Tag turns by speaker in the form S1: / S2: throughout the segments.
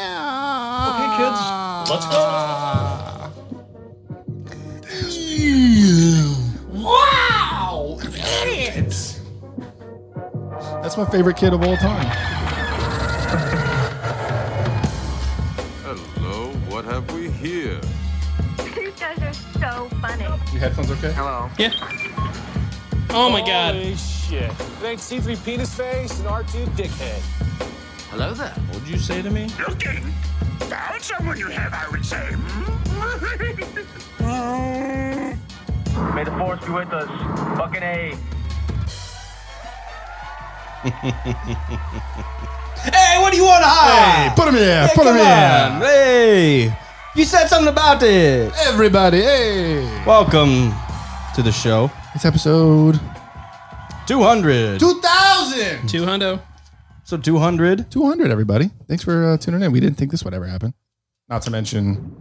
S1: Yeah.
S2: Okay, kids, let's go.
S1: Wow! Idiots!
S3: That's my favorite kid of all time.
S4: Hello, what have we here?
S5: You guys are so funny.
S3: Your headphones okay?
S6: Hello.
S2: Yeah. Oh my god.
S7: Holy shit. Thanks C3 penis face and R2 dickhead.
S6: Hello there.
S2: What would you say to me?
S8: Looking. Found someone you have, I would say.
S6: May the force be with us. Fucking A.
S7: Hey, what do you want to hide?
S3: Put him here. Put him
S7: come
S3: here.
S7: on. Hey. You said something about it.
S3: Everybody, hey.
S7: Welcome to the show.
S3: It's episode
S7: 200.
S3: 2000.
S2: Two hundo.
S7: So 200.
S3: 200, everybody. Thanks for uh, tuning in. We didn't think this would ever happen. Not to mention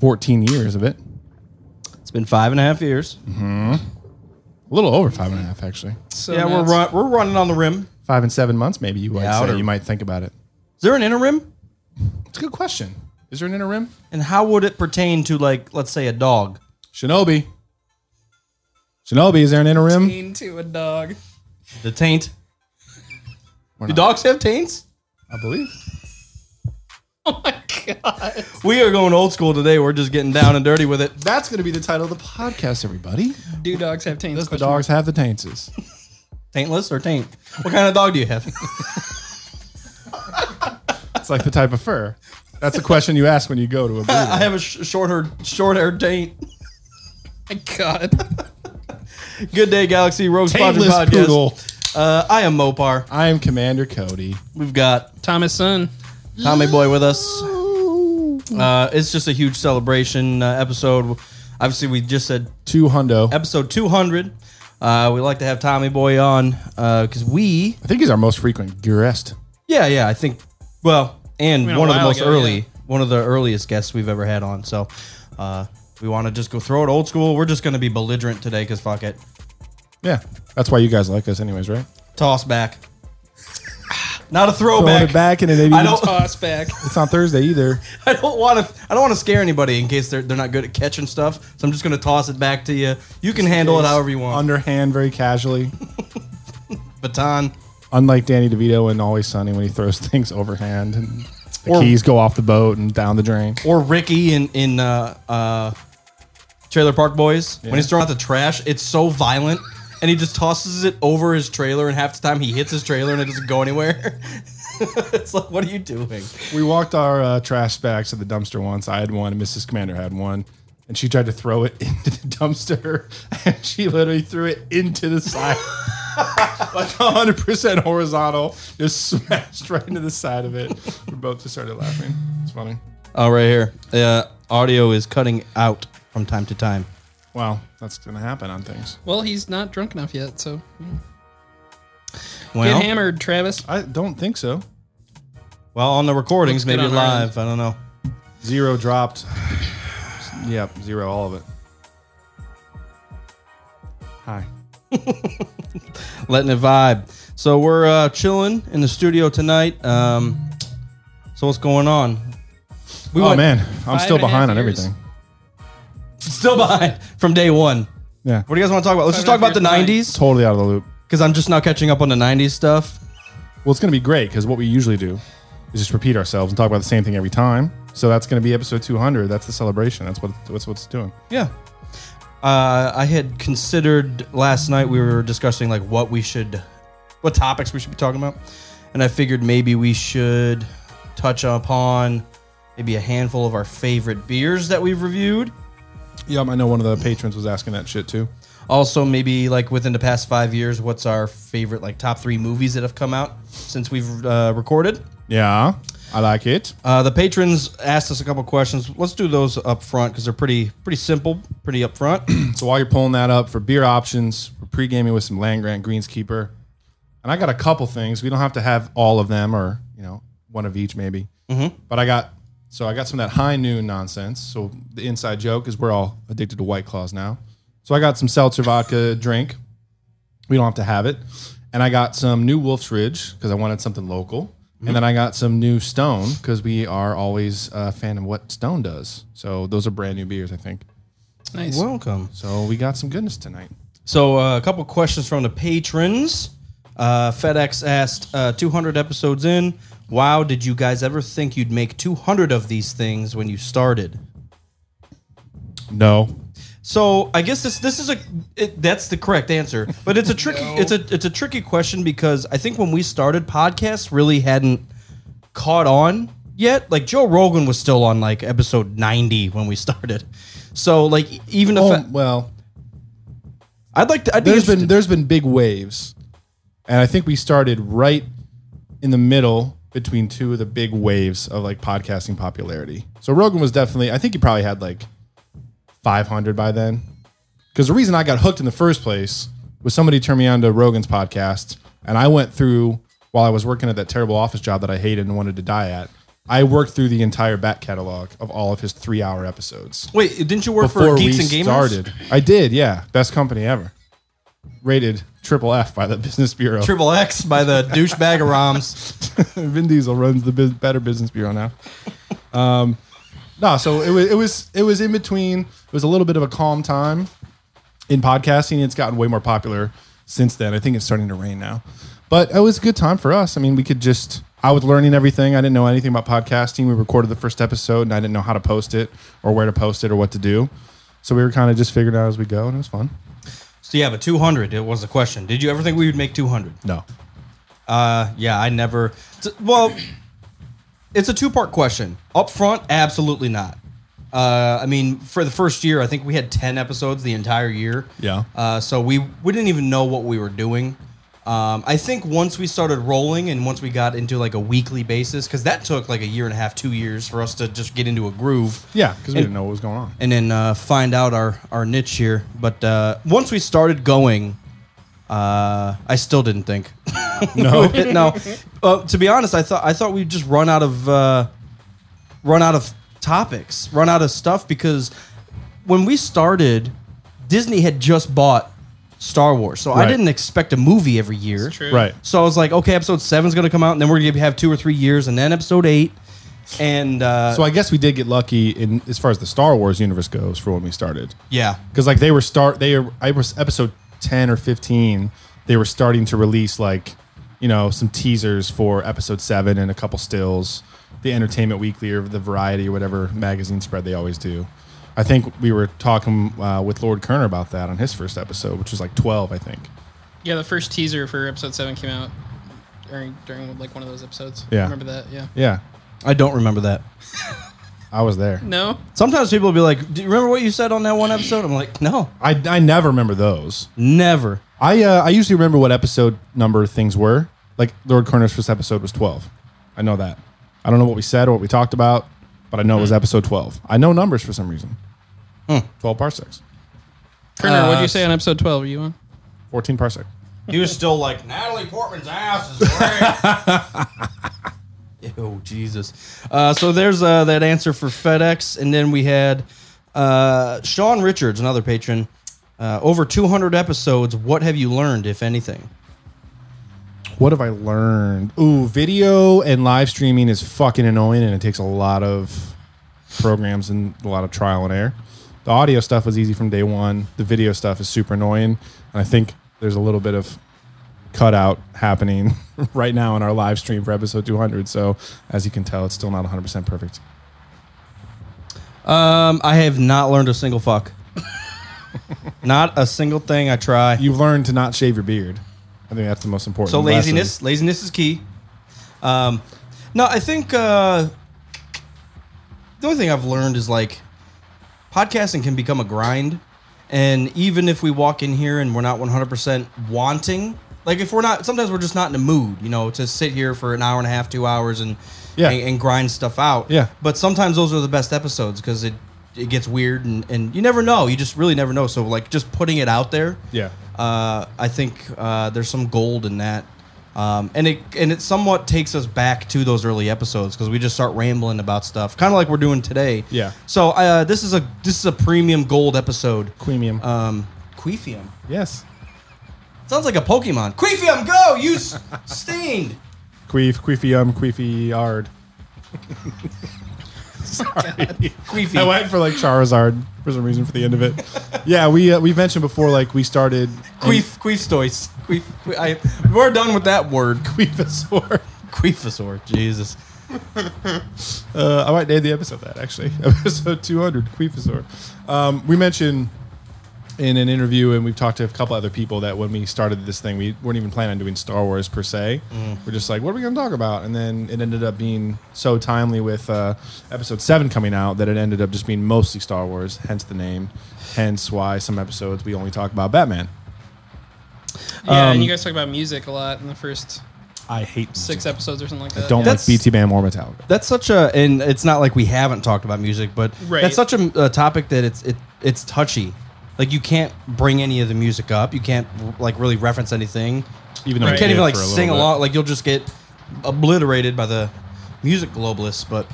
S3: 14 years of it.
S7: It's been five and a half years.
S3: A little over five and a half, actually.
S2: So
S7: yeah, we're
S2: nuts.
S7: run, we're running on the rim.
S3: Five and seven months, maybe you might
S7: Yeah,
S3: say.
S7: outer-
S3: You might think about it.
S7: Is there an interim?
S3: It's a good question. Is there an interim?
S7: And how would it pertain to like, let's say, a dog?
S3: Shinobi. Shinobi, is there an interim?
S2: into a dog.
S7: The taint.
S3: We're
S7: Do
S3: not-
S7: dogs have taints?
S3: I believe.
S2: Oh my god.
S7: We are going old school today. We're just getting down and dirty with it.
S3: That's going to be the title of the podcast, everybody.
S2: Do dogs have taints?
S3: Does the dogs have the tainses?
S7: Taintless or taint? What kind of dog do you have?
S3: It's like the type of fur. That's a question you ask when you go to a
S7: I
S3: breeder.
S7: have a sh- short haired short haired taint.
S2: Oh My god.
S7: Good day, Galaxy Rogue Squadron
S3: Taintless
S7: Podcast.
S3: poodle.
S7: Uh, I am Mopar.
S3: I am Commander Cody.
S7: We've got
S2: Thomas son.
S7: Tommy Boy with us.
S2: Mm.
S7: Uh, it's just a huge celebration uh, episode. Obviously, we just said
S3: Two hundo.
S7: episode 200. Uh, we like to have Tommy Boy on because we,
S3: I think he's our most frequent guest.
S7: yeah, yeah, I think, well, and
S2: mean, a
S7: one of the
S2: while
S7: most
S2: ago,
S7: early,
S2: yeah.
S7: one of the earliest guests we've ever had on. So uh, we want to just go throw it old school. We're just going to be belligerent today because fuck it.
S3: Yeah, that's why you guys like us, anyways, right?
S7: Toss back. Not a
S3: Throwing
S7: throwback.
S3: it back and it maybe
S7: I don't-
S2: Toss back.
S3: it's on Thursday either.
S7: I don't want to. I don't want to scare anybody in case they're they're not good at catching stuff. So I'm just going to toss it back to you. You can handle it however you want.
S3: Underhand, very casually.
S7: Baton.
S3: Unlike Danny DeVito in Always Sunny when he throws things overhand and the
S7: Or-
S3: keys go off the boat and down the drain.
S7: or Ricky in in uh, uh, Trailer Park Boys when he's throwing out the trash. It's so violent, and he just tosses it over his trailer, and half the time he hits his trailer, and it doesn't go anywhere. it's like, what are you doing?
S3: We walked our uh, trash bags to the dumpster once. I had one, and Mrs. Commander had one. And she tried to throw it into the dumpster, and she literally threw it into the side, like 100% horizontal, just smashed right into the side of it. We both just started laughing. It's funny.
S7: Oh, right here. Uh, audio is cutting out from time to time.
S3: Wow, that's gonna happen on things.
S2: Well, he's not drunk enough yet, so
S7: Well,
S2: get hammered, Travis.
S3: I don't think so.
S7: well, on the recordings,
S2: Looks good
S7: maybe
S2: on our
S7: live. I don't know.
S3: Zero dropped. yep, zero, all of it. Hi.
S7: letting it vibe. So we're uh, chilling in the studio tonight. Um, so what's going on? We
S3: oh
S7: went-
S3: man, I'm still
S2: and a half
S3: behind on
S2: years.
S3: everything.
S7: still behind from day one.
S3: Yeah,
S7: What do you guys want to talk about? Let's just
S2: Five
S7: talk about
S2: and
S7: the
S2: a half
S7: '90s.
S3: totally out of the loop.
S7: because I'm just now catching up on the 90s stuff.
S3: Well, it's going to be great because what we usually do is just repeat ourselves and talk about the same thing every time. So that's going to be episode 200. That's the celebration. That's what that's what's doing.
S7: Yeah. Uh, I had considered last night we were discussing like what we should, what topics we should be talking about, and I figured maybe we should touch upon maybe a handful of our favorite beers that we've reviewed.
S3: Yep, I know one of the patrons was asking that shit too.
S7: Also, maybe like within the past five years, what's our favorite like top three movies that have come out since we've uh, recorded?
S3: Yeah, I like it.
S7: Uh, the patrons asked us a couple questions. Let's do those up front because they're pretty pretty simple, pretty up front.
S3: So while you're pulling that up for beer options, we're pre-gaming with some Land Grant Greenskeeper, and I got a couple things. We don't have to have all of them, or you know, one of each maybe. But I got so I got some of that high noon nonsense. So the inside joke is we're all addicted to White Claws now. So I got some seltzer vodka drink. We don't have to have it, and I got some new Wolf's Ridge because I wanted something local. And then I got some new Stone because we are always a fan of what Stone does. So those are brand new beers, I think.
S2: Nice.
S7: Welcome.
S3: So we got some goodness tonight.
S7: So uh, a couple questions from the patrons. Uh, FedEx asked, uh, 200 episodes in. Wow, did you guys ever think you'd make 200 of these things when you started?
S3: No,
S7: So I guess this this is a it, that's the correct answer, but it's a tricky it's a it's a tricky question because I think when we started podcasts really hadn't caught on yet. Like Joe Rogan was still on like episode ninety when we started, so like e- even if
S3: Oh,
S7: I,
S3: well,
S7: I'd like to, I'd be
S3: there's been
S7: interested-
S3: there's been big waves, and I think we started right in the middle between two of the big waves of like podcasting popularity. So Rogan was definitely. I think he probably had like 500 by then. Because the reason I got hooked in the first place was somebody turned me on to Rogan's podcast, and I went through while I was working at that terrible office job that I hated and wanted to die at. I worked through the entire back catalog of all of his three-hour episodes
S7: wait didn't you work
S3: before
S7: for Geeks
S3: we
S7: and Gamers?
S3: started. I did, yeah. Best company ever. Rated triple F by the Business Bureau.
S7: Triple X by the douchebag of Roms.
S3: Vin Diesel runs the bus Better Business Bureau now. Um, no, so it was it was it was in between. It was a little bit of a calm time in podcasting. It's gotten way more popular since then. I think it's starting to rain now, but it was a good time for us. I mean, we could just. I was learning everything. I didn't know anything about podcasting. We recorded the first episode, and I didn't know how to post it or where to post it or what to do. So we were kind of just figuring out as we go, and it was fun.
S7: So yeah, but 200 it was the question. Did you ever think we would make 200?
S3: No,
S7: Uh, Yeah, I never. t- Well, it's a two part question. Up front, absolutely not. Uh, I mean, for the first year, I think we had 10 episodes the entire year.
S3: Yeah.
S7: Uh, so we, we didn't even know what we were doing. Um, I think once we started rolling and once we got into like a weekly basis, because that took like a year and a half, two years for us to just get into a groove
S3: yeah, because we
S7: And-
S3: didn't know what was going on.
S7: and then uh, find out our, our niche here. But uh, once we started going, uh, I still didn't think. No, no. Uh, to be honest, I thought I thought we'd just run out of uh, run out of topics, run out of stuff because when we started, Disney had just bought Star Wars, so I
S3: Right.
S7: didn't expect a movie every year.
S2: True.
S3: Right.
S7: So I was like, okay, episode seven's gonna come out, and then we're gonna have two or three years, and then episode eight, and uh,
S3: So I guess we did get lucky in as far as the Star Wars universe goes for when we started.
S7: yeah,
S3: Because like they were start they were I was episode ten or fifteen, they were starting to release like, you know, some teasers for episode seven and a couple stills, the entertainment weekly or the variety or whatever magazine spread they always do. I think we were talking uh, with Lord Kerner about that on his first episode, which was like twelve, I think.
S2: Yeah, the first teaser for episode seven came out during during like one of those episodes.
S3: Yeah.
S2: Remember that? Yeah.
S3: Yeah.
S7: I don't remember that.
S3: I was there.
S2: No.
S7: Sometimes people will be like, "Do you remember what you said on that one episode?" I'm like, "No,
S3: I, I never remember those.
S7: never."
S3: I uh, I usually remember what episode number things were. Like Lord Corner's first episode was twelve. I know that. I don't know what we said or what we talked about, but I know it was episode twelve. I know numbers for some reason. Twelve parsecs,
S2: Kerner, what did
S7: Uh,
S2: you say on episode twelve? Were you on?
S3: fourteen parsec.
S7: He was still like, "Natalie Portman's ass is great." oh Jesus! Uh, so there's uh, that answer for FedEx, and then we had uh, Sean Richards, another patron. Uh, over 200 episodes. What have you learned, if anything?
S3: What have I learned? Ooh, video and live streaming is fucking annoying, and it takes a lot of programs and a lot of trial and error. The audio stuff was easy from day one. The video stuff is super annoying, and I think there's a little bit of cutout happening right now in our live stream for episode 200. So, as you can tell, it's still not 100% perfect.
S7: Um, I have not learned a single fuck. not a single thing. I try.
S3: You've learned to not shave your beard. I think that's the most important.
S7: So
S3: lesson.
S7: laziness, laziness is key. Um, no, I think uh, the only thing I've learned is like podcasting can become a grind, and even if we walk in here and we're not 100 percent wanting, like if we're not, sometimes we're just not in the mood, you know, to sit here for an hour and a half, two hours, and
S3: Yeah.
S7: and, and grind stuff out.
S3: Yeah.
S7: but sometimes those are the best episodes because it. It gets weird, and, and you never know. You just really never know. So, like, just putting it out there,
S3: Yeah.
S7: uh, I think uh, there's some gold in that, um, and it and it somewhat takes us back to those early episodes because we just start rambling about stuff, kind of like we're doing today.
S3: Yeah.
S7: So uh, this is a this is a premium gold episode.
S3: Premium.
S7: Um, Queefium
S3: yes.
S7: sounds like a Pokemon. Queefium, go! You s- stained.
S3: Queef, queefy um, queefy yard.
S7: Queefy.
S3: I went for like Charizard for some reason for the end of it. yeah, we uh, we mentioned before like we started
S7: Queef, queefstoys. Queef, que- I, we're done with that word.
S3: Queefosaur.
S7: Queefosaur. Jesus.
S3: Uh, I might name the episode that actually. Episode 200, Queefosaur. Um, we mentioned in an interview, and we've talked to a couple other people that when we started this thing, we weren't even planning on doing Star Wars per se. We're just like, what are we going to talk about? And then it ended up being so timely with uh, episode seven coming out that it ended up just being mostly Star Wars, hence the name, hence why some episodes we only talk about Batman.
S2: Yeah,
S3: Um,
S2: and you guys talk about music a lot in the first
S3: I hate
S2: six episodes or something like that.
S3: Don't
S7: That's-
S3: like BT Bam or Metallica.
S7: That's such a, and it's not like we haven't talked about music, but
S2: Right.
S7: that's such a, a topic that it's it it's touchy. Like you can't bring any of the music up. You can't like really reference anything.
S3: Even though
S2: You
S3: I
S7: You can't
S3: did
S7: even like
S3: for a little
S7: sing
S3: bit.
S7: along. Like you'll just get obliterated by the music globalists. But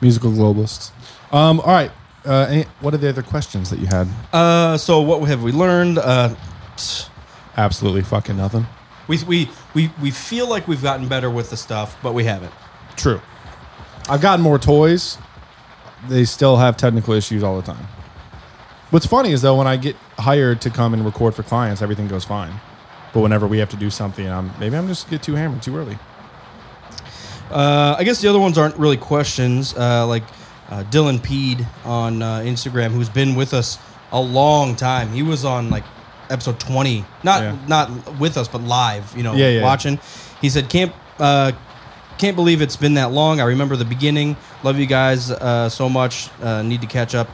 S3: musical globalists. Um, all right. Uh, any, what are the other questions that you had?
S7: uh, so what have we learned? Uh,
S3: Absolutely fucking nothing.
S7: we, we we we feel like we've gotten better with the stuff, but we haven't.
S3: True. I've gotten more toys. They still have technical issues all the time. What's funny is though, when I get hired to come and record for clients, everything goes fine. But whenever we have to do something, I'm maybe I'm just get too hammered too early.
S7: Uh, I guess the other ones aren't really questions. Uh, like uh, Dylan Peed on uh, Instagram, who's been with us a long time. He was on like episode twenty, not
S3: Yeah.
S7: not with us, but live. You know,
S3: Yeah, yeah.
S7: watching. He said, "Can't uh, can't believe it's been that long. I remember the beginning. Love you guys uh, so much. Uh, need to catch up."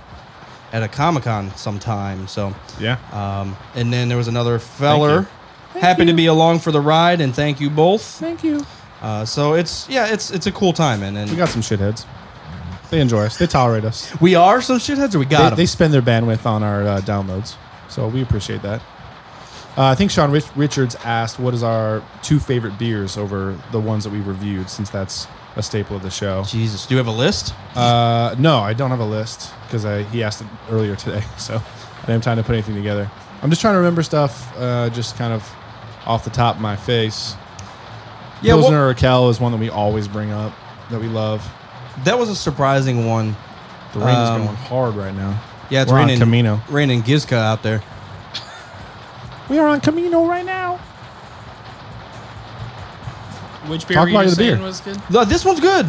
S7: At a Comic Con sometime, so
S3: Yeah.
S7: um, and then there was another feller, happy to be along for the ride, and thank you both.
S3: Thank you.
S7: Uh, so it's yeah, it's it's a cool time, and, and
S3: We got some shitheads. They enjoy us. They tolerate us.
S7: we are some shitheads, or we
S3: They,
S7: got
S3: they
S7: them.
S3: spend their bandwidth on our uh, downloads, so we appreciate that. Uh, I think Sean Rich- Richards asked, "What is our two favorite beers over the ones that we reviewed?" Since that's a staple of the show.
S7: Jesus, do you have a list?
S3: Uh, no, I don't have a list because he asked it earlier today, so I didn't have time to put anything together. I'm just trying to remember stuff, uh, just kind of off the top of my face.
S7: Yeah, well-
S3: Pilsner Raquel is one that we always bring up that we love.
S7: That was a surprising one.
S3: The rain
S7: Um,
S3: is going hard right now.
S7: Yeah, it's
S3: We're on
S7: raining.
S3: Camino.
S7: raining Gizka out there.
S3: We are on Camino right now.
S2: Which beer
S3: Talk
S2: were you
S3: about
S2: just
S3: the beer.
S2: saying was good?
S7: No, this one's good.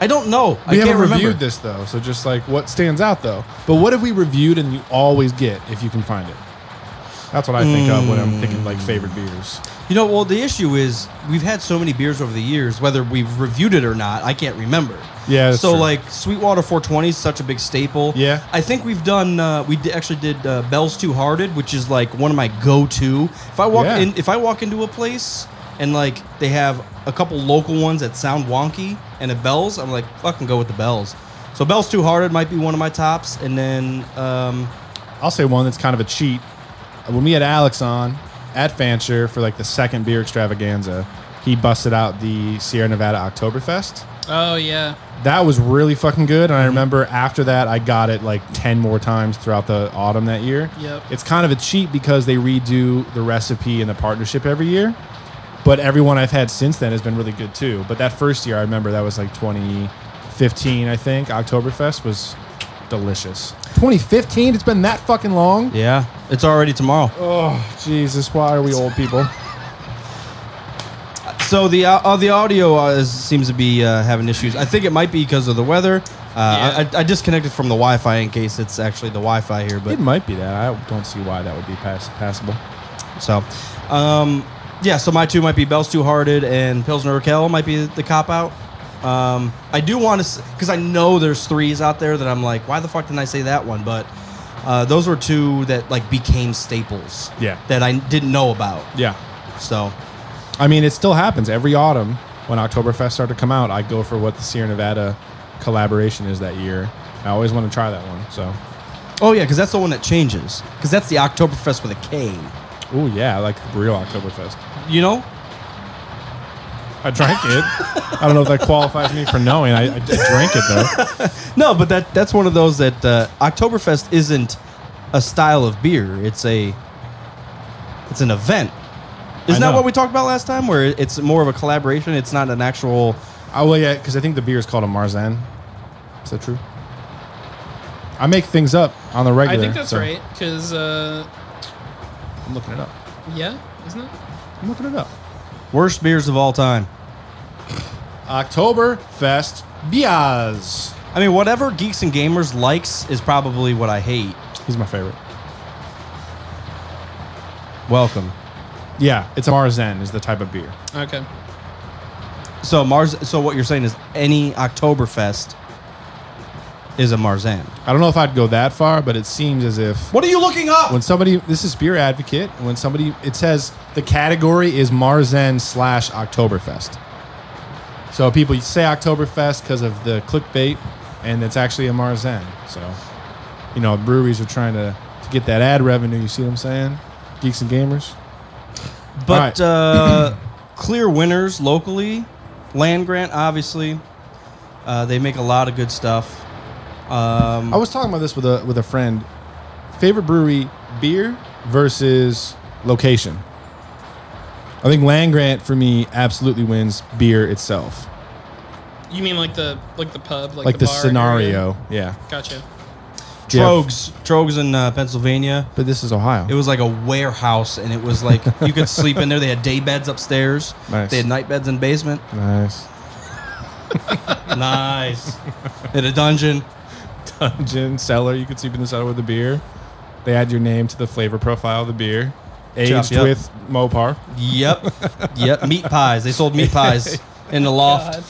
S7: I don't know. I
S3: We
S7: can't
S3: haven't reviewed
S7: remember.
S3: this though, so just like what stands out though. But what have we reviewed and you always get if you can find it? That's what I think of when I'm thinking like favorite
S7: Hmm.
S3: beers.
S7: You know, well, the issue is we've had so many beers over the years, whether we've reviewed it or not, I can't remember.
S3: Yeah, that's
S7: So
S3: true.
S7: like Sweetwater 420 is such a big staple.
S3: Yeah.
S7: I think we've done. Uh, we d- actually did uh, Bell's Two Hearted, which is like one of my go-to. If I walk
S3: Yeah.
S7: in, if I walk into a place and like they have a couple local ones that sound wonky and a Bell's, I'm like fucking go with the Bell's. So Bell's Two Hearted might be one of my tops, and then um,
S3: I'll say one that's kind of a cheat. When we had Alex on at Fancher for like the second beer extravaganza, he busted out the Sierra Nevada Oktoberfest.
S2: Oh yeah,
S3: That was really fucking good. And I remember after that, I got it like 10 more times throughout the autumn that year.
S2: Yep.
S3: It's kind of a cheat because they redo the recipe and the partnership every year. But everyone I've had since then has been really good too. But that first year, I remember that was like 2015, I think. Oktoberfest was delicious. 2015? It's been that fucking long?
S7: yeah, it's already tomorrow.
S3: Oh, Jesus. Why are we old people?
S7: So the uh, uh, the audio uh, is, seems to be uh, having issues. I think it might be because of the weather. Uh, I, I disconnected from the Wi-Fi in case it's actually the Wi-Fi here. But
S3: It might be that. I don't see why that would be pass- passable.
S7: so, um, yeah. So my two might be Bell's Two Hearted and Pilsner Raquel might be the cop out. Um, I do want to because I know there's threes out there that I'm like, why the fuck didn't I say that one? But uh, those were two that like became staples.
S3: Yeah.
S7: That I didn't know about.
S3: Yeah.
S7: So
S3: I mean, it still happens every autumn when Oktoberfest start to come out. I go for what the Sierra Nevada collaboration is that year. I always want to try that one. So,
S7: oh yeah, because that's the one that changes because that's the Oktoberfest with a K.
S3: oh yeah, I like the real Oktoberfest.
S7: You know,
S3: I drank it. I don't know if that qualifies me for knowing. I, I did drink it though.
S7: No, but that that's one of those that uh, Oktoberfest isn't a style of beer. It's a it's an event. Isn't
S3: I
S7: that
S3: know.
S7: what we talked about last time? Where it's more of a collaboration. It's not an actual.
S3: Oh well, yeah, because I think the beer is called a Marzan. Is that true? I make things up on the
S2: I
S3: regular.
S2: think that's
S3: so
S2: right. Because, uh,
S3: I'm looking it up.
S2: yeah, isn't it?
S3: I'm looking it up.
S7: Worst beers of all time.
S3: Oktoberfest Biaz.
S7: I mean, whatever Geeks and Gamers likes is probably what I hate.
S3: He's my favorite.
S7: Welcome.
S3: Yeah, it's a Marzen is the type of beer.
S2: Okay.
S7: So Mars. So what you're saying is any Oktoberfest is a Marzan.
S3: I don't know if I'd go that far, but it seems as if
S7: What are you looking up?
S3: when somebody this is Beer Advocate, when somebody it says the category is Marzen slash Oktoberfest. So people say Oktoberfest because of the clickbait, and it's actually a Marzen. So, you know, breweries are trying to, to get that ad revenue. You see what I'm saying? Geeks and gamers.
S7: But
S3: Alright.
S7: uh, clear winners locally, Land Grant obviously. Uh, they make a lot of good stuff. Um,
S3: I was talking about this with a with a friend. Favorite brewery beer versus location. I think Land Grant for me absolutely wins beer itself.
S2: You mean like the like the pub, like,
S3: Like, the,
S2: bar area?
S3: scenario. Yeah.
S2: Gotcha.
S3: Yeah.
S7: Trogs, Trogs in uh, Pennsylvania.
S3: But this is Ohio.
S7: It was like a warehouse, and it was like you could sleep in there. They had day beds upstairs.
S3: Nice.
S7: They had night beds in the basement.
S3: nice.
S7: nice. In a dungeon.
S3: Gin cellar, you could sleep in the cellar with the beer. They add your name to the flavor profile of the beer. Aged
S7: Chopped up.
S3: with Mopar.
S7: Yep. Yep. Meat pies. They sold meat pies in the loft.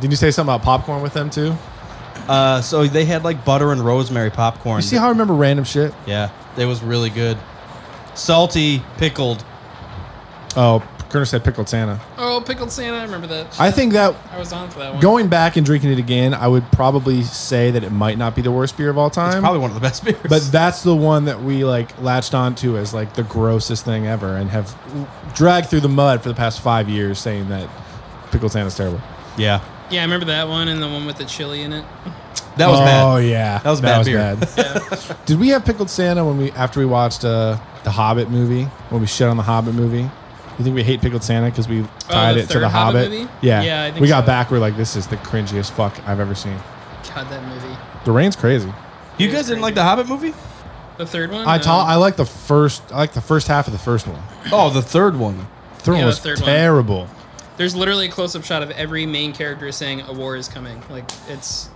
S3: Did you say something about popcorn with them too?
S7: Uh, so they had like butter and rosemary popcorn.
S3: You see how I remember random shit?
S7: Yeah, it was really good. Salty, pickled.
S3: Oh, Kerner said pickled Santa.
S2: Oh, pickled Santa. I remember that.
S3: I think that
S2: I was on for that one.
S3: Going back and drinking it again, I would probably say that it might not be the worst beer of all time.
S7: It's probably one of the best beers.
S3: but that's the one that we like latched onto as like the grossest thing ever and have dragged through the mud for the past five years saying that Pickle Santa's terrible.
S7: yeah,
S2: yeah, I remember that one and the one with the chili in it.
S7: that was
S3: oh,
S7: bad.
S3: yeah.
S7: That was bad beer.
S3: bad. Did we have Pickled Santa when we after we watched uh, the Hobbit movie? When we shit on the Hobbit movie? You think we hate Pickled Santa because we tied
S2: Oh, the
S3: it to
S2: third
S3: the
S2: Hobbit
S3: Hobbit?
S2: movie?
S3: Yeah.
S2: Yeah, I think
S3: we got
S2: so.
S3: back. We're like, this is the cringiest fuck I've ever seen.
S2: God, that movie.
S3: Durain's crazy.
S7: You guys didn't like the Hobbit movie?
S2: The third one.
S3: I
S2: No.
S3: ta- I like the first. I like the first half of the first one.
S7: Oh, the third one.
S3: Third
S2: Yeah,
S3: one
S2: the
S3: was
S2: third one.
S3: terrible.
S2: There's literally a close-up shot of every main character saying "a war is coming." Like it's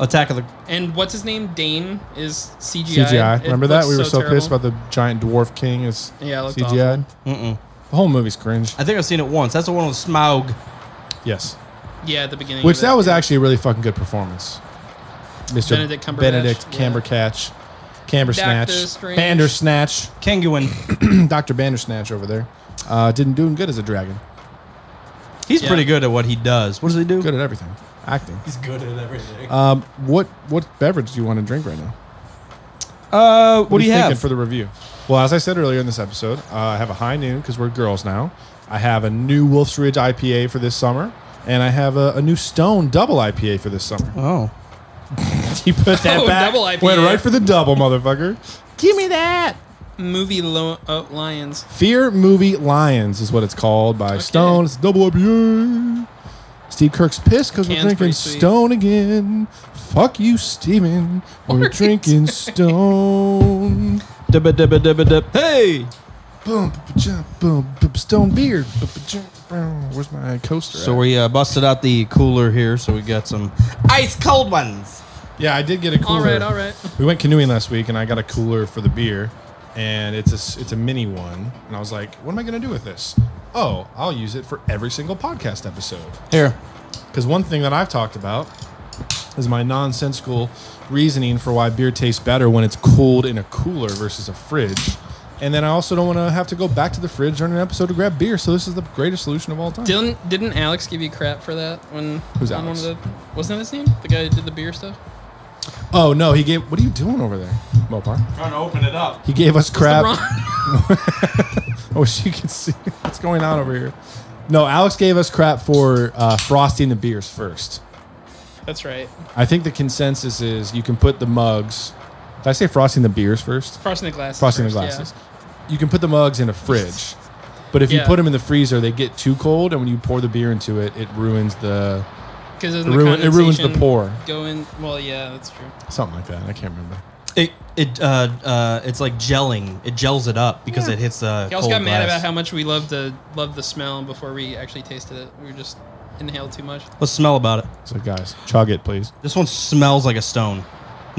S7: Attack of the.
S2: and what's his name? Dane is CGI.
S3: CGI.
S2: It
S3: Remember that?
S2: looks
S3: We were so,
S2: terrible.
S3: pissed about the giant dwarf king is
S2: Yeah, it looked
S3: CGI.
S7: Mm-mm.
S3: The whole movie's cringe.
S7: I think I've seen it once. That's the one with Smaug.
S3: Yes,
S2: Yeah, at the beginning.
S3: which
S2: of
S3: that was
S2: yeah.
S3: actually a really fucking good performance. Mr.
S2: Benedict Cumberbatch,
S3: Benedict
S2: yeah.
S3: Cumbercatch, Cambersnatch,
S2: Doctor Strange.
S3: Bandersnatch,
S7: Kenguin.
S3: Doctor Bandersnatch over there. Uh, didn't do him good as a dragon.
S7: He's
S2: Yeah.
S7: pretty good at what he does. What does he do?
S3: Good at everything, acting.
S7: He's good at everything.
S3: Um, what what beverage do you want to drink right now?
S7: Uh, what,
S3: What
S7: do
S3: are
S7: you
S3: you
S7: have?
S3: thinking for the review? Well, as I said earlier in this episode, uh, I have a high noon because we're girls now. I have a new Wolf's Ridge IPA for this summer, and I have a, a new Stone Double IPA for this summer.
S7: oh,
S3: You put that
S2: Oh,
S3: back,
S2: double IPA.
S3: went right for the double, motherfucker. Give me that.
S2: movie Lo- oh, Lions.
S3: Fear Movie Lions is what it's called by Stone. It's double IPA. Steve Kirk's pissed because we're
S2: Can's pretty
S3: drinking
S2: sweet.
S3: Stone again. Fuck you, Steven. We're
S2: Right.
S3: drinking Stone.
S7: dibba dibba dibba dib. Hey.
S3: Boom, jump, boom, boom, stone beard. jump, Where's my coaster?
S7: So we uh, busted out the cooler here, so we got some ice cold ones.
S3: yeah, I did get a cooler.
S2: All right, all right.
S3: We went canoeing last week, and I got a cooler for the beer, and it's a s- it's a mini one. And I was like, what am I gonna do with this? Oh, I'll use it for every single podcast episode.
S7: Here,
S3: Because one thing that I've talked about is my nonsensical reasoning for why beer tastes better when it's cooled in a cooler versus a fridge. And then I also don't want to have to go back to the fridge during an episode to grab beer. So this is the greatest solution of all time.
S2: Didn't didn't Alex give you crap for that when
S3: Who's
S2: on
S3: Alex?
S2: one of the wasn't that his name? The guy who did the beer stuff.
S3: Oh no, he gave. What are you doing over there, Mopar?
S7: trying to open it up.
S3: He gave us crap.
S2: Wrong.
S3: I wish you could see what's going on over here. No, Alex gave us crap for uh, frosting the beers first.
S2: That's right.
S3: I think the consensus is you can put the mugs. Did I say frosting the beers first?
S2: Frosting the glasses.
S3: Frosting
S2: first,
S3: the
S2: yeah.
S3: glasses. You can put the mugs in a fridge, But if you
S2: Yeah.
S3: put them in the freezer, they get too cold, and when you pour the beer into it, it ruins the
S2: Because it
S3: ruin- it ruins the pour.
S2: Going well, yeah, that's true.
S3: something like that. I can't remember.
S7: It it uh, uh it's like gelling. It gels it up because it hits the.
S2: He also got
S7: cold
S2: mad
S7: glass.
S2: about how much we loved the loved the smell before we actually tasted it. We just inhaled too much.
S7: Let's smell about it.
S3: So guys, chug it, please.
S7: This one smells like a stone,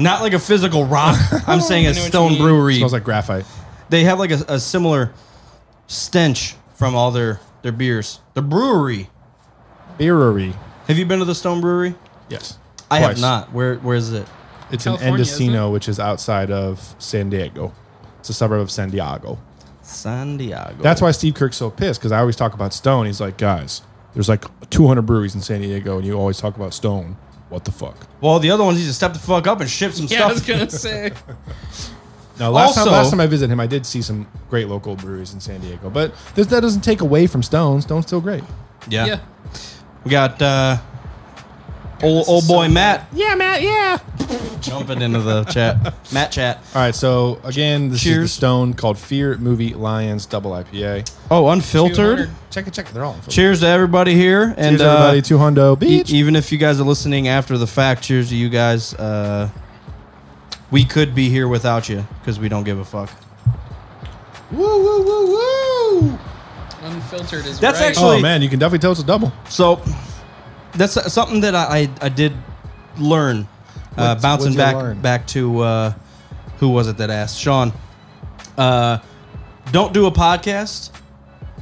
S7: not like a physical rock. I'm saying
S2: I
S7: a
S2: know what you
S7: stone
S2: mean.
S7: brewery.
S3: smells like graphite.
S7: they have like a, a similar stench from all their their beers. The brewery.
S3: Beerery.
S7: Have you been to the Stone Brewery?
S3: Yes.
S7: I have
S3: Twice.
S7: not. Where where is it?
S3: It's
S2: California,
S3: in
S2: isn't
S3: Endocino, which is outside of San Diego. It's a suburb of San Diego.
S7: San Diego.
S3: That's why Steve Kirk's so pissed because I always talk about Stone. He's like, guys, there's like 200 breweries in San Diego, and you always talk about Stone. What the fuck?
S7: Well, the other ones need to step the fuck up and ship some
S2: Yeah, I was
S7: stuff.
S2: gonna say.
S3: Now, last,
S7: Also-
S3: time, last time I visited him, I did see some great local breweries in San Diego, but this, that doesn't take away from Stone. Stone's still great.
S7: yeah.
S2: yeah.
S7: We got uh, old old boy Matt
S3: Yeah, Matt. Yeah.
S7: jumping into the chat. Matt chat.
S3: All right. So again, this is
S7: Cheers.
S3: the Stone called Fear Movie Lions Double IPA.
S7: Oh, unfiltered.
S2: 200.
S3: Check it. Check it. They're all. Cheers,
S7: Cheers to everybody here, and
S3: and, everybody. Two hundo.
S7: Uh, e-
S3: Beach.
S7: even if you guys are listening after the fact, cheers to you guys. Uh, we could be here without you because we don't give a fuck.
S3: woo woo woo woo.
S2: Unfiltered is
S7: That's
S2: right.
S7: actually-
S3: Oh man, you can definitely tell it's a double.
S7: So that's something that I I, I did learn uh,
S3: What's-
S7: bouncing
S3: what'd you
S7: back
S3: learn?
S7: back to uh, who was it that asked Sean. Uh, don't do a podcast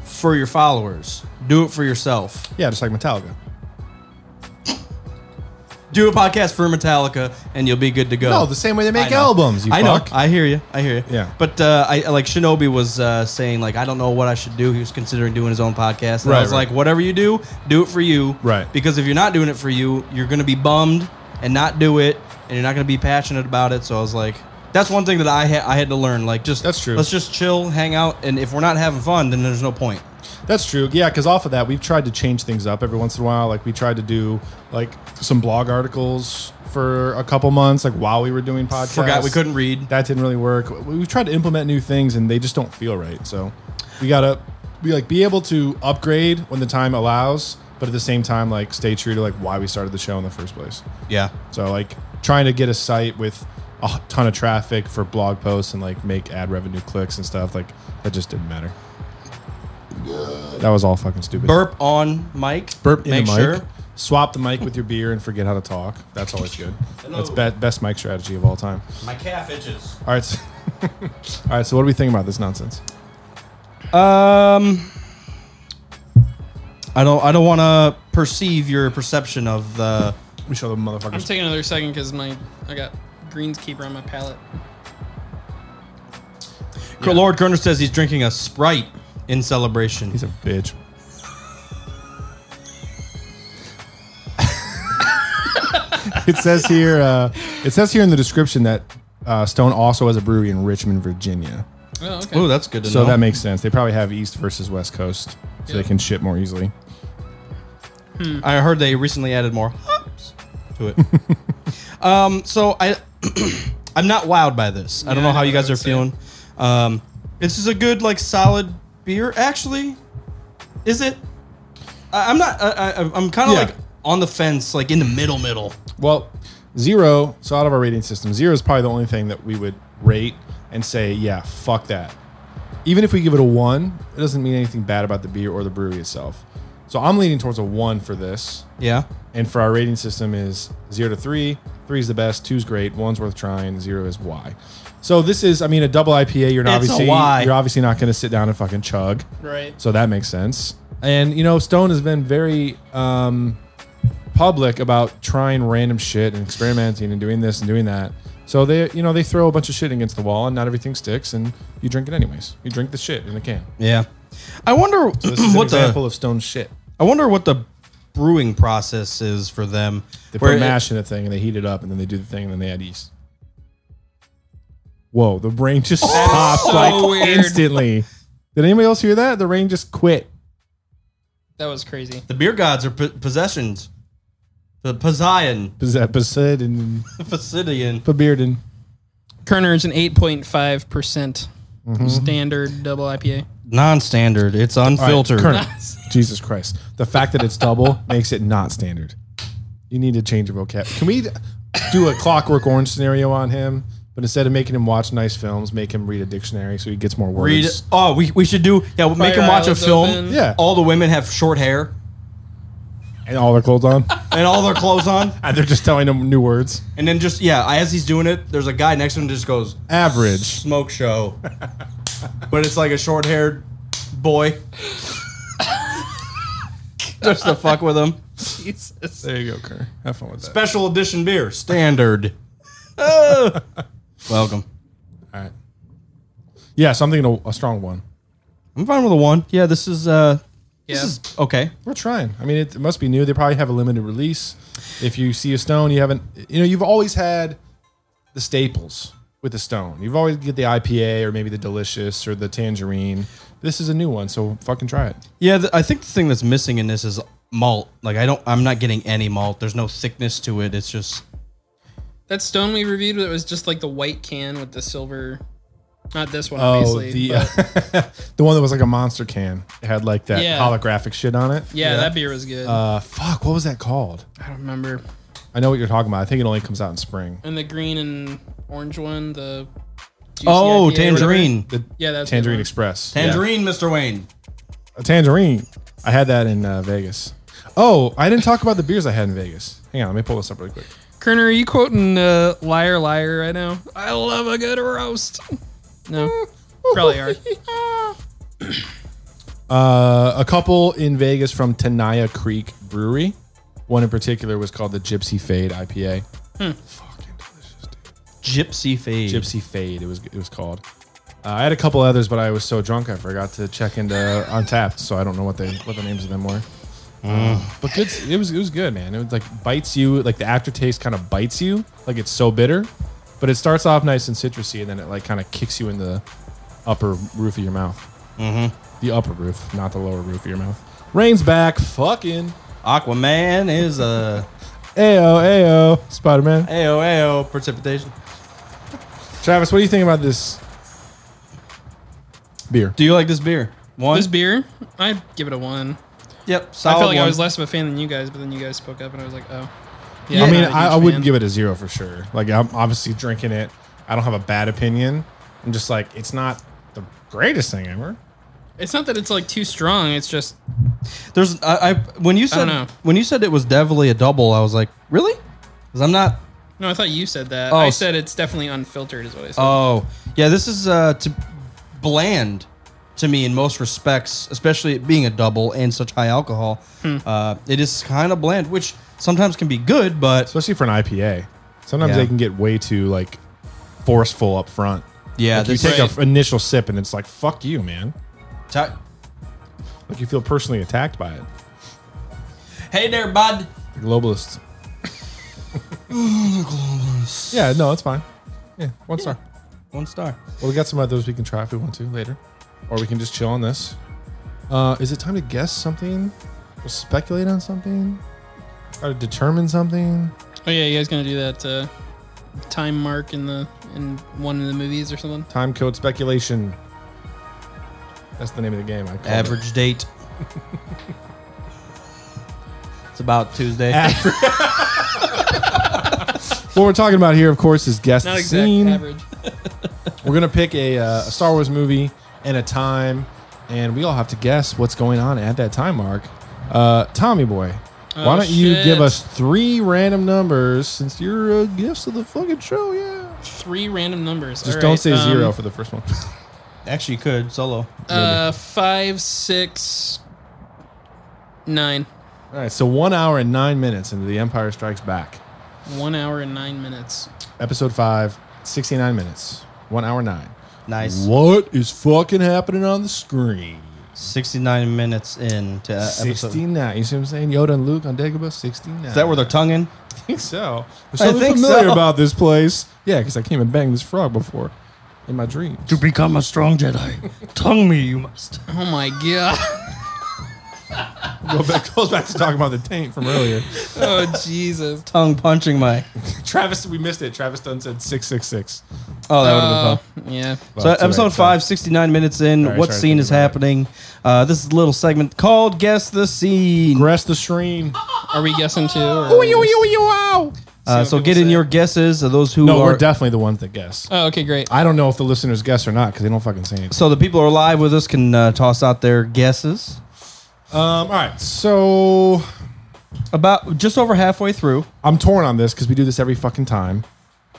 S7: for your followers. Do it for yourself.
S3: Yeah, just like Metallica.
S7: Do a podcast for Metallica, and you'll be good to go.
S3: No, the same way they make
S7: I know.
S3: albums. You
S7: I
S3: fuck.
S7: know. I hear you. I hear you.
S3: Yeah.
S7: But uh, I like Shinobi was uh, saying like I don't know what I should do. He was considering doing his own podcast. And I
S3: Right,
S7: was
S3: right.
S7: like, whatever you do, do it for you.
S3: Right.
S7: Because if you're not doing it for you, you're gonna be bummed and not do it, and you're not gonna be passionate about it. So I was like, that's one thing that I ha- I had to learn. Like just
S3: That's true.
S7: Let's just chill, hang out, and if we're not having fun, then there's no point.
S3: That's true. Yeah, because off of that, we've tried to change things up every once in a while. Like we tried to do like some blog articles for a couple months, like while we were doing podcasts.
S7: Forgot we couldn't read.
S3: That didn't really work. We- We've tried to implement new things, and they just don't feel right. So we gotta be like be able to upgrade when the time allows, but at the same time, like stay true to like why we started the show in the first place.
S7: Yeah.
S3: So like trying to get a site with a ton of traffic for blog posts and like make ad revenue clicks and stuff like that just didn't matter. That was all fucking stupid.
S7: Burp on mic.
S3: Burp in
S7: Make
S3: the mic.
S7: sure.
S3: Swap the mic with your beer and forget how to talk. That's always good. That's be- best mic strategy of all time.
S7: My calf itches.
S3: All right. So all right. So what do we think about this nonsense?
S7: Um, I don't. I don't want to perceive your perception of uh, the.
S3: We show the motherfuckers.
S2: I'm taking another second because my I got greenskeeper on my palate.
S7: Lord Kerner says he's drinking a Sprite in celebration.
S3: He's a bitch. it says here. Uh, it says here in the description that uh, Stone also has a brewery in Richmond, Virginia.
S2: Oh, okay.
S7: Oh, that's good to
S3: So
S7: know.
S3: that makes sense. They probably have East versus West Coast, so they
S2: Yeah.
S3: can ship more easily.
S7: I heard they recently added more hops to it. um, so I, I'm not wowed by this. I don't
S2: Yeah,
S7: know how
S2: I
S7: you
S2: know
S7: guys are
S2: what I'm
S7: feeling. Um, this is a good, like, solid beer. Actually, is it? I, I'm not. I, I, I'm kind of
S3: Yeah.
S7: like on the fence, like in the middle, middle.
S3: Well, zero. So out of our rating system, zero is probably the only thing that we would rate and say, yeah, fuck that. Even if we give it a one, it doesn't mean anything bad about the beer or the brewery itself. So I'm leaning towards a one for this.
S7: Yeah.
S3: And for our rating system is zero to three. Three is the best. Two's great. One's worth trying. Zero is why. So this is, I mean, a double IPA. You're not
S7: It's a
S3: obviously
S7: why.
S3: you're obviously not going to sit down and fucking chug.
S2: Right.
S3: So that makes sense. And you know, Stone has been very um, public about trying random shit and experimenting and doing this and doing that. So they, you know, they throw a bunch of shit against the wall, and not everything sticks, and you drink it anyways. You drink the shit in the can.
S7: Yeah. I wonder
S3: This is an
S7: what the
S3: example of Stone's shit.
S7: I wonder what the brewing process is for them.
S3: They
S7: Where
S3: put
S7: it-
S3: mash in the thing and they heat it up and then they do the thing and then they add yeast. Whoa, the brain just
S7: Oh,
S3: stopped
S2: so
S3: like
S2: weird.
S3: instantly. Did anybody else hear that? The rain just quit.
S2: That was crazy.
S7: the beer gods are p- possessions. The Pisian,
S3: Besid and
S7: the Pisidian.
S3: Bearden.
S2: Kerner is an 8.5 percent standard double IPA.
S7: non-standard. It's unfiltered.
S3: All right, Colonel, Jesus Christ. The fact that it's double makes it not standard. You need to change your vocab. Can we do a clockwork orange scenario on him? But instead of making him watch nice films, make him read a dictionary so he gets more words.
S7: Read. Oh, we, we should do. Yeah, we'll make
S2: Fire
S7: him watch a
S2: Island's
S7: film.
S2: open.
S3: Yeah.
S7: All the women have short hair
S3: And all their clothes on.
S7: and all their clothes on,
S3: and they're just telling him new words.
S7: and then just yeah, as he's doing it, there's a guy next to him just goes
S3: Average.
S7: smoke show, but it's like a short-haired boy. just to fuck with him.
S2: Jesus.
S3: There you go, Kerr. Have fun with that.
S7: Special edition beer, standard. Welcome.
S3: all right. Yeah, so I'm thinking a, a strong one.
S7: I'm fine with a one. Yeah, this is uh,
S2: Yeah.
S7: this is okay.
S3: We're trying. I mean, it, it must be new. They probably have a limited release. If you see a stone, you haven't. You know, you've always had the staples with the stone. You've always get the IPA or maybe the delicious or the tangerine. This is a new one, so fucking try it.
S7: Yeah, th- I think the thing that's missing in this is malt. Like I don't, I'm not getting any malt. There's no thickness to it. It's just
S2: That stone we reviewed that was just like the white can with the silver. Not this one, obviously.
S3: Oh, the
S2: but-
S3: the one that was like a monster can. It had like that
S2: Yeah.
S3: holographic shit on it.
S2: yeah, that beer was good.
S3: Uh, fuck, what was that called?
S2: I don't remember.
S3: I know what you're talking about. I think it only comes out in spring.
S2: And the green and orange one, the juicy IPA
S7: oh,
S2: or whatever.
S7: tangerine,
S3: The
S2: Yeah, that's the
S3: Tangerine
S2: one.
S3: Express. Yeah.
S7: tangerine, Mr. Wayne.
S3: a tangerine. I had that in uh, Vegas. Oh, I didn't talk about the beers I had in Vegas. Hang on, let me pull this up really quick.
S2: Kerner, are you quoting uh, Liar Liar right now? I love a good roast. Mm. No. Probably are.
S3: Uh, a couple in Vegas from Tenaya Creek Brewery. One in particular was called the Gypsy Fade IPA.
S2: Hmm.
S3: Fucking delicious, dude.
S7: Gypsy fade.
S3: Gypsy Fade. It was it was called. Uh, I had a couple others, but I was so drunk I forgot to check into Untapped, so I don't know what they what the names of them were. Um, But good, it was it was good, man. It was like bites you, like the aftertaste kind of bites you, like it's so bitter, but it starts off nice and citrusy, and then it like kind of kicks you in the upper roof of your mouth. Mm-hmm. The upper roof, not the lower roof of your mouth. Rain's back, fucking
S7: Aquaman is a
S3: ayo ayo Spider Man.
S7: ayo ayo precipitation.
S3: Travis, what do you think about this beer?
S7: Do you like this beer? One.
S2: This beer, I'd give it a one.
S7: Yep.
S2: I
S7: Solid
S2: felt like
S7: one.
S2: I was less of a fan than you guys, but then you guys spoke up and I was like, oh. Yeah,
S3: I mean, I, I wouldn't give it a zero for sure. Like, I'm obviously drinking it. I don't have a bad opinion. I'm just like, it's not the greatest thing ever.
S2: It's not that it's like too strong. It's just
S7: There's I, I when you said
S2: know.
S7: when you said it was definitely a double. I was like, really? Because I'm not.
S2: no. I thought you said that.
S7: Oh,
S2: I
S7: s-
S2: said it's definitely unfiltered, is what I said.
S7: Oh yeah, this is uh to bland to me in most respects, especially it being a double and such high alcohol.
S2: Hmm.
S7: Uh, it is kind of bland, which sometimes can be good, but
S3: Especially for an IPA. Sometimes
S7: Yeah.
S3: they can get way too, like, forceful up front.
S7: yeah,
S3: Like, you
S7: this
S3: take
S7: is-
S3: an initial sip and it's like, fuck you, man.
S7: Ta-
S3: Like, you feel personally attacked by it.
S7: hey there, bud.
S3: The globalist. Yeah, no, it's fine. Yeah, one star.
S7: One star.
S3: Well, we got some others we can try if we want to later, or we can just chill on this. Uh, is it time to guess something? Or speculate on something? Try to determine something?
S2: Oh yeah, you guys gonna do that uh, time mark in the in one of the movies or something?
S3: Time code speculation. That's the name of the game. I called it.
S7: Average date. it's about Tuesday.
S2: Ah.
S3: What we're talking about here, of course, is guess
S2: Not
S3: the
S2: exact
S3: scene.
S2: average.
S3: We're gonna pick a, uh, a Star Wars movie and a time, and we all have to guess what's going on at that time mark. Uh, Tommy boy, why
S2: Oh,
S3: don't you
S2: shit.
S3: give us three random numbers since you're a guest of the fucking show? Yeah.
S2: Three random numbers.
S3: Just
S2: All
S3: don't
S2: right,
S3: say
S2: um,
S3: zero for the first one.
S7: Actually, you could solo.
S2: Uh, five, six, nine.
S3: All right, so one hour and nine minutes into The Empire Strikes Back,
S2: One hour and nine minutes.
S3: episode five, 69 minutes, one hour nine.
S7: Nice.
S3: What is fucking happening on the screen?
S7: 69 minutes in to uh, episode.
S3: 69. You see what I'm saying? Yoda and Luke on Dagobah, 69.
S7: Is that where they're tonguing?
S3: I think so. There's
S7: I
S3: something
S7: think
S3: familiar
S7: so.
S3: about this place. Yeah, because I came and banged this frog before in my dreams.
S8: To become a strong Jedi, tongue me you must.
S2: Oh my god.
S3: Go back, goes back to talking about the taint from earlier.
S2: Oh Jesus!
S7: Tongue punching my.
S3: Travis, we missed it. Travis Dunn said six six six.
S7: Oh, that would have
S2: Oh,
S7: been fun.
S2: yeah.
S3: Uh,
S7: So episode five, 69 minutes in.
S3: All right,
S7: what
S3: sorry to
S7: scene
S3: think
S7: is
S3: about it.
S7: happening? Uh, this is a little segment called "Guess the Scene."
S3: Rest the stream.
S2: Are we guessing too? Or
S7: Uh, so
S2: people
S7: get in
S2: say.
S7: your guesses. Of those who
S3: No,
S7: are
S3: we're definitely the ones that guess.
S2: oh, okay, great.
S3: I don't know if the listeners guess or not because they don't fucking say anything.
S7: so the people who are live with us can uh, toss out their guesses.
S3: Um, all right, so
S7: About just over halfway through.
S3: I'm torn on this because we do this every fucking time.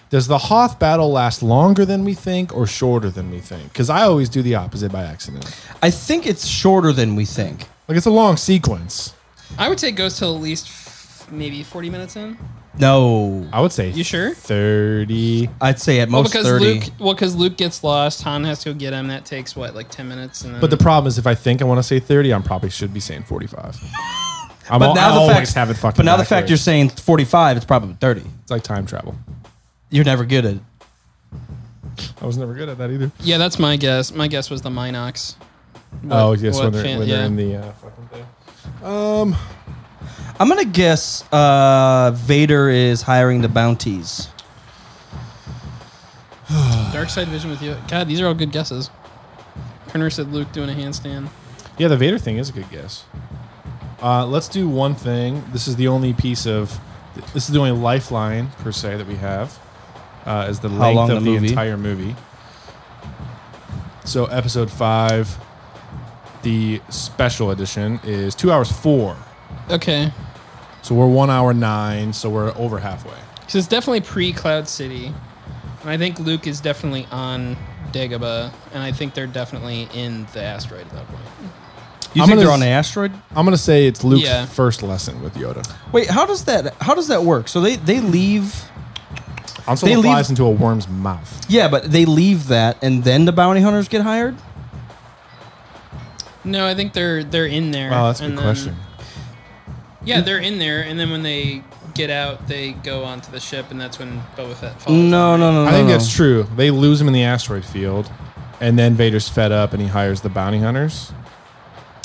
S3: Does the Hoth battle last longer than we think or shorter than we think? Because I always do the opposite by accident.
S7: I think it's shorter than we think.
S3: Like it's a long sequence.
S2: I would say it goes till at least f- maybe 40 minutes in.
S7: No,
S3: I would say.
S2: You sure?
S3: Thirty.
S7: I'd say at
S2: Well,
S7: most
S2: because
S7: thirty.
S2: Luke, well, because Luke gets lost, Han has to go get him. That takes what, like 10 minutes, and then
S3: But the problem is, if I think I want to say thirty, I probably should be saying forty-five. I'm
S7: but
S3: al-
S7: now
S3: I
S7: the
S3: always
S7: fact,
S3: have it fucking.
S7: But now the fact
S3: backwards.
S7: you're saying forty-five, it's probably thirty.
S3: it's like time travel.
S7: You're never good at. it.
S3: I was never good at that either.
S2: yeah, that's my guess. My guess was the Minox.
S3: oh yes, when
S2: what
S3: they're,
S2: fan-
S3: when they're
S2: yeah.
S3: in the uh, fucking thing.
S7: I'm gonna guess uh, Vader is hiring the bounties.
S2: Dark side vision with you. God, these are all good guesses. Kerner said Luke doing a handstand.
S3: Yeah, the Vader thing is a good guess. Uh, let's do one thing. This is the only piece of, this is the only lifeline per se that we have, uh, is the length
S7: long
S3: of
S7: the
S3: the,
S7: movie?
S3: entire movie. So episode five, the special edition is two hours four.
S2: Okay,
S3: So we're one hour nine. So we're over halfway.
S2: because it's definitely pre Cloud City, and I think Luke is definitely on Dagobah, and I think they're definitely in the asteroid at that point.
S7: You
S3: I'm gonna
S7: think they're
S3: s-
S7: on an asteroid?
S3: I'm gonna say it's Luke's
S2: Yeah.
S3: first lesson with Yoda.
S7: Wait, how does that how does that work? So they they leave.
S3: Also,
S7: They
S3: it
S7: leave-
S3: flies into a worm's mouth.
S7: Yeah, but they leave that, and then the bounty hunters get hired.
S2: No, I think they're they're in there.
S3: Wow, that's a
S2: and
S3: good
S2: then-
S3: question.
S2: Yeah, they're in there, and then when they get out, they go onto the ship, and that's when Boba Fett follows.
S7: No, no, no.
S3: I think
S7: no,
S3: that's
S7: no.
S3: true. They lose him in the asteroid field, and then Vader's fed up and he hires the bounty hunters.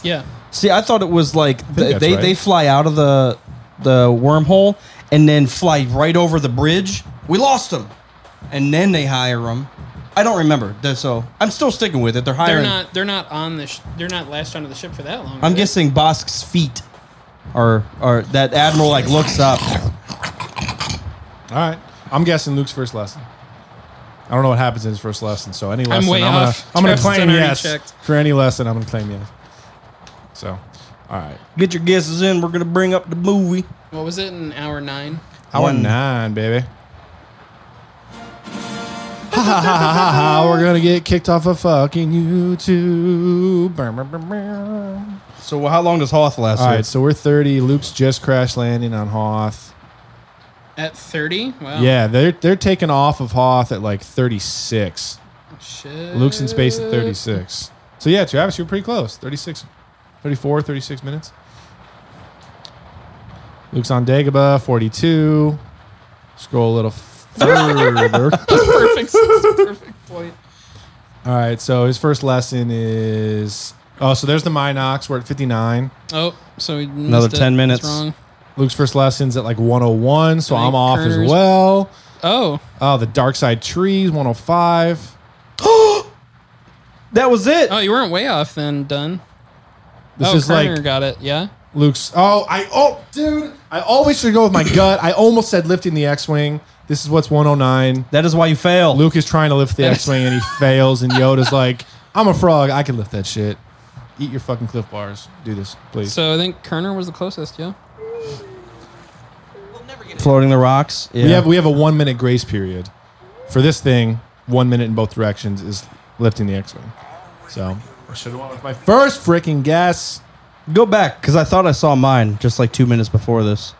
S2: Yeah.
S7: See, I thought it was like th-
S3: that's
S7: they
S3: right.
S7: they fly out of the the wormhole and then fly right over the bridge. We lost them, and then they hire them. I don't remember. Th- So I'm still sticking with it. They're hiring.
S2: They're not. They're not on the. Sh- they're not lashed onto the ship for that long.
S7: I'm
S2: are they?
S7: guessing Bosk's feet, or or that admiral like looks up.
S3: All right, I'm guessing Luke's first lesson. I don't know what happens in his first lesson, so any lesson,
S2: way
S3: I'm gonna,
S2: off.
S3: I'm gonna
S2: Travis
S3: claim
S2: done already
S3: yes
S2: checked.
S3: for any lesson. I'm gonna claim yes. So, all right,
S7: Get your guesses in. We're gonna bring up the movie.
S2: What was it in hour nine?
S3: hour
S7: One.
S3: nine, baby. Ha ha ha ha ha! ha. We're gonna get kicked off of fucking YouTube. Brr, brr, brr, brr.
S7: So how long does Hoth last?
S3: All right, so we're 30. Luke's just crash landing on Hoth.
S2: At thirty. Wow.
S3: Yeah, they're they're taking off of Hoth at like 36.
S2: Shit.
S3: Luke's in space at 36. So yeah, Travis, you're pretty close. 36, 34, 36 minutes. Luke's on Dagobah, 42. Scroll a little further.
S2: Perfect. perfect point.
S3: All right, so his first lesson is oh, so there's the Minox. We're at 59.
S2: Oh, so we missed
S7: Another
S2: it.
S7: 10
S2: It's
S7: minutes.
S2: Wrong.
S3: Luke's first lesson's at like 101, so
S2: I
S3: I'm
S2: think
S3: off as
S2: Carter's-
S3: well.
S2: Oh,
S3: Oh, the Dark Side Trees, 105.
S7: That was it.
S2: oh, you weren't way off then. Done.
S3: This
S2: oh,
S3: is
S2: Kerner
S3: like
S2: got it. Yeah.
S3: Luke's. Oh, I oh, dude, I always should go with my gut. I almost said lifting the X-wing. This is what's 109.
S7: that is why you fail.
S3: Luke is trying to lift the X-wing and he fails, and Yoda's like, "I'm a frog. I can lift that shit. Eat your fucking Cliff Bars. Do this, please."
S2: So I think Kerner was the closest. Yeah.
S7: floating the rocks. Yeah.
S3: we have we have a one minute grace period for this thing. One minute in both directions is lifting the X-wing. So I should have went with my first freaking guess.
S7: Go back because I thought I saw mine just like two minutes before this.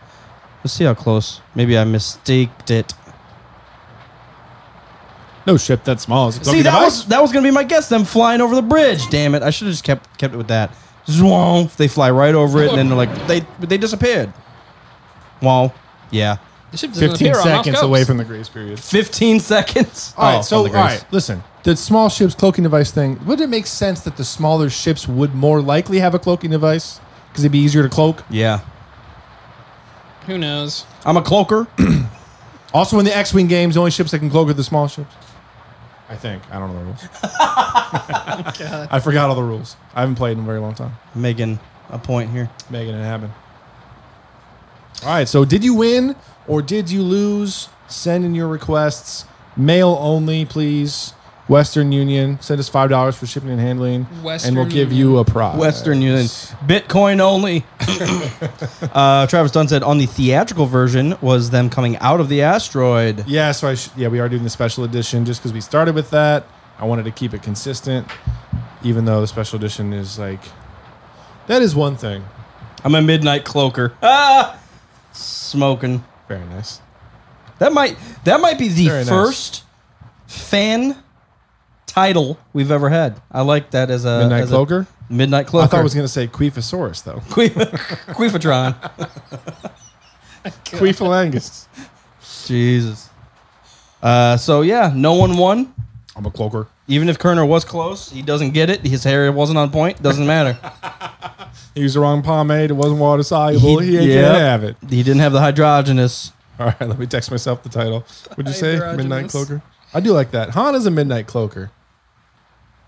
S7: Let's see how close. Maybe I mistaked it.
S3: No ship that small. is a clunky
S7: see, that
S3: device.
S7: was that was gonna be my guess. Them flying over the bridge. Damn it! I should have just kept kept it with that. Zwong. They fly right over it, and then they're like they they disappeared. Wow. Yeah.
S2: The ship doesn't
S3: 15
S2: appear on Mount
S3: seconds
S2: Scopes.
S3: away from the grace period.
S7: Fifteen seconds.
S3: All right,
S7: Oh,
S3: so
S7: from
S3: all
S7: the grace.
S3: right, listen. The small ship's cloaking device thing, would it make sense that the smaller ships would more likely have a cloaking device? because it'd be easier to cloak.
S7: Yeah.
S2: Who knows?
S7: I'm a cloaker.
S3: Also, in the X-wing games, the only ships that can cloak are the small ships. I think I don't know the rules. I forgot all the rules. I haven't played in a very long time.
S7: Making a point here.
S3: Megan, it happened. All right. So, did you win or did you lose? Send in your requests. Mail only, please. Western Union. Send us five dollars for shipping and handling, and
S2: Western
S3: we'll give you a prize.
S7: Western Union. Bitcoin only. uh, Travis Dunn said on the theatrical version was them coming out of the asteroid.
S3: Yeah, so I sh- yeah, we are doing the special edition just because we started with that. I wanted to keep it consistent, even though the special edition is like that is one thing.
S7: I'm a midnight cloaker. Ah, smoking.
S3: Very nice.
S7: That might that might be the
S3: Very nice.
S7: first fan title we've ever had. I like that as a
S3: Midnight
S7: Uh, as a-
S3: Cloaker.
S7: midnight cloaker.
S3: I thought I was gonna say Queefosaurus though.
S7: Queefatron.
S3: Queefalangus.
S7: Jesus. Uh, so yeah, no one won.
S3: I'm a cloaker.
S7: Even if Kerner was close, he doesn't get it. His hair wasn't on point. Doesn't matter.
S3: He used the wrong pomade. It wasn't water soluble. He, ain't
S7: yeah.
S3: gonna have it.
S7: he didn't have the hydrogenous.
S3: All right, let me text myself the title. Would you say Midnight
S2: Hydrogenous.
S3: Cloaker? I do like that. Han is a Midnight Cloaker.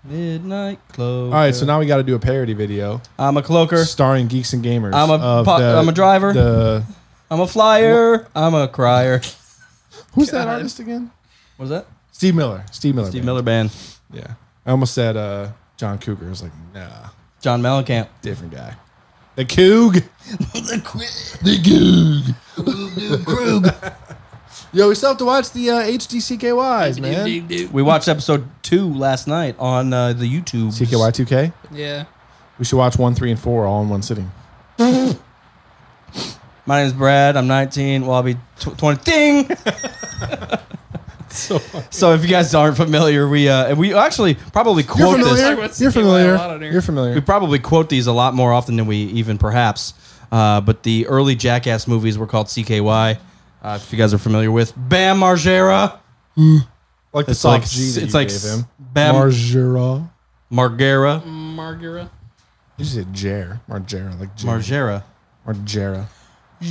S7: Midnight cloaker.
S3: All right, so now we got to do a parody video
S7: I'm a cloaker.
S3: starring geeks and gamers.
S7: I'm a
S3: of
S7: po- I'm a driver.
S3: The
S7: I'm a flyer. I'm a crier.
S3: who's that artist again?
S7: What's that?
S3: Steve Miller. Steve Miller.
S7: Steve
S3: Band.
S7: Miller Band.
S3: Yeah. I almost said uh, John Cougar. I was like, nah,
S7: John Mellencamp.
S3: different guy. The Coog. the Coog. Yo, we still have to watch the uh, HDCKYs, man.
S7: We watched episode two last night on uh, the YouTube.
S3: CKY2K.
S2: Yeah.
S3: We should watch 1, 3, and 4 all in one sitting.
S7: My name's Brad. I'm 19. Well, I'll be tw- 20. Ding. so, if you guys aren't familiar, we uh, and we actually probably quote this.
S2: What's
S3: You're
S2: the CKY
S3: familiar.
S2: lot on here?
S3: You're
S7: We
S3: familiar.
S7: probably quote these a lot more often than we even perhaps. Uh, but the early Jackass movies were called CKY. Uh, if you guys are familiar with Bam Margera,
S3: Like the
S7: it's
S3: soft
S7: like
S3: G that
S7: it's
S3: you
S7: like
S3: gave
S7: s-
S3: him.
S7: Bam-
S3: Margera.
S7: Margera,
S2: Margera.
S3: You said Jer. Margera. Like Jer.
S7: Margera.
S3: Margera.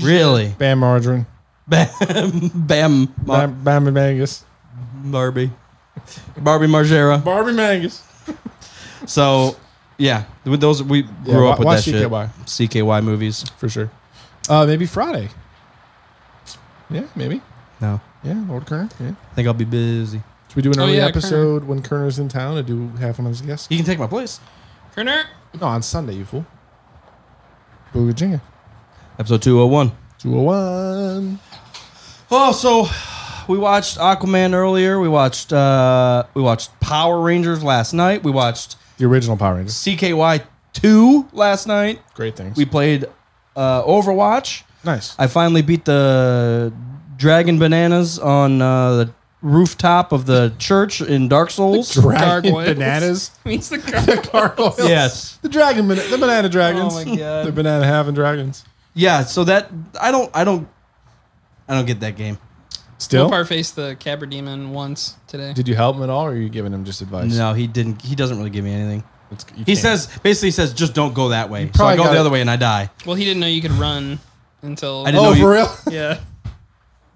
S7: Really,
S3: Bam Margarine.
S7: Bam, Bam, Mar-
S3: Bam, Bam and Mangus.
S7: Barbie, Barbie Margera.
S3: Barbie Mangus.
S7: So, yeah, with those we
S3: Yeah,
S7: grew
S3: wa-
S7: up with
S3: watch
S7: that shit.
S3: CKY.
S7: CKY movies.
S3: For sure. Uh, maybe Friday. Yeah, maybe.
S7: No,
S3: Yeah, Lord Kerner. Yeah.
S7: I think I'll be busy.
S3: Should we do an
S2: Oh,
S3: early
S2: yeah,
S3: episode when Kerner's in town and do have him as a guest?
S7: You can take my place.
S2: Kerner.
S3: No, on Sunday, you fool. Booga Jinga.
S7: Episode two hundred one.
S3: 201.
S7: Oh, so we watched Aquaman earlier. We watched uh we watched Power Rangers last night. We watched
S3: The original Power Rangers.
S7: CKY two last night.
S3: Great things.
S7: We played uh, Overwatch.
S3: nice.
S7: I finally beat the Dragon Bananas on uh, the rooftop of the church in Dark Souls.
S3: Dragon
S2: Gargoyles.
S3: bananas.
S2: Means the gargoyle.
S3: Gargoyles.
S7: Yes.
S3: Oh, The dragon, bana- the banana dragons.
S7: Oh, my God.
S3: The banana having dragons.
S7: Yeah, so that I don't I don't I don't get that game.
S3: Still?
S2: Mopar faced the Cabra Demon once today.
S3: Did you help him at all, or are you giving him just advice?
S7: No, he didn't he doesn't really give me anything.
S3: It's- you
S7: He
S3: can't.
S7: says basically he says just don't go that way. So
S3: probably
S7: I go
S3: gotta-
S7: the other way and I die.
S2: well, he didn't know you could run until.
S7: I didn't
S3: "Oh,
S7: know
S3: for
S7: you-
S3: real."
S2: Yeah.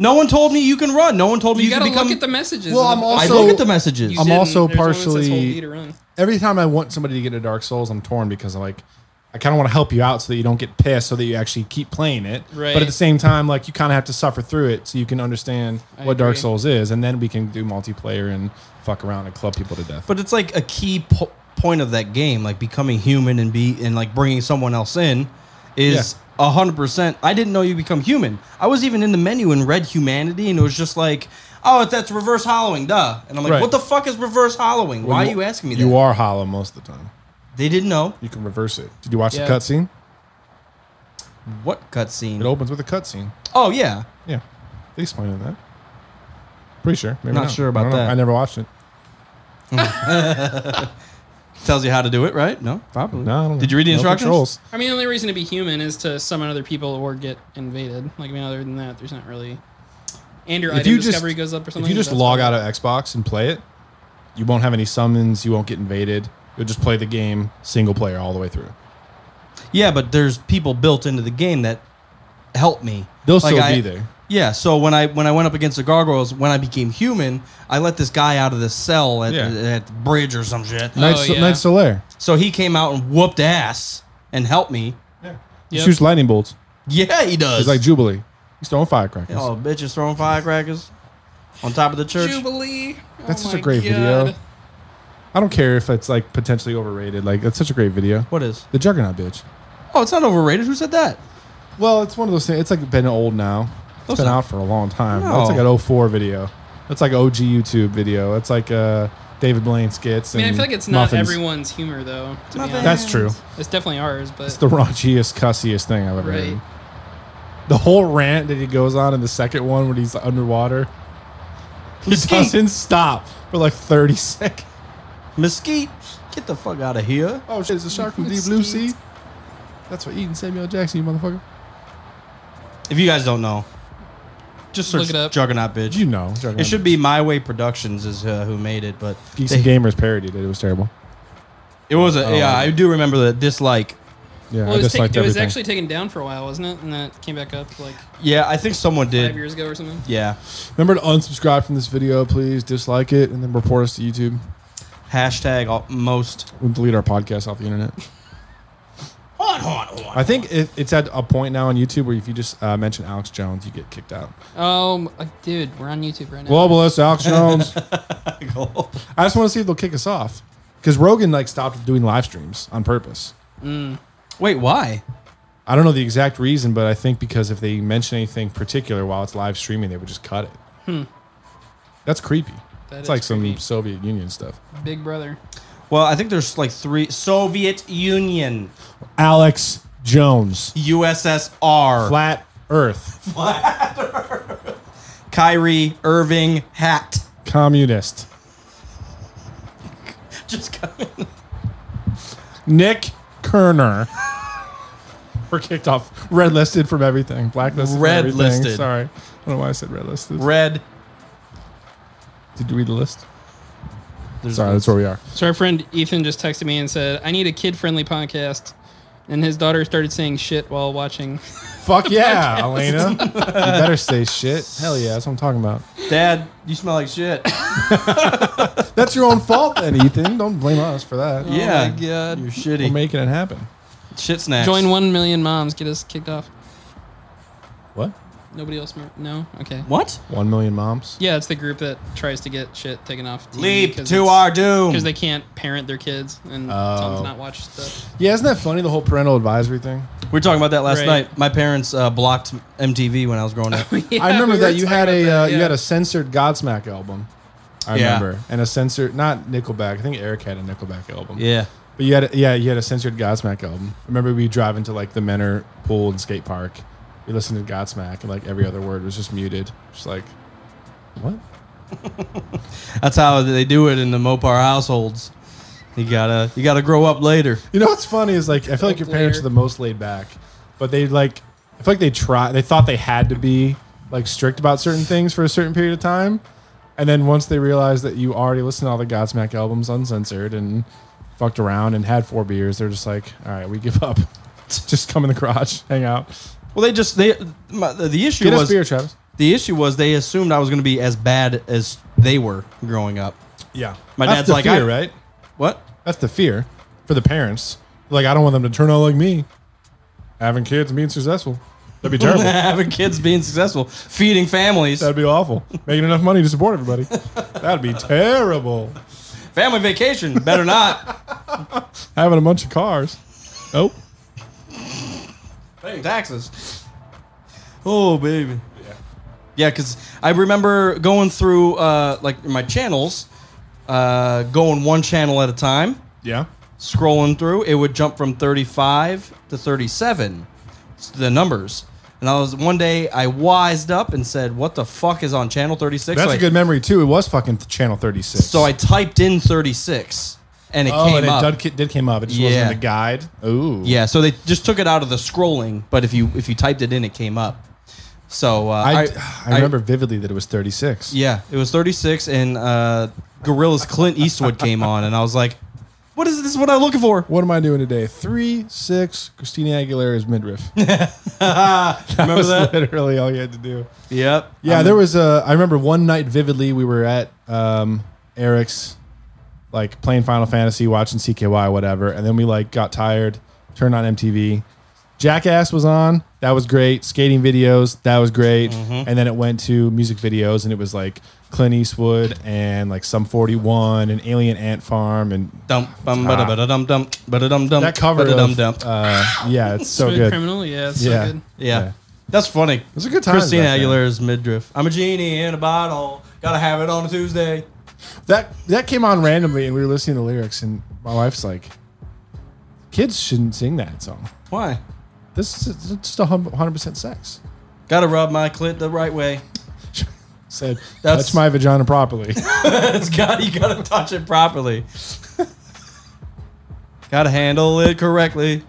S7: No one told me you can run. No one told me
S2: You,
S7: you,
S2: gotta
S7: can become.
S2: look at the messages.
S3: Well,
S2: in
S3: I'm
S2: the-
S3: also-
S7: I look at the messages. Um,
S2: You
S3: I'm
S2: didn't.
S3: also
S2: There's one that says,
S3: partially-
S2: "Hold E to run."
S3: every time I want somebody to get into Dark Souls, I'm torn because I'm like, I kind of want to help you out so that you don't get pissed, so that you actually keep playing it.
S2: Right.
S3: But at the same time, like you kind of have to suffer through it so you can understand
S2: I
S3: what Dark
S2: agree.
S3: Souls is, and then we can do multiplayer and fuck around and club people to death.
S7: but it's like a key po- point of that game, like becoming human and be and like bringing someone else in, is a hundred percent. I didn't know you become human. I was even in the menu and read humanity, and it was just like, oh, that's reverse hollowing, duh. And I'm like,
S3: Right.
S7: what the fuck is reverse hollowing? Why
S3: Well,
S7: are you asking me that?
S3: You are hollow most of the time.
S7: They didn't know
S3: You can reverse it. Did you watch
S2: Yeah.
S3: the cutscene?
S7: what
S3: It
S7: cutscene.
S3: opens with a cutscene.
S7: Oh yeah,
S3: Yeah, they explain that. Pretty sure. Maybe
S7: Not sure about
S3: I don't know.
S7: that.
S3: I never watched it.
S7: tells you how to do it, right? No, probably.
S3: No, I don't know.
S7: Did you read the
S3: No
S7: instructions?
S3: controls.
S2: I mean, the only reason to be human is to summon other people or get invaded. Like, I mean, other than that, there's not really. And your
S3: If
S2: item
S3: you just
S2: discovery goes up or
S3: if
S2: something.
S3: you just
S2: that's
S3: log out
S2: fine.
S3: of Xbox and play it, you won't have any summons. You won't get invaded. You'll just play the game single player all the way through.
S7: Yeah, but there's people built into the game that help me.
S3: They'll still
S7: I-
S3: be there.
S7: Yeah. So when I when I went up against the gargoyles, when I became human, I let this guy out of the cell at,
S3: Yeah.
S7: at the bridge or some shit.
S3: Knights,
S2: yeah.
S3: Knights Solaire.
S7: So he came out and whooped ass and helped me.
S3: He
S2: Yep.
S3: shoots lightning bolts.
S7: Yeah, he does.
S3: He's like Jubilee. He's throwing firecrackers.
S7: oh, bitches throwing firecrackers on top of the church.
S2: Jubilee. Oh
S3: That's such a
S2: my
S3: great
S2: God.
S3: video. I don't care if it's like potentially overrated. Like that's such a great video.
S7: What is?
S3: The Juggernaut bitch.
S7: Oh, it's not overrated. Who said that?
S3: Well, it's one of those things. It's like been old now. It's
S7: Those
S3: been
S7: are-
S3: out for a long time.
S7: No.
S3: That's like an 04 video. That's like an OG YouTube video. That's like uh, David Blaine skits.
S2: I mean, I
S3: and
S2: feel like it's not
S3: muffins.
S2: everyone's humor though. To be honest.
S3: That's true.
S2: it's definitely ours, but
S3: It's the raunchiest, cussiest thing I've ever
S2: right.
S3: heard. The whole rant that he goes on in the second one when he's underwater, he
S7: Mesquite.
S3: doesn't stop for like 30 seconds.
S7: Mesquite, get the fuck out of here.
S3: Oh shit, it's a shark from deep blue sea. That's what eating Samuel Jackson, you motherfucker.
S7: If you guys don't know, just search
S2: Look it up.
S7: Juggernaut bitch.
S3: You know,
S7: it should be My Way Productions is uh, who made it, but
S3: Geeks
S7: they-
S3: and Gamers parodied it. It was terrible.
S7: it was
S3: Oh,
S7: a yeah. I do remember the dislike.
S3: Yeah,
S2: Well,
S3: I
S2: it was,
S3: just
S2: ta-
S3: liked
S2: it was
S3: everything.
S2: actually taken down for a while, wasn't it? And then it came back up like
S7: Yeah, I think someone
S2: five
S7: did.
S2: years ago or something.
S7: Yeah,
S3: Remember to unsubscribe from this video, please. Dislike it, and then report us to YouTube.
S7: hashtag al- most.
S3: We'll delete our podcast off the internet.
S7: Hold on, hold on.
S3: I think it, it's at a point now on YouTube where if you just uh, mention Alex Jones, you get kicked out.
S2: Um, uh, dude, we're on YouTube right now.
S3: Globalist Alex Jones.
S7: Michael.
S3: I just want to see if they'll kick us off because Rogan like stopped doing live streams on purpose.
S7: Wait, why?
S3: I don't know the exact reason, but I think because if they mention anything particular while it's live streaming, they would just cut it. That's creepy.
S2: Hmm. That
S3: it's
S2: is
S3: like some
S2: creepy.
S3: Soviet Union stuff.
S2: Big Brother.
S7: Well, I think there's like three Soviet Union,
S3: Alex Jones,
S7: USSR,
S3: flat Earth,
S7: Kyrie Irving hat.
S3: communist.
S7: Just coming.
S3: Nick Kerner. We're kicked off, red listed from everything, blacklisted. from
S7: Red
S3: everything.
S7: listed.
S3: Sorry, I don't know why I said red listed.
S7: Red.
S3: Did you read the list?
S7: There's
S3: Sorry, that's where we are.
S2: So our friend Ethan just texted me and said, "I need a kid-friendly podcast." And his daughter started saying shit while watching.
S3: Fuck yeah, Elena. you better say shit. Hell yeah, that's what I'm talking about.
S7: Dad, you smell like shit.
S2: Oh
S3: That's your own fault then, Ethan. Don't blame us for that.
S7: yeah.
S2: my God.
S7: You're
S3: We're
S7: shitty.
S3: making it happen.
S7: shit snacks.
S2: Join one million moms. Get us kicked off.
S3: What?
S2: Nobody else. mar- No. Okay.
S7: What?
S3: One million moms?
S2: Yeah, it's the group that tries to get shit taken off. TV
S7: Leap
S2: 'cause
S7: to
S2: it's-
S7: our Oh. doom.
S2: because they can't parent their kids and tell them to not watch stuff.
S3: Yeah, isn't that funny, the whole parental advisory thing?
S7: we were talking about that last
S2: Right.
S7: night. My parents uh, blocked MTV when I was growing up.
S3: I remember
S2: we were
S3: that you
S2: talking
S3: had a
S2: about that,
S3: uh, you
S2: yeah.
S3: had a censored Godsmack album. I
S7: Yeah.
S3: remember. And a censored not Nickelback. I think Eric had a Nickelback album.
S7: yeah.
S3: But you had a, yeah, you had a censored Godsmack album. I remember we drive into like the Menor pool and skate park. We listened to Godsmack and like every other word was just muted. Just like what?
S7: That's how they do it in the Mopar households. You gotta you gotta grow up later.
S3: You know what's funny is like I feel like your parents are the most laid back, but they like I feel like they try they thought they had to be like strict about certain things for a certain period of time, and then once they realized that you already listened to all the Godsmack albums uncensored and fucked around and had four beers, they're just like, all right, we give up. Just come in the garage, hang out,
S7: Well, they just they my, the- the issue
S3: get us
S7: was
S3: beer, Travis.
S7: the issue was they assumed I was gonna be as bad as they were growing up.
S3: Yeah,
S7: My
S3: That's
S7: dad's
S3: the
S7: like,
S3: fear,
S7: I-
S3: right?
S7: What?
S3: That's the fear for the parents. Like, I don't want them to turn out like me, having kids and being successful. That'd be terrible.
S7: Having kids being successful, feeding families,
S3: That'd be awful. Making enough money to support everybody. That'd be terrible.
S7: family vacation. Better not.
S3: Having a bunch of cars. Oh,
S7: Paying taxes. Oh baby. Yeah, because I remember going through uh, like my channels, uh, going one channel at a time.
S3: yeah.
S7: scrolling through, it would jump from 35 to 37, It's the numbers. And I was one day I wised up and said, "What the fuck is on channel 36?"
S3: That's
S7: so
S3: a good
S7: I,
S3: memory too. It was fucking channel thirty six.
S7: so I typed in 36, and it
S3: oh,
S7: came
S3: and it
S7: up.
S3: Did, did came up. It just wasn't
S7: Yeah.
S3: in the guide. Ooh,
S7: yeah, so they just took it out of the scrolling, but if you if you typed it in, it came up. So uh,
S3: I, I, remember vividly that it was thirty six.
S7: yeah, it was 36, and uh, Gorilla's Clint Eastwood came on, and I was like, What is this? What I'm looking for?
S3: What am I doing today? Three, six, Christina Aguilera's midriff.
S7: Remember
S3: was
S7: that?
S3: literally all you had to do.
S7: Yep.
S3: Yeah, there was a. I remember one night vividly. We were at um, Eric's, like playing Final Fantasy, watching CKY, whatever, and then we like got tired, turned on MTV. Jackass was on. That was great. Skating videos. That was great. And then it went to music videos, and it was like Clint Eastwood and like some Forty One and Alien Ant Farm and
S7: Dum bum bada bada dum dum bada dum dum.
S3: that cover
S7: dum
S3: of
S7: dum.
S3: uh, yeah, it's so
S2: Smooth
S3: good.
S2: Criminal, yeah, it's
S3: Yeah.
S2: so good.
S7: Yeah. That's funny. It
S3: was a good time
S7: Christina
S3: back then.
S7: Aguilera's midriff. I'm a genie in a bottle. Gotta have it on a Tuesday.
S3: That that came on randomly, and we were listening to lyrics, and my wife's like, "Kids shouldn't sing that song.
S7: Why?
S3: This is it's just a hundred percent sex."
S7: Gotta rub my clit the right way.
S3: Said,
S7: That's-
S3: "Touch my vagina properly."
S7: It's got you gotta touch it properly. gotta handle it correctly.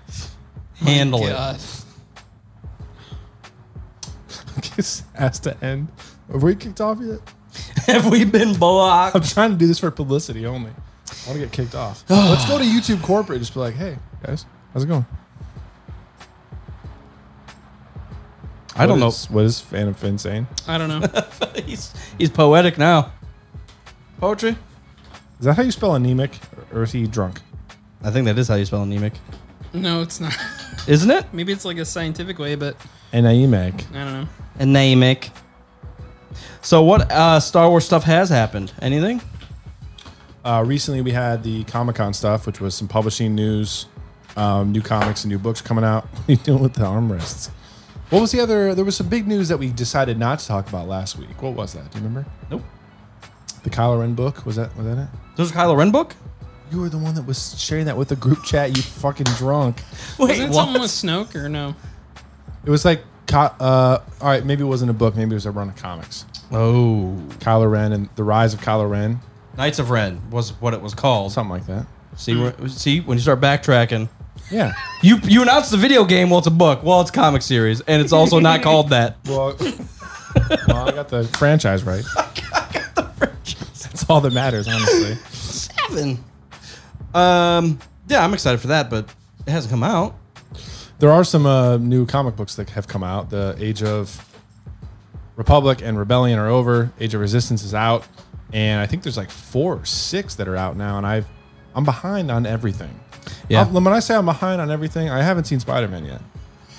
S7: Handle it.
S2: God.
S3: Just has to end. Have we kicked off yet?
S7: Have we been
S3: I'm
S7: blocked?
S3: trying to do this for publicity only. I want to get kicked off. Let's go to YouTube corporate. and Just be like, "Hey guys, how's it going?"
S7: I don't
S3: What
S7: know.
S3: is- what is Phantom Finn saying.
S2: I don't know.
S7: he's he's poetic now. Poetry?
S3: Is that how you spell anemic or is he drunk?
S7: I think that is how you spell anemic.
S2: no, it's not.
S7: Isn't it?
S2: Maybe it's like a scientific way, but
S3: Anemic.
S2: I don't know.
S7: Anemic. So what uh, Star Wars stuff has happened? Anything?
S3: Uh, recently, we had the Comic Con stuff, which was some publishing news, um, new comics and new books coming out. What are you doing with the armrests? What was the other? There was some big news that we decided not to talk about last week. What was that? Do you remember?
S7: Nope.
S3: The Kylo Ren book was that? Was that it?
S7: There's a Kylo Ren book?
S3: You were the one that was sharing that with the group chat. You fucking drunk.
S7: Wait,
S2: Isn't it something with Snoke or no?
S3: It was like, co- uh, all right, maybe it wasn't a book. Maybe it was a run of comics.
S7: Oh,
S3: Kylo Ren and the Rise of Kylo Ren,
S7: Knights of Ren was what it was called.
S3: something like that.
S7: See, where- see, when you start backtracking,
S3: Yeah.
S7: you you announce the video game. Well, it's a book. Well, it's a comic series, and it's also not called that.
S3: Well, well, I got the franchise right. That's all that matters, honestly.
S7: Seven. Um. Yeah, I'm excited for that, but it hasn't come out.
S3: There are some uh, new comic books that have come out. The Age of Republic and Rebellion are over. Age of Resistance is out, and I think there's like four or six that are out now. And I've I'm behind on everything.
S7: Yeah.
S3: I'm- when I say I'm behind on everything, I haven't seen Spider Man yet.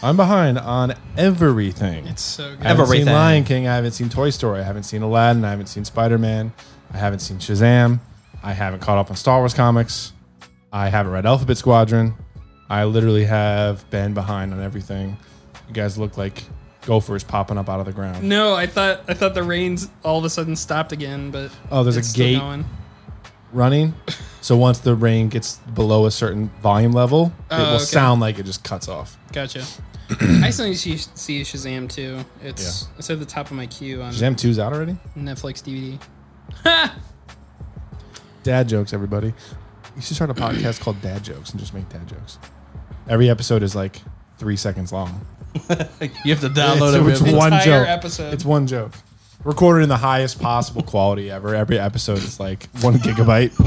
S3: I'm behind on everything.
S2: It's so good.
S3: I haven't
S7: Everything.
S3: seen Lion King. I haven't seen Toy Story. I haven't seen Aladdin. I haven't seen Spider Man. I haven't seen Shazam. I haven't caught up on Star Wars comics. I haven't read Alphabet Squadron. I literally have been behind on everything. You guys look like gophers popping up out of the ground.
S2: No, I thought I thought the rains all of a sudden stopped again, but
S3: Oh, there's a
S2: it's still
S3: gate.
S2: going.
S3: Running. So once the rain gets below a certain volume level, it
S2: Oh,
S3: will
S2: okay.
S3: sound like it just cuts off.
S2: Gotcha. I still need to see Shazam too. It's
S3: Yeah.
S2: it's at the top of my queue on
S3: Shazam 2's out already?
S2: Netflix DVD.
S3: Dad jokes, everybody. You should start a podcast called Dad Jokes and just make dad jokes. Every episode is like three seconds long.
S7: You have to download
S3: it's,
S7: it.
S3: it's one
S2: Entire
S3: joke.
S2: episode.
S3: It's one joke. Recorded in the highest possible quality ever. Every episode is like one gigabyte,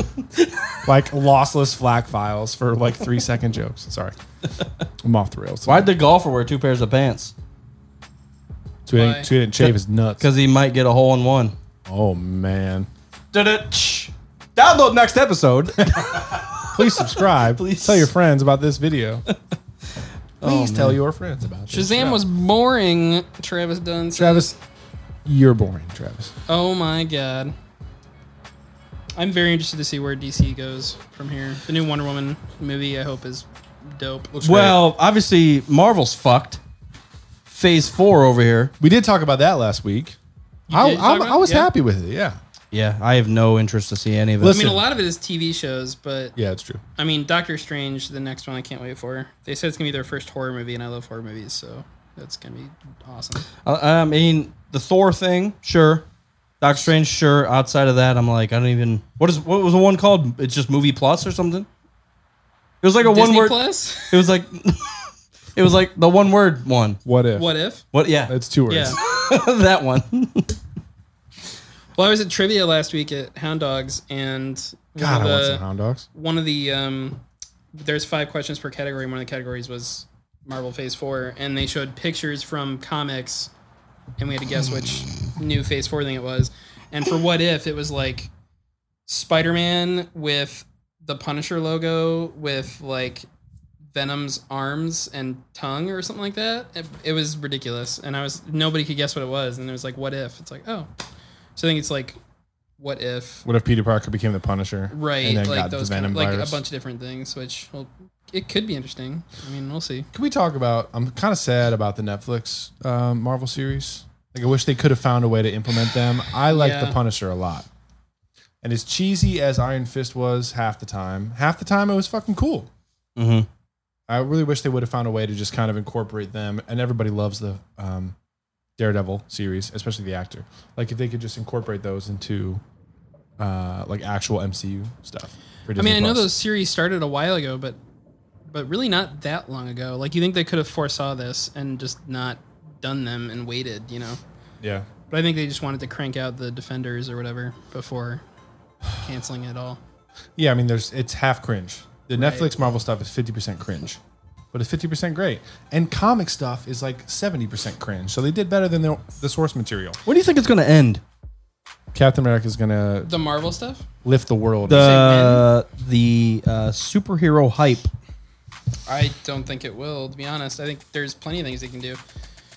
S3: like lossless FLAC files for like three second jokes. Sorry, I'm off the rails.
S7: Why'd the golfer wear two pairs of pants?
S3: So he
S2: Why?
S3: didn't, so he didn't shave his nuts.
S7: Because he might get a hole in one.
S3: Oh man!
S7: Da-da-tsh. Download next episode.
S3: Please subscribe.
S7: Please.
S3: tell your friends about this video. Please
S2: Oh,
S3: tell your friends about this
S2: Shazam
S3: show.
S2: was boring. Travis Dunn. said.
S3: Travis. You're boring, Travis.
S2: Oh my god. I'm very interested to see where DC goes from here. The new Wonder Woman movie, I hope, is dope.
S7: well, obviously Marvel's fucked. Phase four over here.
S3: We did talk about that last week. I,
S2: did talk
S3: I,
S2: about
S3: I was
S2: it? Yeah.
S3: happy with it. Yeah.
S7: Yeah, I have no interest to see any of it.
S2: I
S3: Listen-
S2: mean, a lot of it is TV shows, but
S3: Yeah, it's true.
S2: I mean, Doctor Strange, the next one, I can't wait for. They said it's gonna be their first horror movie, and I love horror movies, so that's gonna be awesome.
S7: Uh, I, I mean, the Thor thing, sure. Doctor Strange, sure. Outside of that, I'm like, I don't even. What is what was the one called? It's just movie plus or something. It was like a one
S2: Disney
S7: word.
S2: Plus.
S7: It was like, it was like the one word one.
S3: What if?
S2: What if?
S7: What? Yeah,
S3: It's two words.
S2: Yeah.
S7: that one.
S2: Well, I was at trivia last week at Hound Dogs, and
S3: God,
S2: one
S3: I
S2: of
S3: want
S2: the-
S3: some hound dogs.
S2: one of the um, there's five questions per category. and One of the categories was Marvel Phase Four, and they showed pictures from comics, and we had to guess which new Phase Four thing it was. And for what if it was like Spider Man with the Punisher logo with like Venom's arms and tongue or something like that. It, it was ridiculous, and I was nobody could guess what it was. And it was like, what if? It's like, oh, so I think it's like, what if
S3: What if Peter Parker became the Punisher?
S2: right
S3: And then
S2: like
S3: got
S2: those
S3: the Venom
S2: kind- like
S3: virus?
S2: a bunch of different things which well, it could be interesting i mean we'll see
S3: Can we talk about? I'm kind of sad about the Netflix um, Marvel series. Like, I wish they could have found a way to implement them. I like
S2: Yeah.
S3: the Punisher a lot. And as cheesy as Iron Fist was half the time, half the time it was fucking cool.
S2: Mm-hmm.
S7: Mhm.
S3: I really wish they would have found a way to just kind of incorporate them. And everybody loves the um, Daredevil series, especially the actor. Like, if they could just incorporate those into uh, like actual MCU stuff. for
S2: i mean
S3: Disney
S2: i know
S3: Plus.
S2: those series started a while ago but but really not that long ago like you think they could have foresaw this and just not done them and waited you know
S3: Yeah.
S2: but i think they just wanted to crank out the defenders or whatever before canceling it all
S3: Yeah, I mean, there's it's half cringe. The Netflix Marvel stuff is fifty percent cringe, but it's fifty percent great. And comic stuff is like seventy percent cringe. So they did better than the, the source material.
S7: When do you think it's going to end?
S3: Captain America is gonna
S2: the marvel stuff
S3: lift the world.
S7: The the uh, superhero hype.
S2: I don't think it will, to be honest. I think there's plenty of things they can do.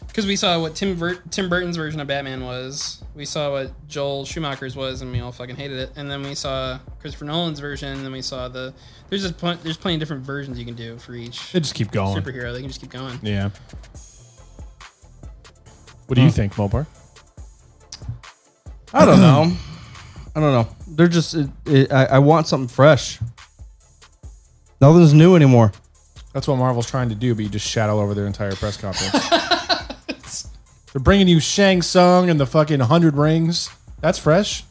S2: Because we saw what Tim Ver- Tim Burton's version of Batman was, we saw what Joel Schumacher's was, and we all fucking hated it. And then we saw Christopher Nolan's version, and then we saw the there's just pl- there's plenty of different versions you can do for each
S3: they just keep going.
S2: superhero. They can just keep going.
S3: Yeah. What do you think, Mopar?
S7: I don't know. I don't know. They're just. It, it, I, I want something fresh. Nothing's new anymore.
S3: That's what Marvel's trying to do, but you just shat all over their entire press conference. They're bringing you Shang Tsung and the fucking hundred rings. That's fresh.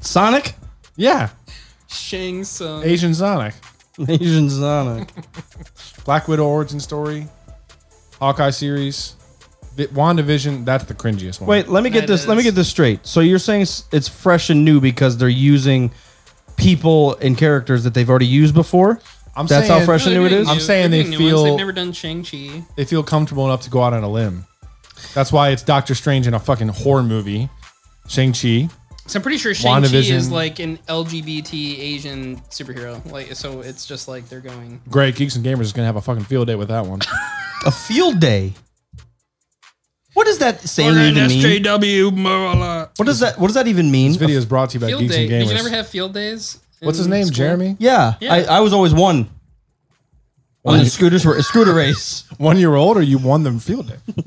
S7: Sonic,
S3: Yeah,
S2: Shang Tsung.
S3: Asian Sonic.
S7: Asian Sonic.
S3: Black Widow origin story, Hawkeye series, Vi- WandaVision. That's the cringiest one.
S7: Wait, let me get
S2: That
S7: this. Let me
S2: is-
S7: get this straight. So you're saying s- it's fresh and new because they're using people and characters that they've already used before.
S3: I'm
S7: That's how
S3: saying-
S7: fresh and new it is.
S3: I'm saying they feel-
S2: they've never done Shang Chi.
S3: they feel comfortable enough to go out on a limb. That's why it's Doctor Strange in a fucking horror movie, Shang Chi.
S2: So I'm pretty sure Shang Chi is
S3: WandaVision.
S2: like an LGBT Asian superhero. Like so, it's just like they're going.
S3: Great geeks and gamers is gonna have a fucking field day with that one.
S7: A field day. What does that say even mean?
S2: SJW Marla.
S7: What does that What does that even mean?
S3: This video is brought to you by
S2: Field
S3: geeks
S2: day.
S3: and gamers.
S2: Did you never have field days?
S3: What's his
S2: in
S3: name?
S2: school?
S3: Jeremy.
S7: Yeah,
S2: Yeah.
S7: I, I was always one. On the scooters were a scooter race.
S3: One year old, or you won the field day.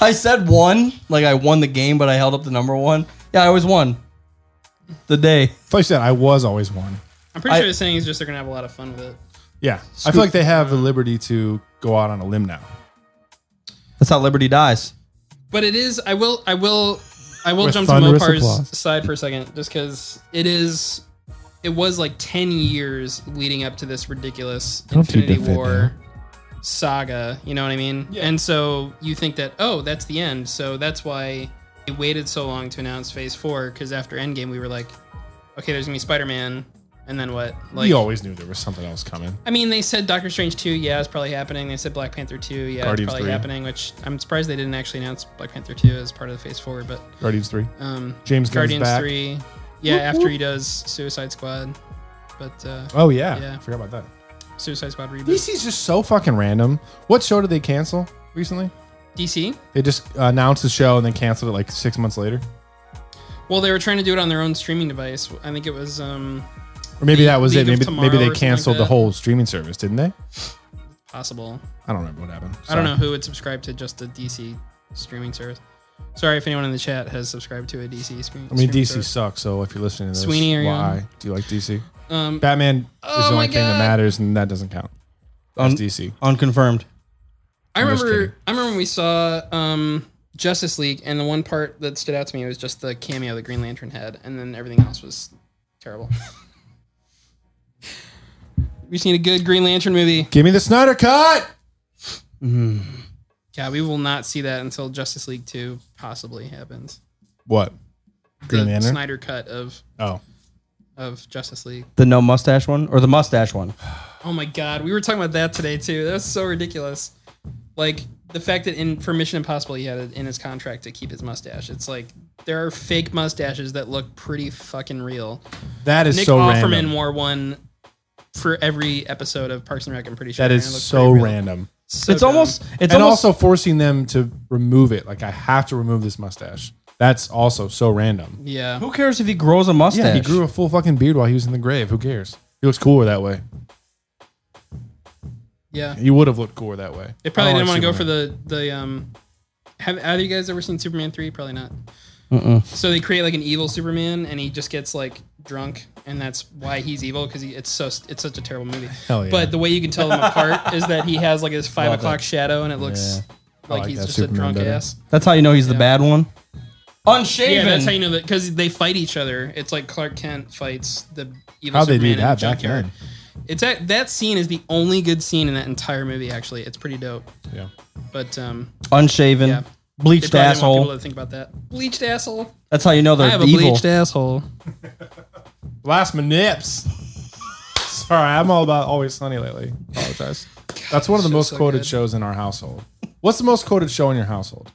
S7: I said one, like I won the game, but I held up the number one. Yeah, I was one. The day.
S3: Like I said, I was always one.
S2: I'm pretty
S7: I-
S2: sure the saying is just they're gonna have a lot of fun with it.
S3: Yeah, I feel like they have the liberty to go out on a limb now.
S7: That's how Liberty dies.
S2: But it is. I will. I will. I will
S3: With
S2: jump to
S3: thunderous
S2: Mopar's
S3: applause.
S2: side for a second, just because it is. It was like ten years leading up to this ridiculous
S3: Don't you
S2: Infinity
S3: defend
S2: War saga. You know what I mean? And so you think that oh, that's the end. So that's why they waited so long to announce Phase Four because after Endgame we were like, okay, there's gonna be Spider Man, and then what? Like
S3: we always knew there was something else coming.
S2: I mean, they said Doctor Strange 2, yeah, it's probably happening. They said Black Panther 2, yeah,
S3: Guardians
S2: it's probably
S3: 3.
S2: happening, which I'm surprised they didn't actually announce Black Panther 2 as part of the Phase 4, but
S3: Guardians three.
S2: um,
S3: James Gunn's
S2: Guardians
S3: back.
S2: 3, yeah, after he does Suicide Squad, but uh,
S3: Oh yeah,
S2: Yeah.
S3: I forgot about that.
S2: Suicide Squad reboot.
S3: DC's just so fucking random. What show did they cancel recently?
S2: DC?
S3: They just announced the show and then canceled it like six months later,
S2: Well, they were trying to do it on their own streaming device. I think it was, um,
S3: or maybe
S2: League-
S3: that was
S2: League
S3: it.
S2: of
S3: Maybe
S2: Tomorrow
S3: maybe
S2: or
S3: they
S2: something
S3: canceled
S2: like
S3: the
S2: that.
S3: whole streaming service, didn't they?
S2: possible.
S3: I don't remember what happened.
S2: I
S3: Sorry.
S2: don't know who would subscribe to just a DC streaming service. Sorry if anyone in the chat has subscribed to a DC screen.
S3: I mean,
S2: streaming
S3: DC
S2: service.
S3: sucks. So if you're listening to this,
S2: Sweeney, are you
S3: why
S2: on?
S3: do you like DC?
S2: Um,
S3: Batman is
S2: Oh
S3: the
S2: my
S3: only thing
S2: God.
S3: that matters, and that doesn't count. That's
S7: Un-
S3: DC.
S7: Unconfirmed.
S2: I
S3: I'm just kidding.
S2: remember. I remember when we saw um, Justice League, and the one part that stood out to me was just the cameo that Green Lantern had, and then everything else was terrible. we just need a good Green Lantern movie.
S3: Give me the Snyder cut.
S2: Yeah, we will not see that until Justice League Two possibly happens.
S3: What?
S2: The
S3: Green Lantern.
S2: Snyder cut of
S3: Oh,
S2: of Justice League.
S7: The no mustache one or the mustache one?
S2: Oh my god, we were talking about that today too. That's so ridiculous. Like the fact that in for Mission Impossible he had it in his contract to keep his mustache. It's like there are fake mustaches that look pretty fucking real.
S3: That is
S2: Nick
S3: so
S2: Offerman
S3: random.
S2: wore one for every episode of Parks and Rec. I'm pretty sure
S3: That
S2: and
S3: is
S2: it looked
S3: so
S2: pretty real.
S3: random.
S2: So
S7: it's
S2: dumb.
S7: almost. It's
S3: and
S7: almost,
S3: also forcing them to remove it. Like I have to remove this mustache. That's also so random.
S2: yeah.
S7: Who cares if he grows a mustache?
S3: Yeah, he grew a full fucking beard while he was in the grave. Who cares? He looks cooler that way.
S2: Yeah,
S3: He would have looked cooler that way. Oh,
S2: they probably
S3: I
S2: didn't
S3: don't
S2: want to go
S3: like
S2: for the the um. Have either you guys ever seen Superman three? Probably not. So they create like an evil Superman, and he just gets like drunk, and that's why he's evil because it's so it's such a terrible movie.
S3: Hell yeah.
S2: But the way you can tell them apart is that he has like his five
S3: Love
S2: o'clock
S3: it.
S2: shadow, and it looks like,
S3: like
S2: he's
S3: that
S2: just a
S3: Superman
S2: drunk
S3: better.
S2: ass.
S7: That's how you know he's the
S2: Yeah.
S7: bad one. Unshaven.
S2: Yeah, that's how you know that because they fight each other. It's like Clark Kent fights the evil
S3: How'd they
S2: Superman
S3: do
S2: in the
S3: that back
S2: junkyard.
S3: then?
S2: It's a, that scene is the only good scene in that entire movie. Actually, it's pretty dope.
S3: Yeah.
S2: But um,
S7: Unshaven.
S2: Yeah. they
S7: Bleached
S2: probably didn't want people
S7: asshole.
S2: to think about that. Bleached asshole.
S7: That's how you know they're
S2: I have a
S7: evil.
S2: bleached asshole.
S3: Blast my nips. Sorry, I'm all about Always Sunny lately. Apologize. That's one of the most
S2: so
S3: quoted
S2: good.
S3: shows in our household. What's the most quoted show in your household?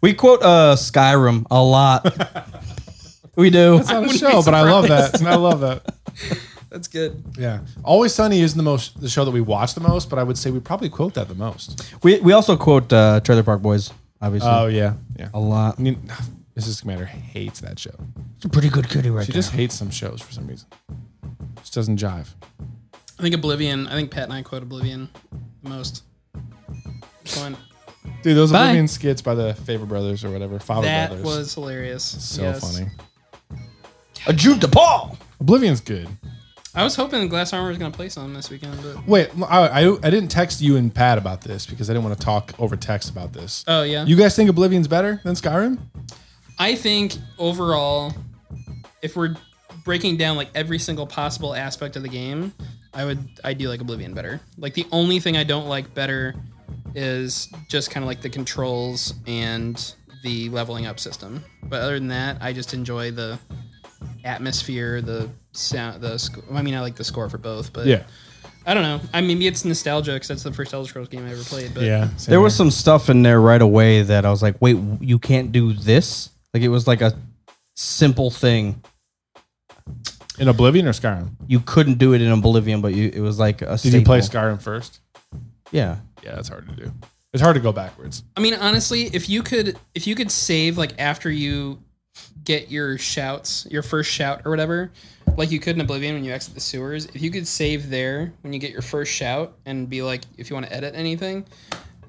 S7: We quote uh, Skyrim a lot. we do.
S3: It's not a show, but I love that. And I love that.
S2: That's good.
S3: Yeah. Always Sunny is the most the show that we watch the most, but I would say we probably quote that the most.
S7: We, we also quote uh, Trailer Park Boys, obviously,
S3: Oh yeah. Yeah.
S7: a lot.
S3: I mean, Mrs. Commander hates that show.
S7: It's a pretty good kitty right
S3: She just hates some shows for some reason. Just doesn't jive.
S2: I think Oblivion. I think Pat and I quote Oblivion the most. Fun.
S3: Dude, those
S2: Bye.
S3: Oblivion skits by the Favor Brothers or whatever. Favre
S2: That
S3: Brothers.
S2: was hilarious.
S3: so
S2: Yes.
S3: funny.
S7: A Jude DePaul.
S3: Oblivion's good.
S2: I was hoping Glass Armor was going to play some this weekend, but
S3: Wait, I, I, I didn't text you and Pat about this because I didn't want to talk over text about this.
S2: oh yeah.
S3: you guys think Oblivion's better than Skyrim?
S2: I think overall, if we're breaking down like every single possible aspect of the game, I would I do like Oblivion better. Like the only thing I don't like better is just kind of like the controls and the leveling up system. But other than that, I just enjoy the atmosphere, the sound, the sc- I mean I like the score for both, but I don't know. I mean maybe it's nostalgia because that's the first Elder Scrolls game I ever played. But
S3: Yeah.
S7: There was some stuff in there right away that I was like, wait, you can't do this? Like it was like a simple thing.
S3: in Oblivion or Skyrim? Did
S7: You couldn't do it in Oblivion, but you, it was like a
S3: you play
S7: staple.
S3: Skyrim first?
S7: Yeah.
S3: Yeah, that's hard to do. It's hard to go backwards.
S2: I mean, honestly, if you could, if you could save like after you get your shouts, your first shout or whatever, like you could in Oblivion when you exit the sewers, if you could save there when you get your first shout and be like, if you want to edit anything,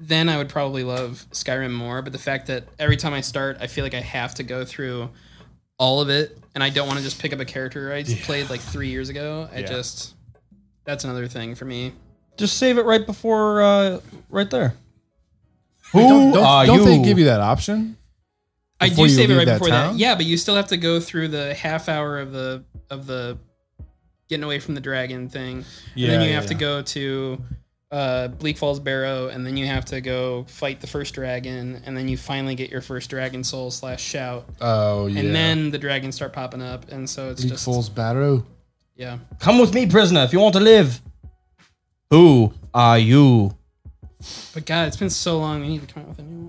S2: then I would probably love Skyrim more. But the fact that every time I start, I feel like I have to go through all of it, and I don't want to just pick up a character I played like three years ago. I
S3: Yeah.
S2: just that's another thing for me.
S7: Just save it right before, uh, right there.
S3: Who don't, don't,
S7: are
S3: don't they
S7: you?
S3: give you that option?
S2: I
S3: before
S2: do
S3: you
S2: save it
S3: leave
S2: right
S3: that
S2: before
S3: town?
S2: that. Yeah, but you still have to go through the half hour of the of the getting away from the dragon thing. and
S3: Yeah,
S2: then you
S3: yeah,
S2: have to
S3: yeah.
S2: go to uh, Bleak Falls Barrow, and then you have to go fight the first dragon, and then you finally get your first dragon soul slash shout,
S3: Oh yeah.
S2: and then the dragons start popping up, and so it's
S3: Leak
S2: just
S3: Falls Barrow.
S2: yeah.
S7: Come with me, prisoner, if you want to live. Who are you?
S2: But God, it's been so long. They need to come out with a new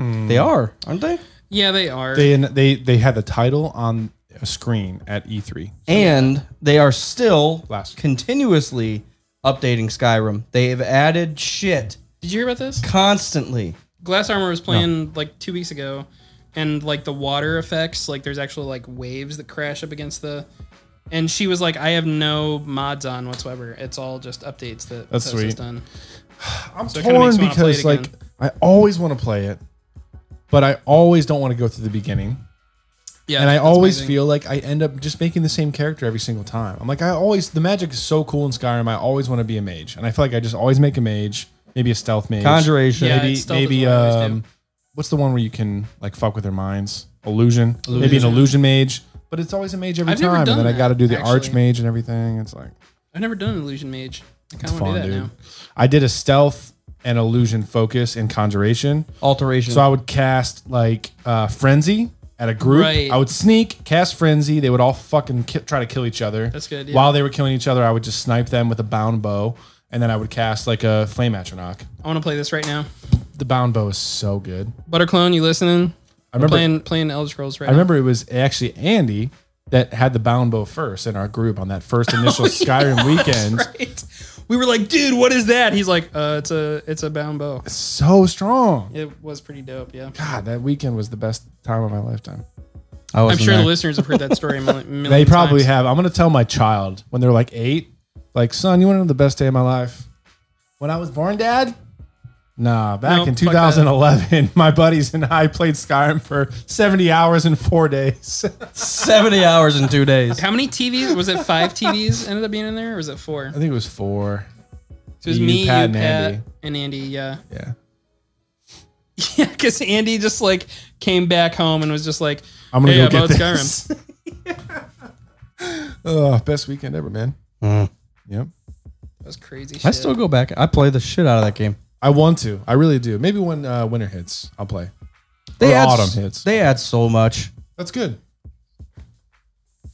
S2: one.
S7: They are, aren't they?
S2: Yeah, they are.
S3: They they they had the title on a screen at E E3.
S7: And they are still
S3: Last.
S7: continuously updating Skyrim. They have added shit
S2: Did you hear about this?
S7: constantly.
S2: Glass Armor was playing like two weeks ago, and like the water effects, like there's actual like waves that crash up against the. And she was like, "I have no mods on whatsoever. It's all just updates that
S3: That's
S2: Bethesda's
S3: sweet.
S2: done."
S3: I'm
S2: it kinda
S3: torn
S2: makes me wanna play
S3: because
S2: it
S3: like
S2: again.
S3: I always want to play it, but I always don't want to go through the beginning.
S2: Yeah,
S3: and I
S2: that's
S3: always
S2: amazing.
S3: feel like I end up just making the same character every single time. I'm like, I always the magic is so cool in Skyrim. I always want to be a mage, and I feel like I just always make a mage, maybe a stealth mage,
S7: Conjuration.
S2: Yeah,
S3: maybe
S2: it's stealth is
S3: maybe
S2: what I always
S3: um,
S2: do.
S3: what's the one where you can like fuck with their minds? Illusion, maybe an illusion mage, but it's always a mage every
S2: I've never
S3: time. And
S2: done
S3: then I
S2: that,
S3: got to do the
S2: actually.
S3: archmage and everything. It's like
S2: I've never done an illusion mage. I kind
S3: it's
S2: of want
S3: fun,
S2: to do
S3: dude.
S2: that now.
S3: I did a stealth and illusion focus in conjuration.
S7: Alteration.
S3: So I would cast like uh, frenzy at a group.
S2: Right.
S3: I would sneak, cast frenzy. They would all fucking ki- try to kill each other.
S2: That's good, yeah.
S3: While they were killing each other, I would just snipe them with a bound bow, and then I would cast like a flame atronach.
S2: I want to play this right now.
S3: The bound bow is so good.
S2: Butterclone, you listening?
S3: I remember.
S2: playing playing Elder Scrolls right
S3: I remember it was actually Andy that had the bound bow first in our group on that first initial Skyrim weekend.
S2: now. Oh, Right. We were like, dude, what is that? He's like, uh, it's a it's a bound bow.
S3: So strong.
S2: It was pretty dope, yeah.
S3: God, that weekend was the best time of my lifetime.
S7: I
S2: I'm
S7: wasn't
S2: sure the
S7: there.
S2: listeners have heard that story a million, million
S3: They probably
S2: times.
S3: have. I'm gonna tell my child when they're like eight, like, son, you want to know the best day of my life? When I was born, Dad? Nah, back
S2: No,
S3: in
S2: fuck that.
S3: 2011, my buddies and I played Skyrim for 70 hours in four days.
S7: seventy hours in two days.
S2: How many TVs? Was it five TVs ended up being in there or was it four?
S3: I think it was four.
S2: So it was
S3: You,
S2: me,
S3: Pat, and
S2: Pat, you, Pat,
S3: Andy.
S2: and Andy. Yeah,
S3: Yeah.
S2: yeah, because Andy just like came back home and was just like,
S3: I'm gonna
S2: "Hey,
S3: go
S2: about
S3: get this.
S2: Skyrim."
S3: Oh, best weekend ever, man.
S7: Mm.
S3: Yep.
S2: That was crazy. Shit.
S7: I still go back. I play the shit out of that game.
S3: I want to. I really do. Maybe when uh, winter hits, I'll play.
S7: They
S3: Or
S7: add
S3: autumn
S7: s-
S3: hits.
S7: They add so much.
S3: That's good.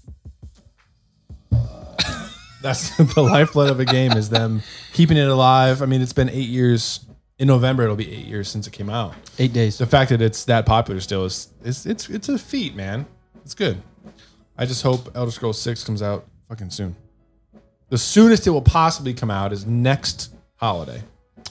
S3: That's the lifeblood of a game is them keeping it alive. I mean, it's been eight years. In November, it'll be eight years since it came out.
S7: Eight days.
S3: The fact that it's that popular still is it's it's it's a feat, man. It's good. I just hope Elder Scrolls Six comes out fucking soon. The soonest it will possibly come out is next holiday.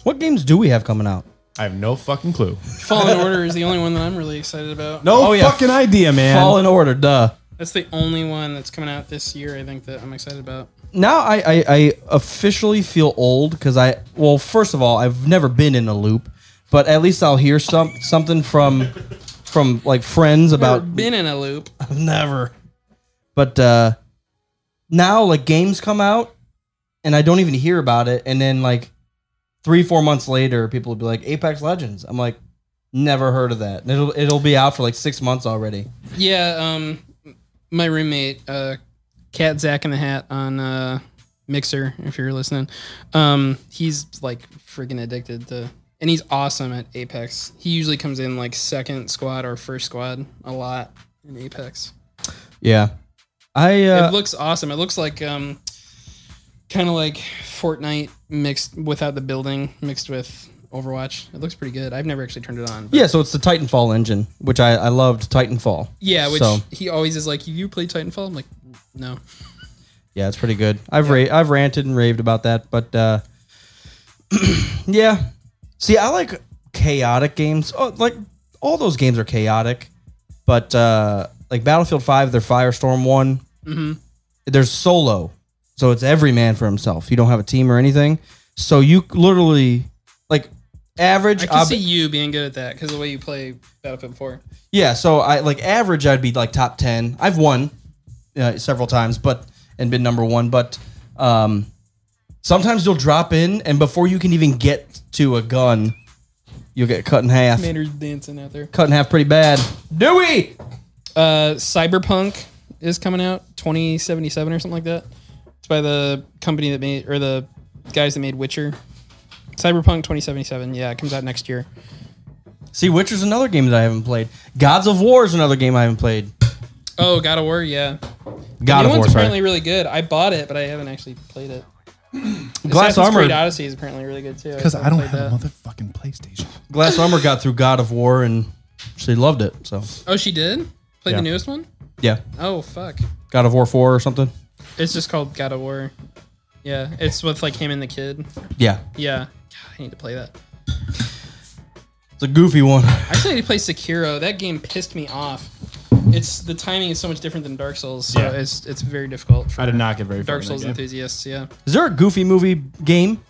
S7: What games do we have coming out?
S3: I have no fucking clue.
S2: Fallen Order is the only one that I'm really excited about.
S3: No
S7: Oh, yeah.
S3: fucking idea, man.
S7: Fallen Order, duh.
S2: that's the only one that's coming out this year. I think that I'm excited about.
S7: Now I, I, I officially feel old because I well first of all I've never been in a loop, but at least I'll hear some something from from like friends
S2: Never
S7: about
S2: been in a loop.
S7: never. But uh now like games come out and I don't even hear about it and then like 3 4 months later people will be like Apex Legends. I'm like never heard of that. And it'll it'll be out for like 6 months already.
S2: Yeah, um, my roommate, uh, Cat Zach in the Hat on uh, Mixer, if you're listening, um, he's like freaking addicted to, and he's awesome at Apex. He usually comes in like second squad or first squad a lot in Apex.
S7: Yeah. I uh
S2: it looks awesome. It looks like um, kind of like Fortnite mixed without the building, mixed with Overwatch. It looks pretty good. I've never actually turned it on. but-
S7: yeah, so it's the Titanfall engine, which I, I loved Titanfall.
S2: yeah. Which
S7: So-
S2: he always is like, "You play Titanfall?" I'm like, "No."
S7: Yeah, it's pretty good. I've ra- I've ranted and raved about that, but uh, yeah. See, I like chaotic games. Oh, like all those games are chaotic, but uh, like Battlefield Five, their Firestorm one, mm-hmm. they're solo, so it's every man for himself. You don't have a team or anything, so you literally like average.
S2: I can
S7: ob-
S2: see you being good at that because the way you play Battlefield 4.
S7: yeah, so I like average. I'd be like top ten. I've won uh, several times, but and been number one. But um, sometimes you'll drop in, and before you can even get to a gun, you'll get cut in half.
S2: Maynard's dancing out there.
S7: Cut in half pretty bad. Dewey.
S2: Uh, Cyberpunk is coming out 2077 or something like that. It's by the company that made or the guys that made Witcher. Cyberpunk 2077. Yeah, it comes out next year.
S7: See, Witcher's another game that I haven't played. Gods of War is another game I haven't played.
S2: Oh, God of War. Yeah,
S7: God
S2: that
S7: of
S2: one's
S7: War,
S2: apparently
S7: sorry.
S2: really good. I bought it, but I haven't actually played it.
S7: Glass
S2: Assassin's Creed
S7: Armor.
S2: Odyssey is apparently really good too.
S3: Because I don't
S2: played
S3: have a
S2: that.
S3: motherfucking PlayStation.
S7: Glass Armor got through God of War, and she loved it. So
S2: Oh, she did. Played
S7: Yeah.
S2: the newest one.
S7: yeah,
S2: Oh fuck.
S7: God of War Four or something.
S2: It's just called God of War. Yeah, it's with like him and the kid.
S7: Yeah,
S2: Yeah, God, I need to play that.
S7: it's a goofy one.
S2: I actually need to play Sekiro. That game pissed me off. It's the timing is so much different than Dark Souls, so
S3: Yeah.
S2: it's it's very difficult for
S3: I did not get very far
S2: Dark
S3: in that
S2: Souls
S3: game.
S2: enthusiasts. Yeah,
S7: Is there a goofy movie game?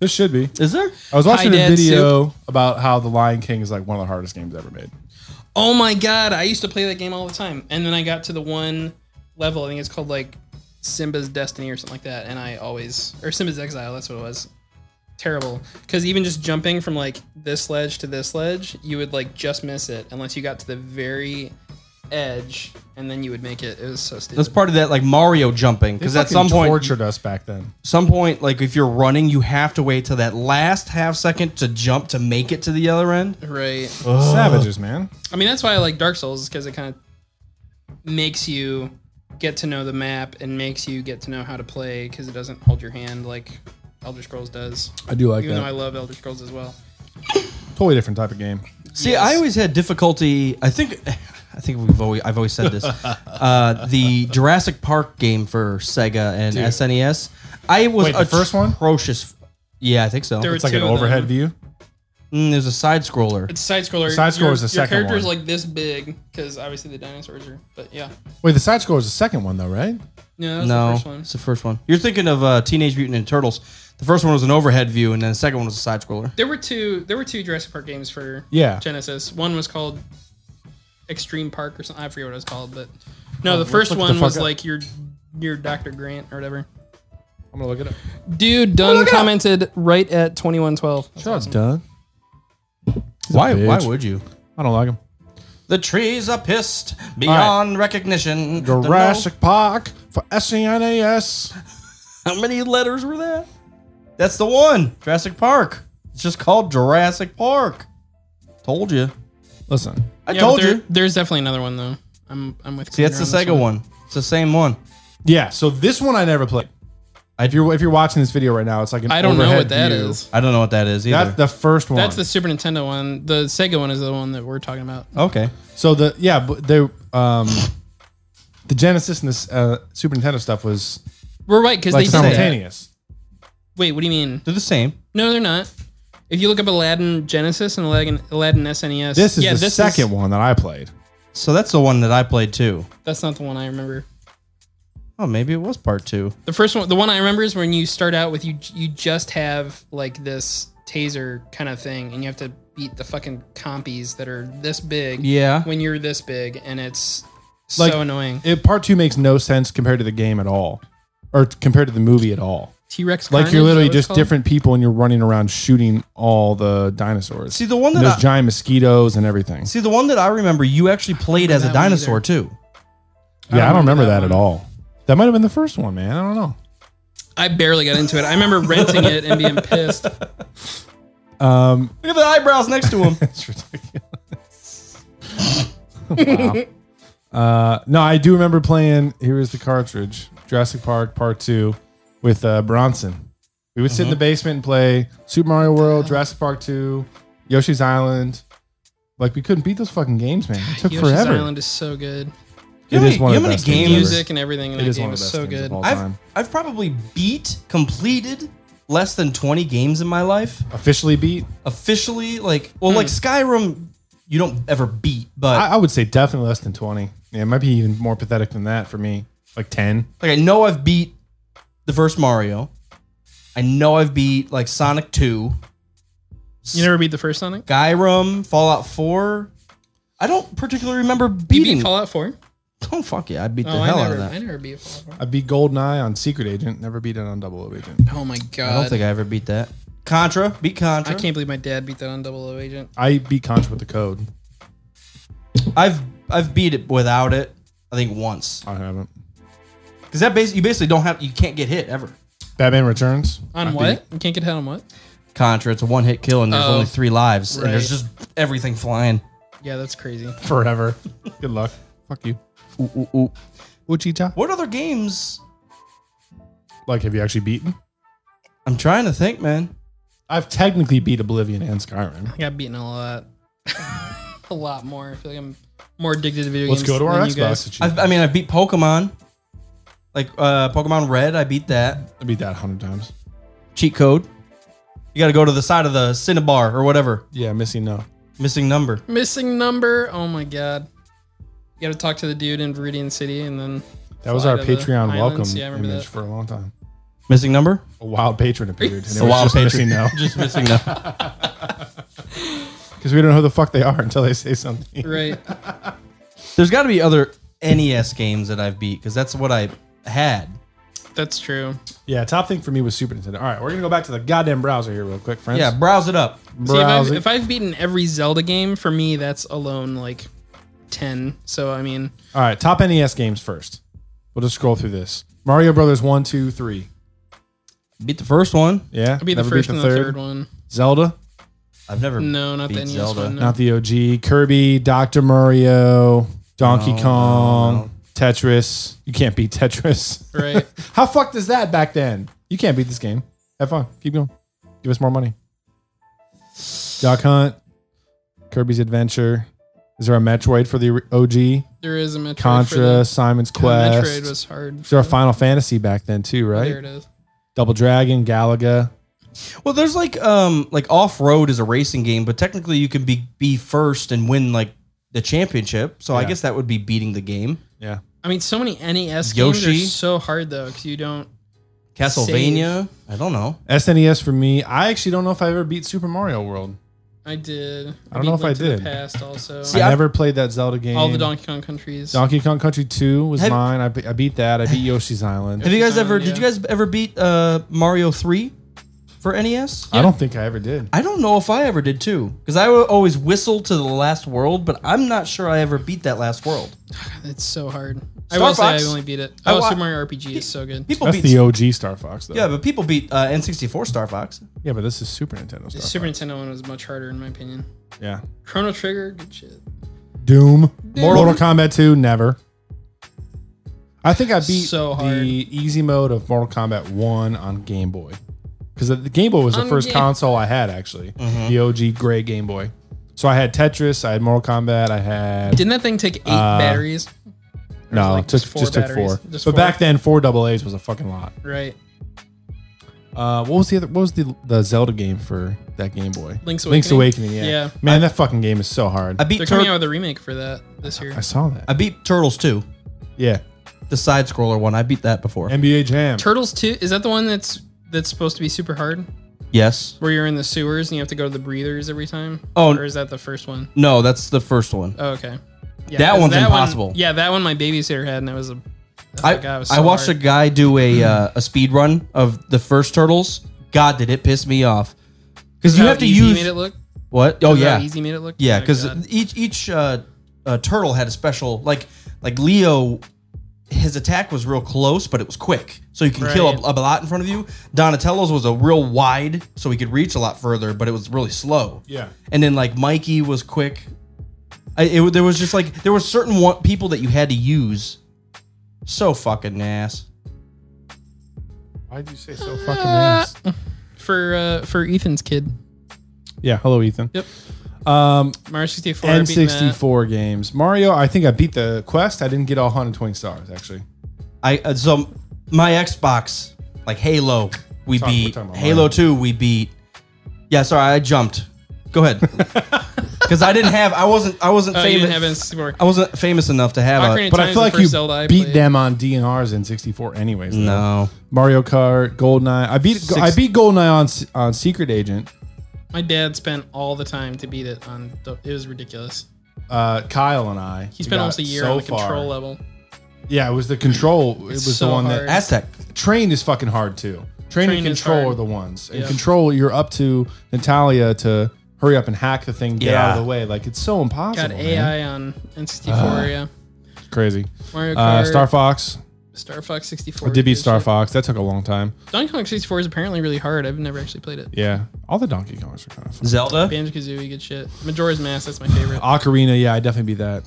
S3: This should be.
S7: Is there?
S3: I was watching
S2: Hi,
S3: a
S2: Dad
S3: video about how The Lion King is like one of the hardest games ever made.
S2: Oh my god, I used to play that game all the time. And then I got to the one level, I think it's called like Simba's Destiny or something like that, and I always or Simba's Exile, that's what it was. Terrible. Cuz even just jumping from like this ledge to this ledge, you would like just miss it unless you got to the very edge, and then you would make it. It was so stupid.
S7: That's part of that like Mario jumping because
S3: They
S7: at some
S3: fucking
S7: point
S3: tortured us back then.
S7: some point like if you're running you have to wait till that last half second to jump to make it to the other end.
S2: right.
S3: Savages, man.
S2: I mean, that's why I like Dark Souls because it kind of makes you get to know the map and makes you get to know how to play because it doesn't hold your hand like Elder Scrolls does.
S3: I do like
S2: Even though I
S3: that.
S2: love Elder Scrolls as well.
S3: Totally different type of game.
S7: See, I always had difficulty. I think, I think we've always, I've always said this. uh, the Jurassic Park game for Sega and SNES. I was
S3: Wait, the first one?
S7: atrocious. Yeah, I think so.
S2: There
S7: Mm,
S3: Oh, It's like an
S2: two of
S3: overhead
S2: them.
S3: view.
S7: There's a side scroller.
S2: It's side scroller.
S3: Side scroller
S2: Your-
S3: is the second
S2: Your character's
S3: one.
S2: like this big because obviously the dinosaurs are. But yeah,
S3: Wait, the side scroller is the second one though, right?
S2: no, that was the
S7: No,
S2: first one.
S7: it's the first one. You're thinking of uh, Teenage Mutant and Turtles. The first one was an overhead view, and then the second one was a side scroller.
S2: There were two. There were two Jurassic Park games for
S3: Yeah.
S2: Genesis. One was called Extreme Park or something. I forget what it was called, but no, the first
S3: Oh, look the
S2: one
S3: fuck
S2: was
S3: up.
S2: like your your Dr. Grant or whatever.
S3: I'm gonna look it up.
S2: Dude, Dunn commented right at twenty one twelve.
S3: Sure, it's done.
S7: Why?
S3: bitch.
S7: Why would you?
S3: I don't like him.
S7: The trees are pissed beyond recognition. Don't know
S3: Jurassic Park for E SNES.
S7: How many letters were that? That's the one. Jurassic Park. It's just called Jurassic Park. Told you.
S3: Listen,
S7: I told you.
S2: There's definitely another one though. I'm I'm with.
S7: See, that's the Sega one. It's the same one.
S3: yeah. So this one I never played. If you're if you're watching this video right now, it's like an
S2: I don't know
S3: overhead
S2: what that is.
S3: view.
S7: I don't know what that is either.
S3: That's the first one.
S2: That's the Super Nintendo one. The Sega one is the one that we're talking about.
S7: okay.
S3: So the yeah, but they um the Genesis and this uh, Super Nintendo stuff was
S2: We're right because
S3: like
S2: they did that.
S3: simultaneous.
S2: Wait, what do you mean?
S7: They're the same.
S2: No, they're not. If you look up Aladdin Genesis and Aladdin, Aladdin SNES,
S3: This is
S2: yeah,
S3: the
S2: this
S3: second one that I played.
S7: So that's the one that I played too.
S2: That's not the one I remember.
S7: Oh, maybe it was part two.
S2: The first one, the one I remember is when you start out with you, you just have like this taser kind of thing, and you have to beat the fucking compies that are this big.
S7: Yeah.
S2: When you're this big, and it's
S3: Like-
S2: so annoying.
S3: It, part two makes no sense compared to the game at all, or t- compared to the movie at all.
S2: T Rex,
S3: Like you're literally just different people and you're running around shooting all the dinosaurs.
S7: See the one
S3: And
S7: that
S3: those
S7: I,
S3: giant mosquitoes and everything.
S7: see the one that I remember. You actually played as a
S2: that one either.
S7: dinosaur too.
S3: yeah, I don't remember that, at
S2: one.
S3: all. That might have been the first one, man. I don't know.
S2: I barely got into it. I remember renting it and being pissed.
S3: Um,
S7: Look at the eyebrows next to him.
S3: it's ridiculous. wow. Uh, no, I do remember playing. Here is the cartridge, Jurassic Park Part Two, with uh, Bronson. We would sit
S7: Mm-hmm.
S3: in the basement and play Super Mario World, Jurassic Park Two, Yoshi's Island. Like we couldn't beat those fucking games, man. It took
S2: Yoshi's
S3: forever.
S2: Island is so good.
S7: You
S3: It
S7: know
S3: is
S7: how
S3: one of
S7: many-
S3: the
S7: you know how many
S3: best games
S7: games-
S3: ever.
S2: Music and everything in
S3: It
S2: that
S3: is one
S2: game
S3: of the
S2: is
S3: best
S2: so
S3: games
S2: good.
S3: of all
S7: I've
S3: time.
S7: I've probably beat, completed less than twenty games in my life.
S3: Officially beat,
S7: officially like well like
S2: Hmm.
S7: Skyrim you don't ever beat but
S3: I, I would say definitely less than twenty. Yeah, it might be even more pathetic than that for me. Like ten.
S7: like I know I've beat the first Mario I know I've beat like Sonic 2
S2: You never beat the first Sonic?
S7: Skyrim Fallout 4 I don't particularly remember
S2: You beat
S7: beating
S2: Fallout 4?
S7: oh fuck yeah I beat the
S2: Oh, I
S7: hell out
S2: never,
S7: of that
S2: I never beat Fallout 4.
S3: I beat Goldeneye on Secret Agent. Never beat it on Double O Agent.
S2: Oh my
S7: I don't
S2: god.
S7: think I ever beat that Contra beat Contra
S2: I can't believe my dad beat that on Double O Agent.
S3: I beat Contra with the code.
S7: I've I've beat it without it I think once
S3: I haven't.
S7: because that basically you basically don't have you can't get hit ever
S3: Batman Returns.
S2: On
S3: I
S2: what?
S3: beat-
S2: You can't get hit on what?
S7: Contra it's a one hit kill and there's
S2: Oh.
S7: only three lives and there's
S2: Right.
S7: just everything flying
S2: Yeah, that's crazy.
S3: Forever. Good luck. Fuck you.
S7: ooh, ooh, ooh.
S3: Uchicha.
S7: What other games?
S3: Like, have you actually beaten?
S7: I'm trying to think, man.
S3: I've technically beat Oblivion and Skyrim.
S2: I got beaten a lot. a lot more. I feel like I'm more addicted to video
S3: Let's
S2: games.
S3: go to our
S2: than you guys.
S3: Xbox.
S7: I've,
S3: achievement.
S7: I mean, I beat Pokemon, like uh, Pokemon Red. I beat that
S3: I beat that a hundred times.
S7: cheat code. You got to go to the side of the Cinnabar or whatever
S3: Yeah, missing no.
S7: missing number.
S2: Missing number. Oh my god. You gotta talk to the dude in Viridian City and then
S3: That was
S2: Fly
S3: our
S2: to the
S3: Patreon welcome
S2: islands. Yeah, I remember
S3: image
S2: that.
S3: for a long time.
S7: Missing number.
S3: A wild patron appeared. And it was
S7: wild
S3: just missing
S7: patron.
S3: no.
S7: Just missing number.
S3: Because we don't know who the fuck they are until they say something.
S2: right.
S7: There's got to be other NES games that I've beat because that's what I had.
S2: that's true.
S3: Yeah, top thing for me was Super Nintendo. All right, we're gonna go back to the goddamn browser here real quick, friends.
S7: Yeah, browse it up.
S2: See, if,
S3: browse
S2: I've,
S3: it.
S2: if I've beaten every Zelda game, for me that's alone like ten. So I mean,
S3: All right, top NES games first. We'll just scroll through this. Mario Brothers one, two, three.
S7: Beat the first one.
S3: Yeah,
S2: I'll be the
S3: never
S2: first and the third one.
S3: Zelda,
S7: I've never.
S2: No, not the
S7: Beat
S2: NES
S7: Zelda.
S2: one. no.
S3: not the OG. Kirby, Doctor Mario, Donkey
S7: No, no,
S3: Kong,
S7: no.
S3: Tetris. You can't beat Tetris.
S2: right.
S3: How fucked is that back then? You can't beat this game. Have fun. Keep going. Give us more money. Duck Hunt, Kirby's Adventure. Is there a Metroid for the OG?
S2: There is a Metroid. for
S3: Contra,
S2: the-
S3: Simon's
S2: Oh, Metroid
S3: Quest.
S2: was hard.
S3: Is there a
S2: for-
S3: Final Fantasy back then too,
S2: There it
S3: right?
S2: is.
S3: Double Dragon, Galaga.
S7: Well, there's like um like off road is a racing game, but technically you can be be first and win like the championship. So I
S3: Yeah.
S7: guess that would be beating the game.
S3: Yeah.
S2: I mean, so many NES games
S7: Yoshi.
S2: are so hard though because you don't.
S7: Castlevania. I don't know.
S3: SNES E for me. I actually don't know if I ever beat Super Mario World.
S2: I did.
S3: I don't know
S2: beat
S3: if I
S2: Link to the
S3: did.
S2: Past also.
S7: See,
S3: I
S7: I-
S3: never played that Zelda game.
S2: All the Donkey Kong countries.
S3: Donkey Kong Country 2 was
S7: Have-
S3: mine. I, be- I beat that. I beat Yoshi's Island.
S7: Have you guys ever?
S2: Yeah.
S7: Did you guys ever beat uh Mario three for E NES?
S3: I don't think I ever did.
S7: I don't know if I ever did too, because I would always whistle to the last world, but I'm not sure I ever beat that last world.
S2: It's so hard. I
S7: Star
S2: will say I
S7: Fox.
S2: only beat it.
S7: I
S2: Oh,
S7: wa-
S2: Super Mario RPG is so good.
S7: People
S3: That's
S7: beat
S3: the OG Star Fox though.
S7: yeah, but people beat uh, N64 Star Fox.
S3: Yeah, but this is Super Nintendo
S2: The
S3: Star
S2: Super Nintendo one was much harder in my opinion.
S3: Fox. Yeah.
S2: Chrono Trigger, good shit.
S3: Doom. Mortal, Kombat 2, never. I think I beat
S2: So hard.
S3: the easy mode of Mortal Kombat 1 on Game Boy. Because the Game Boy was the
S2: On
S3: first
S2: Ga-
S3: console I had, actually. The OG gray Game Boy. So I had Tetris, I had Mortal Kombat, I had.
S2: Didn't that thing take eight
S3: Uh,
S2: batteries?
S3: no,
S2: like
S3: it took,
S2: just four
S3: just took
S2: batteries?
S3: four.
S2: Just
S3: but
S2: four?
S3: back then, four double A's was a fucking lot.
S2: Right.
S3: Uh, what was the other? What was the the Zelda game for that Game Boy?
S2: Link's
S3: Link's
S2: Awakening?
S3: Awakening. Yeah.
S2: Yeah.
S3: Man, that fucking game is so hard.
S7: I
S3: I,
S7: beat
S2: They're coming out
S7: Tur-
S2: with a remake for that this year.
S3: saw that.
S7: I beat Turtles two,
S3: yeah.
S7: the side scroller one. I beat that before.
S3: NBA Jam.
S2: Turtles two is that the one that's that's supposed to be super hard,
S7: yes.
S2: where you're in the sewers and you have to go to the breathers every time?
S7: Oh.
S2: or is that the first one?
S7: No, that's the first one.
S2: Oh, okay. Yeah,
S7: That
S2: 'cause
S7: one's
S2: one-
S7: impossible.
S2: yeah, that one my babysitter had, and it was a. oh
S7: I,
S2: my God, it was
S7: I
S2: so
S7: watched
S2: hard.
S7: a guy do a uh, a speed run of the first Turtles. God, did it piss me off? Because you
S2: How
S7: have to
S2: easy
S7: use
S2: made it look.
S7: what? Oh
S2: Is that
S7: yeah,
S2: how easy made it look.
S7: Yeah,
S2: Oh,
S7: because
S2: God.
S7: each each uh, uh, turtle had a special like like Leo. His attack was real close, but it was quick, so you can kill a, a lot in front of you. Donatello's was a real wide, so he could reach a lot further, but it was really slow.
S3: Yeah.
S7: And then like Mikey was quick. I, it, wa- there was just like there were certain one, people that you had to use. So fucking ass.
S3: Why did you say
S2: Uh,
S3: so fucking ass?
S2: for uh, for Ethan's kid,
S3: Yeah. Hello, Ethan.
S2: Yep.
S3: Um,
S2: Mario sixty four.
S3: N64 games. Mario, I think I beat the quest. I didn't get all 120 stars, actually.
S7: I uh, so my Xbox like Halo we
S3: Talk- we're
S7: beat
S3: talking about
S7: Halo
S3: Mario.
S7: 2 we beat Yeah, sorry, I jumped. Go ahead. Cuz I didn't have I wasn't I wasn't
S2: Oh, you
S7: famous
S2: didn't have N sixty four.
S7: I wasn't famous enough to have
S2: Ocarina
S7: a
S2: of
S3: But
S2: Time's
S3: I feel
S2: the
S3: like
S2: first
S3: you
S2: Zelda I
S3: beat
S2: played.
S3: them on DNRs in 64 anyways. though.
S7: No.
S3: Mario Kart, Goldeneye. I beat
S7: Six-
S3: I beat Goldeneye on S- on Secret Agent.
S2: My dad spent all the time to beat it on. the- It was ridiculous.
S3: Uh, Kyle and I.
S2: He spent
S3: got
S2: almost a year
S3: so
S2: on the control
S3: far.
S2: level.
S3: Yeah, it was the control. It
S2: It's
S3: was
S2: so
S3: the one
S2: hard.
S3: that
S7: Aztec.
S3: train is fucking hard too. Train,
S2: Train
S3: and
S2: is
S3: control
S2: hard.
S3: are the ones. And
S2: Yeah.
S3: control, you're up to Natalia to hurry up and hack the thing, get out of
S7: Yeah.
S3: the way. Like it's so impossible.
S2: Got
S3: man.
S2: AI on N sixty four. Yeah,
S3: It's crazy.
S2: Mario Kart,
S3: Uh, Star Fox.
S2: Star Fox sixty
S3: I
S2: four.
S3: did beat Star Fox. That took a long time.
S2: Donkey Kong sixty four is apparently really hard. I've never actually played it.
S3: Yeah, all the Donkey Kongs are kind of fun.
S7: Zelda.
S2: Banjo Kazooie, good shit. Majora's Mask, that's my favorite.
S3: Ocarina, yeah, I definitely beat that.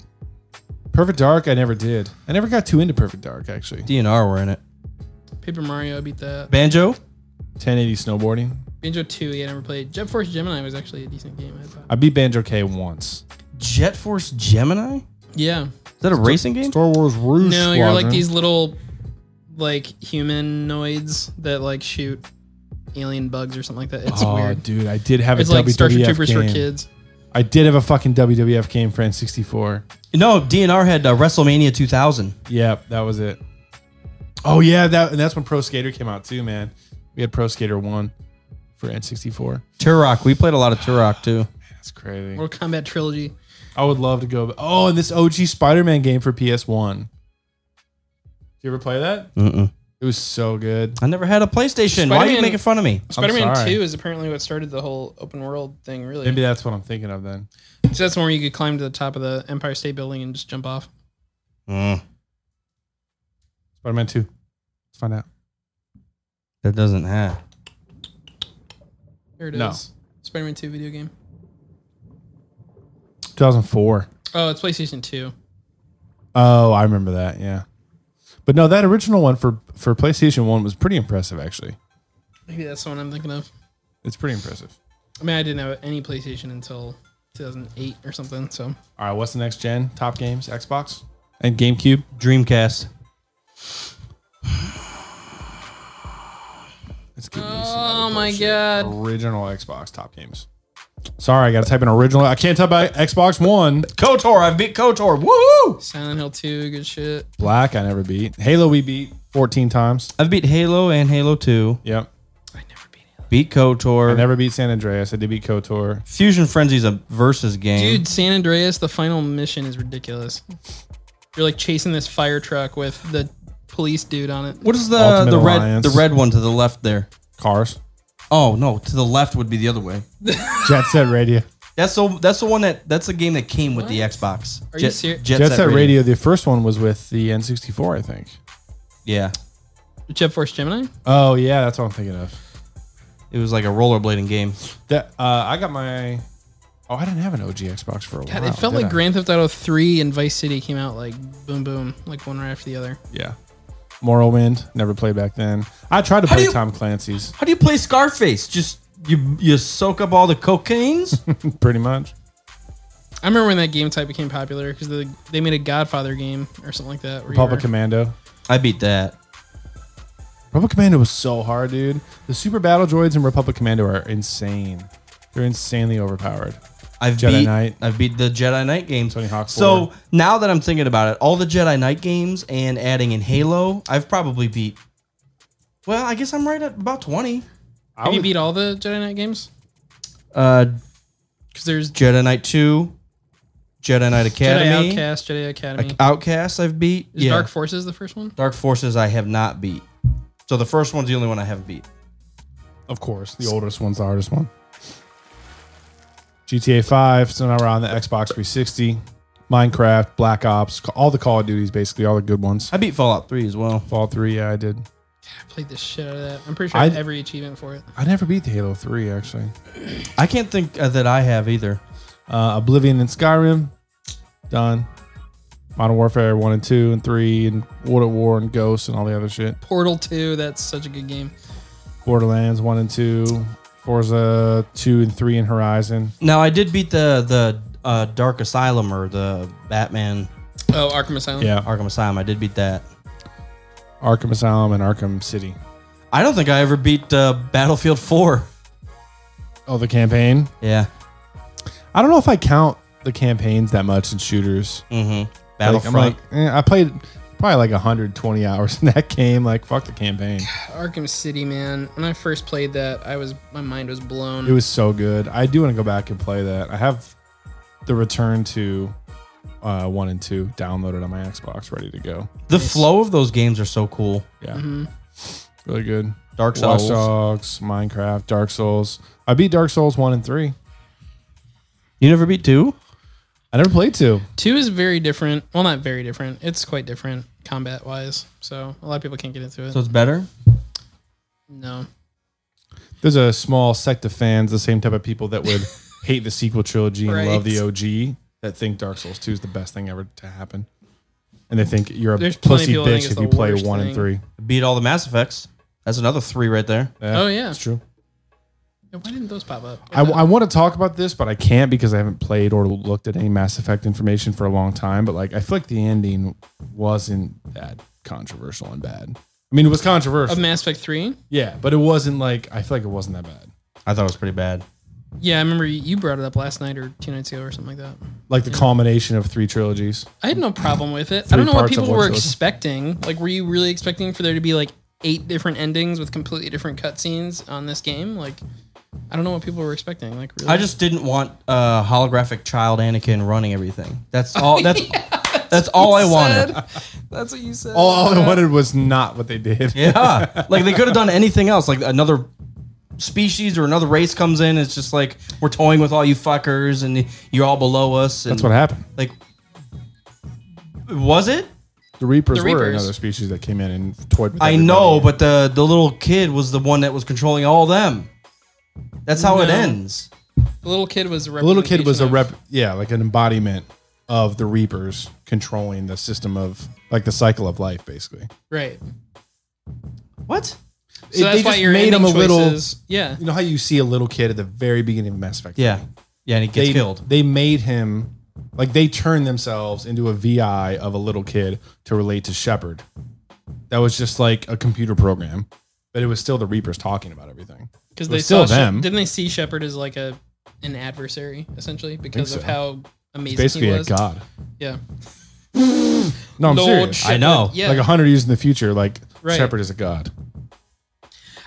S3: Perfect Dark, I never did. I never got too into Perfect Dark actually.
S7: DNR were in it.
S2: Paper Mario, I beat that.
S7: Banjo?
S3: 1080 snowboarding.
S2: Banjo Two, yeah, I never played. Jet Force Gemini was actually a decent game. I thought.
S3: I beat Banjo K once.
S7: Jet Force Gemini? Is
S2: Yeah.
S7: that a racing game?
S3: Star Wars Rouge.
S2: No, you're like
S3: Squadron.
S2: these little, like humanoids that like shoot alien bugs or something like that. It's
S3: Oh,
S2: weird.
S3: dude, I did have
S2: It's
S3: a
S2: like
S3: WWF
S2: Starship Troopers
S3: game.
S2: for kids.
S3: I did have a fucking WWF game for N64.
S7: No, DNR had uh, WrestleMania 2000.
S3: Yep, that was it. Oh yeah, that and that's when Pro Skater came out too, man. We had Pro Skater One for N64.
S7: Turok. We played a lot of Turok too.
S3: That's crazy.
S2: World Combat Trilogy.
S3: I would love to go. Oh, and this OG Spider-Man game for PS1. Did you ever play that?
S7: Mm-mm.
S3: It It was so good.
S7: I never had a PlayStation. Why are you
S2: Spider-Man-
S7: making fun of me?
S2: Spider Man
S3: sorry.
S2: 2 is apparently what started the whole open world thing, really.
S3: Maybe that's what I'm thinking of then.
S2: So that's the one where you could climb to the top of the Empire State Building and just jump off.
S7: Mm,
S3: Spider Man 2. Let's find out.
S7: that doesn't have.
S2: There it is.
S3: No.
S2: Spider Man 2 video game.
S3: 2004.
S2: Oh, it's PlayStation 2.
S3: Oh, I remember that. Yeah. But no, that original one for, for PlayStation 1 was pretty impressive, actually.
S2: Maybe that's the one I'm thinking of.
S3: It's pretty impressive.
S2: I mean, I didn't have any PlayStation until 2008 or something. So
S3: All right, what's the next gen? Top games, Xbox? And GameCube?
S7: Dreamcast.
S3: It's good.
S2: Oh my god.
S3: Original Xbox top games. Sorry, I got to type in original. I can't type by Xbox One.
S7: Kotor. I've beat Kotor. Woohoo!
S2: Silent Hill 2, good shit.
S3: Black, I never beat. Halo, we beat 14 times.
S7: I've beat Halo and Halo 2.
S3: Yep.
S2: I never beat it.
S7: Beat
S3: I
S7: Kotor.
S3: never beat San Andreas. I did beat KOTOR.
S7: Fusion Frenzy's a versus game.
S2: Dude, San Andreas, the final mission is ridiculous. You're like chasing this fire truck with the police dude on it.
S7: What is the
S3: Ultimate
S7: the red
S3: Alliance.
S7: the red one to the left there?
S3: Cars.
S7: Oh no, to the left would be the other way.
S3: Jet Set Radio.
S7: That's the that's the one that that's the game that came with the
S2: What?
S7: Xbox.
S2: Are you serious?
S3: Jet Set Radio. the first one was with the N64, I think.
S7: Yeah,
S2: Jet Force Gemini?
S3: Oh, yeah, that's what I'm thinking of.
S7: it was like a rollerblading game.
S3: That uh, I got my. Oh, I didn't have an OG Xbox for a while.
S2: God, it felt
S3: did
S2: like
S3: I?
S2: Grand Theft Auto 3 and Vice City came out like boom, boom, like one right after the other.
S3: Yeah. Morrowind. Never played back then. I tried to
S7: How do
S3: play
S7: you-
S3: Tom Clancy's
S7: How do you play Scarface? Just you you soak up all the cocaines.
S3: pretty much.
S2: I remember when that game type became popular because the, they made a Godfather game or something like that. where you
S3: Republic
S2: were-
S3: Commando.
S7: I beat that.
S3: Republic Commando was so hard, dude. The Super Battle Droids in Republic Commando are insane. They're insanely overpowered.
S7: I've
S3: Jedi
S7: beat
S3: Knight.
S7: I've beat the Jedi Knight games.
S3: Tony Hawk
S7: so
S3: 4.
S7: now that I'm thinking about it, all the Jedi Knight games and adding in Halo, I've probably beat. Well, I guess I'm right at about twenty.
S3: I
S2: Have you
S3: would,
S2: beat all the Jedi Knight games?
S7: Uh,
S2: Because there's
S7: Jedi Knight Two, Jedi
S2: Jedi
S7: Knight Academy,
S2: Outcast, Jedi Academy.
S7: Ac- Outcast. I've beat.
S2: Is Dark Forces the first one?
S7: Dark Forces I have not beat. So the first one's the only one I haven't beat.
S3: of course, the oldest one's the hardest one. GTA 5. So now we're on the Xbox 360. Minecraft, Black Ops, ca- all the Call of Duties, basically, all the good ones.
S7: I beat Fallout 3 as well.
S3: Fall 3, yeah, I did.
S2: I played the shit out of that. I'm pretty sure I
S3: I-
S2: have every achievement for it.
S3: I never beat the Halo 3, actually.
S7: I can't think uh, that I have either.
S3: Uh, Oblivion and Skyrim, done. Modern Warfare 1 and 2 and 3 and World at War and Ghosts and all the other shit.
S2: Portal 2, that's such a good game.
S3: Borderlands 1 and 2, Forza 2 and 3 and Horizon.
S7: Now I did beat the the uh, Dark Asylum or the Batman
S2: Oh, Arkham Asylum.
S3: Yeah,
S7: Arkham Asylum. I did beat that.
S3: Arkham Asylum and Arkham City.
S7: I don't think I ever beat uh, Battlefield 4.
S3: Oh, the campaign.
S7: Yeah.
S3: I don't know if I count the campaigns that much in shooters.
S7: Mm-hmm.
S3: Like, I'm like,
S7: Battlefront.
S3: eh, I played probably like 120 hours in that game. Like, fuck the campaign.
S2: Arkham City, man. When I first played that, I was my mind was blown.
S3: It was so good. I do want to go back and play that. I have the return to uh, one and two downloaded on my Xbox, ready to go.
S7: the flow of those games are so cool.
S3: Yeah, really good.
S7: Mm-hmm. Dark
S3: Watch
S7: Souls.
S3: Dogs, Minecraft, Dark Souls. I beat Dark Souls one and three.
S7: You never beat 2?
S3: I never played two.
S2: Two is very different. Well, not very different. It's quite different combat wise. So a lot of people can't get into it.
S7: So it's better?
S2: no.
S3: There's a small sect of fans, the same type of people that would hate the sequel trilogy and love the OG, that think Dark Souls two is the best thing ever to happen, and they think you're a
S2: There's plenty
S3: pussy
S2: of people that think
S3: bitch
S2: it's
S3: if
S2: the
S3: you play
S2: worst
S3: one
S2: thing.
S3: and three.
S7: Beat all the Mass Effects. That's another 3 right there.
S2: Oh, yeah.
S3: it's true.
S2: Why didn't those pop up?
S3: I, want to talk about this, but I can't because I haven't played or looked at any Mass Effect information for a long time. But like, I feel like the ending wasn't that controversial and bad. I mean, it was
S2: of
S3: controversial,
S2: Mass Effect Three.
S3: yeah, but it wasn't like I feel like it wasn't that bad.
S7: I thought it was pretty bad.
S2: Yeah, I remember you- you brought it up last night or two nights ago or something like that.
S3: Like the
S2: Mm.
S3: culmination of three trilogies.
S2: I had no problem with it. I
S3: Three
S2: don't know what
S3: parts of
S2: people
S3: one
S2: were
S3: trilogy.
S2: expecting. Like, were you really expecting for there to be like eight different endings with completely different cutscenes on this game? Like, I don't know what people were expecting. Like, really?
S7: I just didn't want uh, holographic child Anakin running everything. That's all. That's that's all I wanted.
S2: Said- That's what you said.
S3: All, all I wanted was not what they did.
S7: Yeah. like they could have done anything else. Like another species or another race comes in. It's just like we're toying with all you fuckers and you're all below us. And
S3: That's what happened.
S7: Like, was it?
S3: The Reapers,
S2: The
S3: were
S2: Reapers.
S3: another species that came in and toyed with.
S7: I
S3: everybody.
S7: know, but the the little kid was the one that was controlling all them. That's how it
S2: No.
S7: ends.
S2: The little kid was a
S3: the little kid was a
S2: representation
S3: rep. Yeah, like an embodiment of the Reapers controlling the system of like the cycle of life, basically.
S2: of- Right.
S7: What?
S2: So
S3: It-
S2: that's
S3: they
S2: why
S3: just
S2: your
S3: made
S2: made
S3: him a little-
S2: choices, Yeah.
S3: You know how you see a little kid at the very beginning of Mass Effect.
S7: Yeah, yeah, and he gets
S3: they,
S7: killed.
S3: They made him like they turned themselves into a VI of a little kid to relate to Shepard. That was just like a computer program, but it was still the Reapers talking about everything.
S2: Because
S3: It
S2: they
S3: was still
S2: saw Shep-
S3: them.
S2: didn't they see Shepard as like a an adversary essentially because of
S3: so.
S2: how amazing
S3: Basically,
S2: he
S3: a
S2: was.
S3: god.
S2: Yeah.
S3: No, I'm
S2: Lord
S3: serious.
S2: Shepard,
S7: I know.
S2: Yeah.
S3: Like hundred years in the future, like
S2: Right.
S3: Shepard is a god.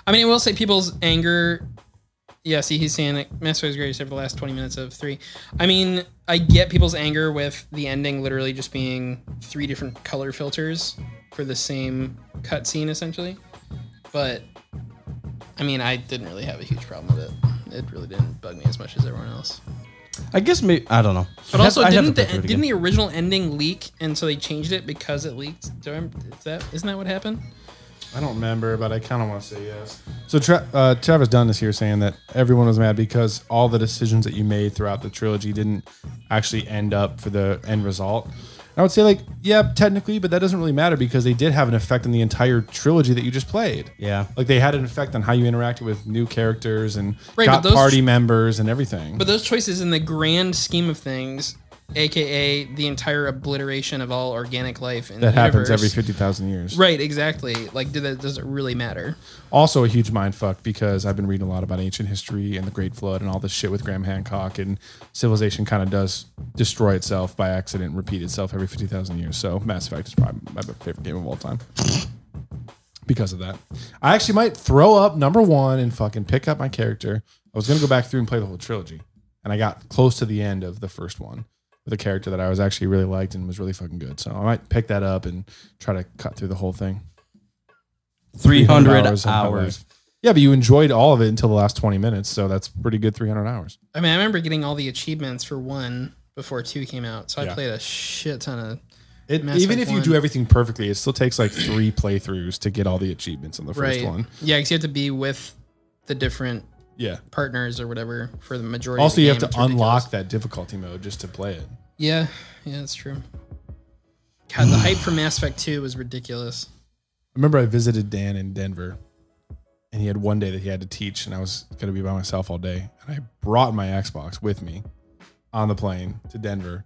S2: I mean, I will say people's anger. Yeah, see, he's saying that Mass Effect is greatest over the last 20 minutes of three. I mean, I get people's anger with the ending literally just being three different color filters for the same cutscene, essentially. But, I mean, I didn't really have a huge problem with it. It really didn't bug me as much as everyone else.
S7: I guess maybe I don't know.
S2: But
S7: I'd have-
S2: also,
S7: I'd have to
S2: didn't the
S7: go through it
S2: didn't the original ending leak, and so they changed it because it leaked? Do I, is that isn't that what happened?
S3: I don't remember, but I kind of want to say yes. So Tra- uh, Travis Dunn is here saying that everyone was mad because all the decisions that you made throughout the trilogy didn't actually end up for the end result. I would say like, yeah, technically, but that doesn't really matter because they did have an effect on the entire trilogy that you just played.
S7: Yeah.
S3: like they had an effect on how you interacted with new characters and
S2: Right,
S3: got
S2: but those-
S3: party members and everything.
S2: But those choices in the grand scheme of things, aka the entire obliteration of all organic life in
S3: that
S2: the
S3: happens every
S2: universe-
S3: fifty thousand years.
S2: Right, exactly. Like, do that does it really matter?
S3: also a huge mind fuck because I've been reading a lot about ancient history and the Great Flood and all this shit with Graham Hancock and civilization kind of does destroy itself by accident, and repeat itself every fifty thousand years. So Mass Effect is probably my favorite game of all time because of that. I actually might throw up number one and fucking pick up my character. I was gonna go back through and play the whole trilogy, and I got close to the end of the first one with a character that I was actually really liked and was really fucking good. So I might pick that up and try to cut through the whole thing.
S7: 300
S3: of my
S7: hours.
S3: life. Yeah, but you enjoyed all of it until the last 20 minutes, so that's pretty good 300 hours.
S2: I mean, I remember getting all the achievements for one before two came out, so I
S3: Yeah.
S2: played a shit ton of.
S3: It,
S2: Mass
S3: even if
S2: Effect
S3: you
S2: 1.
S3: do everything perfectly, it still takes like three playthroughs to get all the achievements on the first
S2: Right.
S3: one.
S2: Yeah, because you have to be with the different
S3: Yeah.
S2: partners or whatever for the majority. of
S3: Also,
S2: the
S3: you
S2: game.
S3: have to
S2: It's ridiculous.
S3: unlock that difficulty mode just to play it.
S2: Yeah, yeah, that's true. God, the hype for Mass Effect Two was ridiculous.
S3: I remember I visited Dan in Denver, and he had one day that he had to teach, and I was going to be by myself all day. And I brought my Xbox with me on the plane to Denver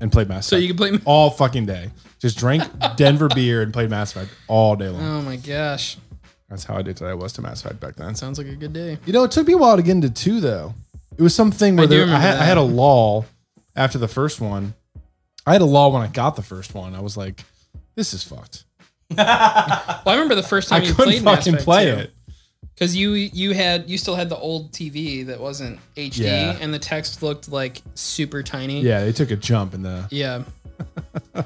S3: and played Mass
S2: So
S3: Effect
S2: you can play.
S3: all fucking day. Just drank Denver beer and played Mass Effect all day long.
S2: Oh my gosh,
S3: That's how addicted I was to Mass Effect back then.
S2: sounds like a good day.
S3: You know, it took me a while to get into two though. It was something where
S2: I do
S3: there, I,
S2: remember
S3: had, I
S2: that.
S3: had a lull after the first one. I had a lull when I got the first one. I was like, "This is fucked."
S2: Well, I remember the first
S3: I
S2: time you
S3: couldn't
S2: played Mass
S3: fucking
S2: Effect
S3: play
S2: 2,
S3: it.
S2: because you you had you still had the old TV that wasn't HD,
S3: Yeah.
S2: and the text looked like super tiny.
S3: Yeah, they took a jump in the.
S2: yeah. oh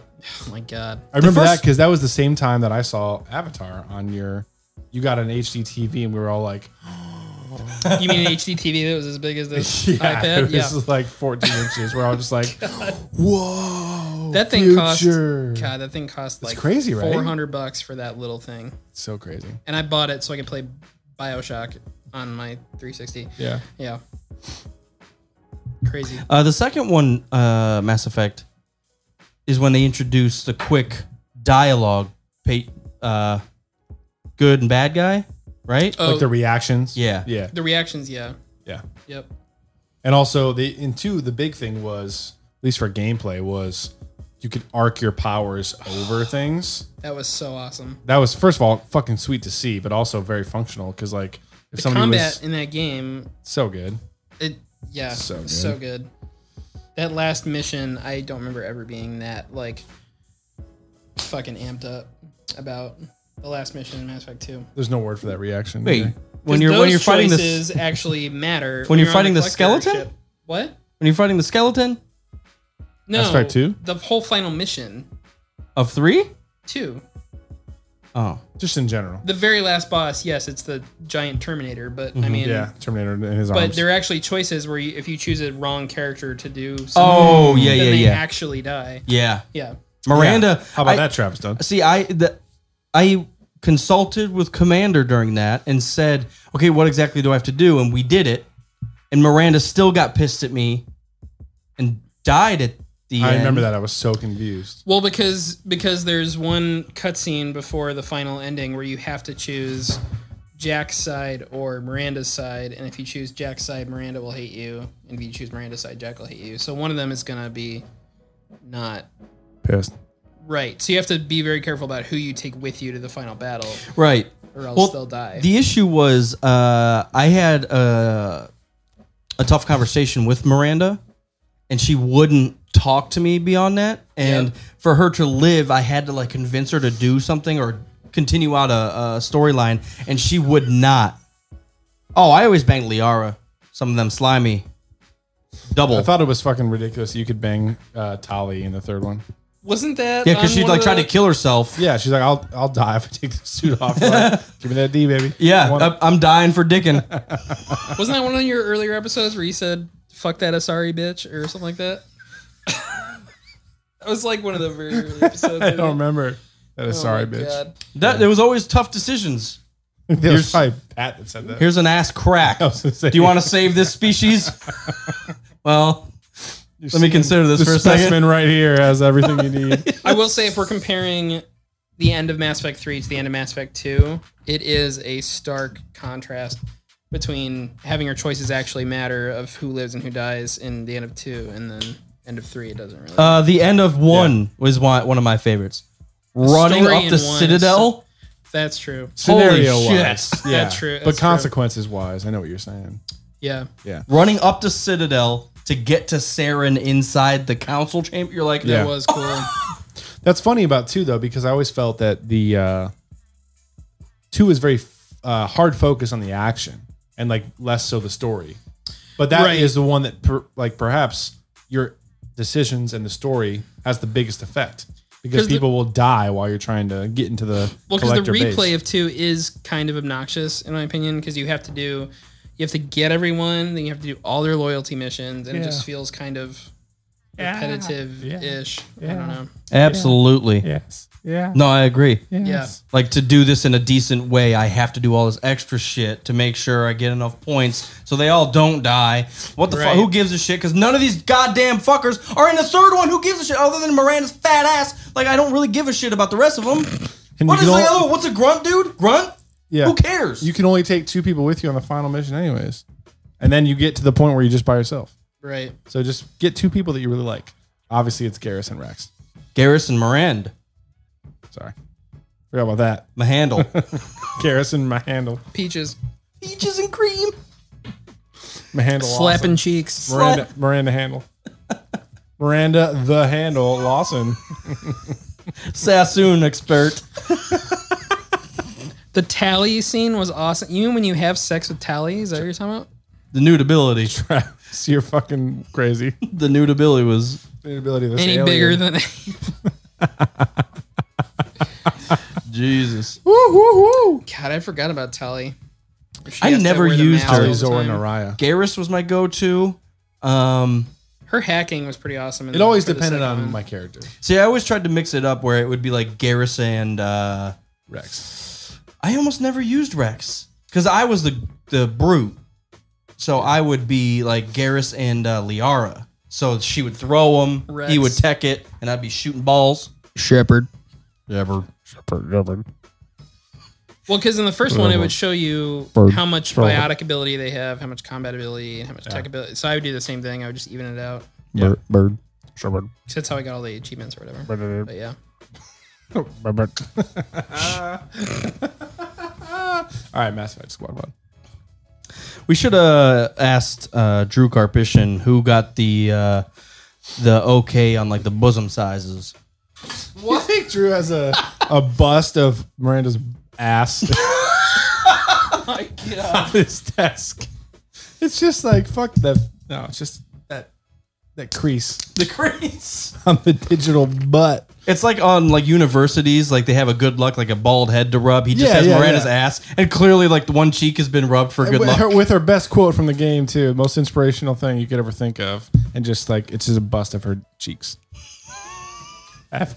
S2: my god,
S3: I remember that
S7: first-
S3: because that was the same time that I saw Avatar on your. You got an HD TV, and we were all like,
S2: you mean an HD TV that was as big as this
S3: "Yeah,
S2: iPad?
S3: this
S2: Yeah,
S3: is like 14 inches." We're all just like, "Whoa!"
S2: that thing
S3: future."
S2: cost god, that thing cost like
S3: crazy, right?
S2: four hundred bucks for that little thing,
S3: It's so crazy.
S2: and I bought it so I could play Bioshock on my 360.
S3: Yeah,
S2: Yeah, crazy.
S7: Uh, the second one, uh, Mass Effect, is when they introduce the quick dialogue, pa- uh, good and bad guy, right?
S2: Oh,
S3: like the reactions.
S7: Yeah.
S3: yeah,
S2: the reactions. Yeah,
S3: yeah.
S2: yep.
S3: And also, the in two, the big thing was, at least for gameplay, was you could arc your powers over things.
S2: That was so awesome.
S3: That was first of all fucking sweet to see, but also very functional because like if
S2: The
S3: somebody
S2: combat
S3: was
S2: in that game
S3: so good,
S2: It yeah,
S3: So
S2: so
S3: good.
S2: good. so good. That last mission, I don't remember ever being that like fucking amped up about the last mission in Mass Effect Two.
S3: there's no word for that reaction.
S7: Wait,
S3: either.
S7: when you're when you're fighting this
S2: choices actually matter
S7: when you're
S2: on
S7: fighting the
S2: collector
S7: skeleton?
S2: ship. What?
S7: when you're fighting the skeleton
S2: No,
S3: Mass Effect 2?
S2: The whole final mission.
S7: of three.
S2: Two.
S7: Oh,
S3: Just in general.
S2: The very last boss, yes, it's the giant Terminator, but
S7: Mm-hmm.
S2: I mean,
S3: Yeah, Terminator in his
S7: Um,
S2: but
S3: arms.
S2: there are actually choices where you, if you choose a wrong character to do something,
S7: Oh, yeah,
S2: then
S7: yeah,
S2: they
S7: yeah.
S2: actually die.
S7: yeah.
S2: Yeah.
S7: Miranda.
S3: Oh, How about
S7: I-
S3: that, Travis Dunn?
S7: See, I the, I consulted with Commander during that and said, "Okay, what exactly do I have to do?" And we did it. And Miranda still got pissed at me and died at the
S3: I
S7: end.
S3: remember that. I was so confused.
S2: Well, because because there's one cutscene before the final ending where you have to choose Jack's side or Miranda's side, and if you choose Jack's side, Miranda will hate you, and if you choose Miranda's side, Jack will hate you. So one of them is gonna be not
S3: Pissed.
S2: right. So you have to be very careful about who you take with you to the final battle,
S7: Right.
S2: or else
S7: Well,
S2: they'll die.
S7: The issue was uh, I had a, a tough conversation with Miranda, and she wouldn't talk to me beyond that. And
S2: Yep.
S7: for her to live, I had to like convince her to do something or continue out a, a storyline, and she would not. Oh, I always bang Liara. Some of them slimy. Double.
S3: I thought it was fucking ridiculous. You could bang uh, Tali in the third one.
S2: Wasn't that
S7: yeah, because
S2: on
S7: she
S2: one
S7: like
S2: of
S7: tried
S2: the-
S7: to kill herself.
S3: Yeah, she's like, I'll I'll die if I take the suit off. Like, Give me that D, baby.
S7: Yeah,
S3: One-
S7: I- I'm dying for dickin'.
S2: Wasn't that one of your earlier episodes where you said "fuck that Asari bitch" or something like that? That was like one of the very early episodes.
S3: I don't remember. That is
S2: Oh
S3: sorry,
S2: my
S3: bitch.
S2: God.
S7: that there was always tough decisions.
S3: There's probably Pat that said that.
S7: Here's an ass crack.
S3: I was gonna say-
S7: Do you want to save this species? well,
S3: You're
S7: let me
S3: seeing
S7: consider this
S3: this
S7: for a
S3: specimen
S7: second.
S3: right here has everything you need.
S2: I will say, if we're comparing the end of Mass Effect 3 to the end of Mass Effect 2, it is a stark contrast between having your choices actually matter of who lives and who dies in the end of 2 and then end of 3 it doesn't really.
S7: Uh, the end of one was one, one of my favorites. Running
S2: story
S7: up
S2: in
S7: the
S2: one is
S7: Citadel.
S2: That's true.
S3: Scenario wise,
S7: shit.
S3: yeah,
S2: That's true,
S3: but
S2: that's true.
S3: consequences wise, I know what you're saying.
S2: Yeah.
S3: Yeah,
S7: Running up the Citadel to get to Saren inside the council chamber. You're like,
S3: Yeah.
S2: That was cool.
S3: that's funny about two though because I always felt that the uh, two is very uh, hard focus on the action and like less so the story. But that is
S2: Right.
S3: the one that per, like perhaps your decisions and the story has the biggest effect because
S2: 'Cause the-
S3: people will die while you're trying to get into the
S2: Well, because the
S3: collector
S2: replay
S3: base.
S2: of two is kind of obnoxious, in my opinion, because you have to do, you have to get everyone, then you have to do all their loyalty missions, and it just feels kind of repetitive-ish. I don't know.
S7: absolutely.
S3: yes, yeah,
S7: No, I agree.
S2: Yeah.
S7: Like to do this in a decent way, I have to do all this extra shit to make sure I get enough points so they all don't die. What the fuck?
S2: Right.
S7: Who gives a shit? Because none of these goddamn fuckers are in the third one. Who gives a shit other than Miranda's fat ass? Like I don't really give a shit about the rest of them.
S3: And
S7: What
S3: you
S7: is the
S3: can
S7: other?
S3: al-
S7: one? What's a grunt, dude? Grunt?
S3: Yeah.
S7: Who cares?
S3: You can only take two people with you on the final mission, anyways. And then you get to the point where you're just by yourself.
S2: Right.
S3: So just get two people that you really like. Obviously, it's Garrus and Rex.
S7: Garrus and Miranda.
S3: Sorry, forgot about that.
S7: My handle.
S3: Garrus and my handle,
S2: Peaches.
S7: Peaches and cream.
S3: my handle,
S2: Slapping
S3: Lawson.
S2: cheeks.
S3: Miranda, Miranda handle, Miranda the handle Lawson.
S7: Sassoon expert.
S2: The tally scene was awesome. You mean when you have sex with tally? Is that what you're talking about?
S7: The nude ability.
S3: So you're fucking crazy.
S7: The nude ability was
S3: The ability of this
S2: Any
S3: alien.
S2: bigger than
S7: Jesus.
S3: Woo, woo, woo.
S2: God, I forgot about tally. She
S7: I
S2: has to
S7: never
S2: wear the
S7: used
S2: mask all
S7: her.
S2: the
S3: Zora
S2: time.
S3: Naraya.
S7: Garrus was my go-to. Um,
S2: Her hacking was pretty awesome. in
S3: It
S2: the-
S3: always
S2: for the
S3: depended
S2: second
S3: on
S2: one.
S3: my character,
S7: See, I always tried to mix it up where it would be like Garrus and uh,
S3: Rex.
S7: I almost never used Rex because I was the the brute, so I would be like Garrus and uh, Liara. So she would throw him,
S2: Rex.
S7: he would tech it, and I'd be shooting balls.
S2: Shepherd.
S3: Never,
S2: Well, because in the first one, it would show you how much biotic ability they have, how much combat ability, and how much tech ability. So I would do the same thing. I would just even it out.
S3: bird, bird, shepherd.
S2: 'Cause That's how I got all the achievements or whatever. But yeah.
S3: All right, Mass Effect Squad One.
S7: We should have asked uh, Drew Carpishin who got the uh, the okay on like the bosom sizes.
S3: What? You think Drew has a, a bust of Miranda's ass
S2: My
S3: on his desk? It's just like fuck that. No, it's just that that crease
S7: The crease.
S3: on the digital butt.
S7: It's like on like universities, like they have a good luck, like a bald head to rub. He just
S3: Yeah,
S7: has
S3: yeah,
S7: Miranda's
S3: yeah.
S7: ass, and clearly like the one cheek has been rubbed for good
S3: with,
S7: luck.
S3: her, with her best quote from the game too, most inspirational thing you could ever think of, and just like it's just a bust of her cheeks, Have-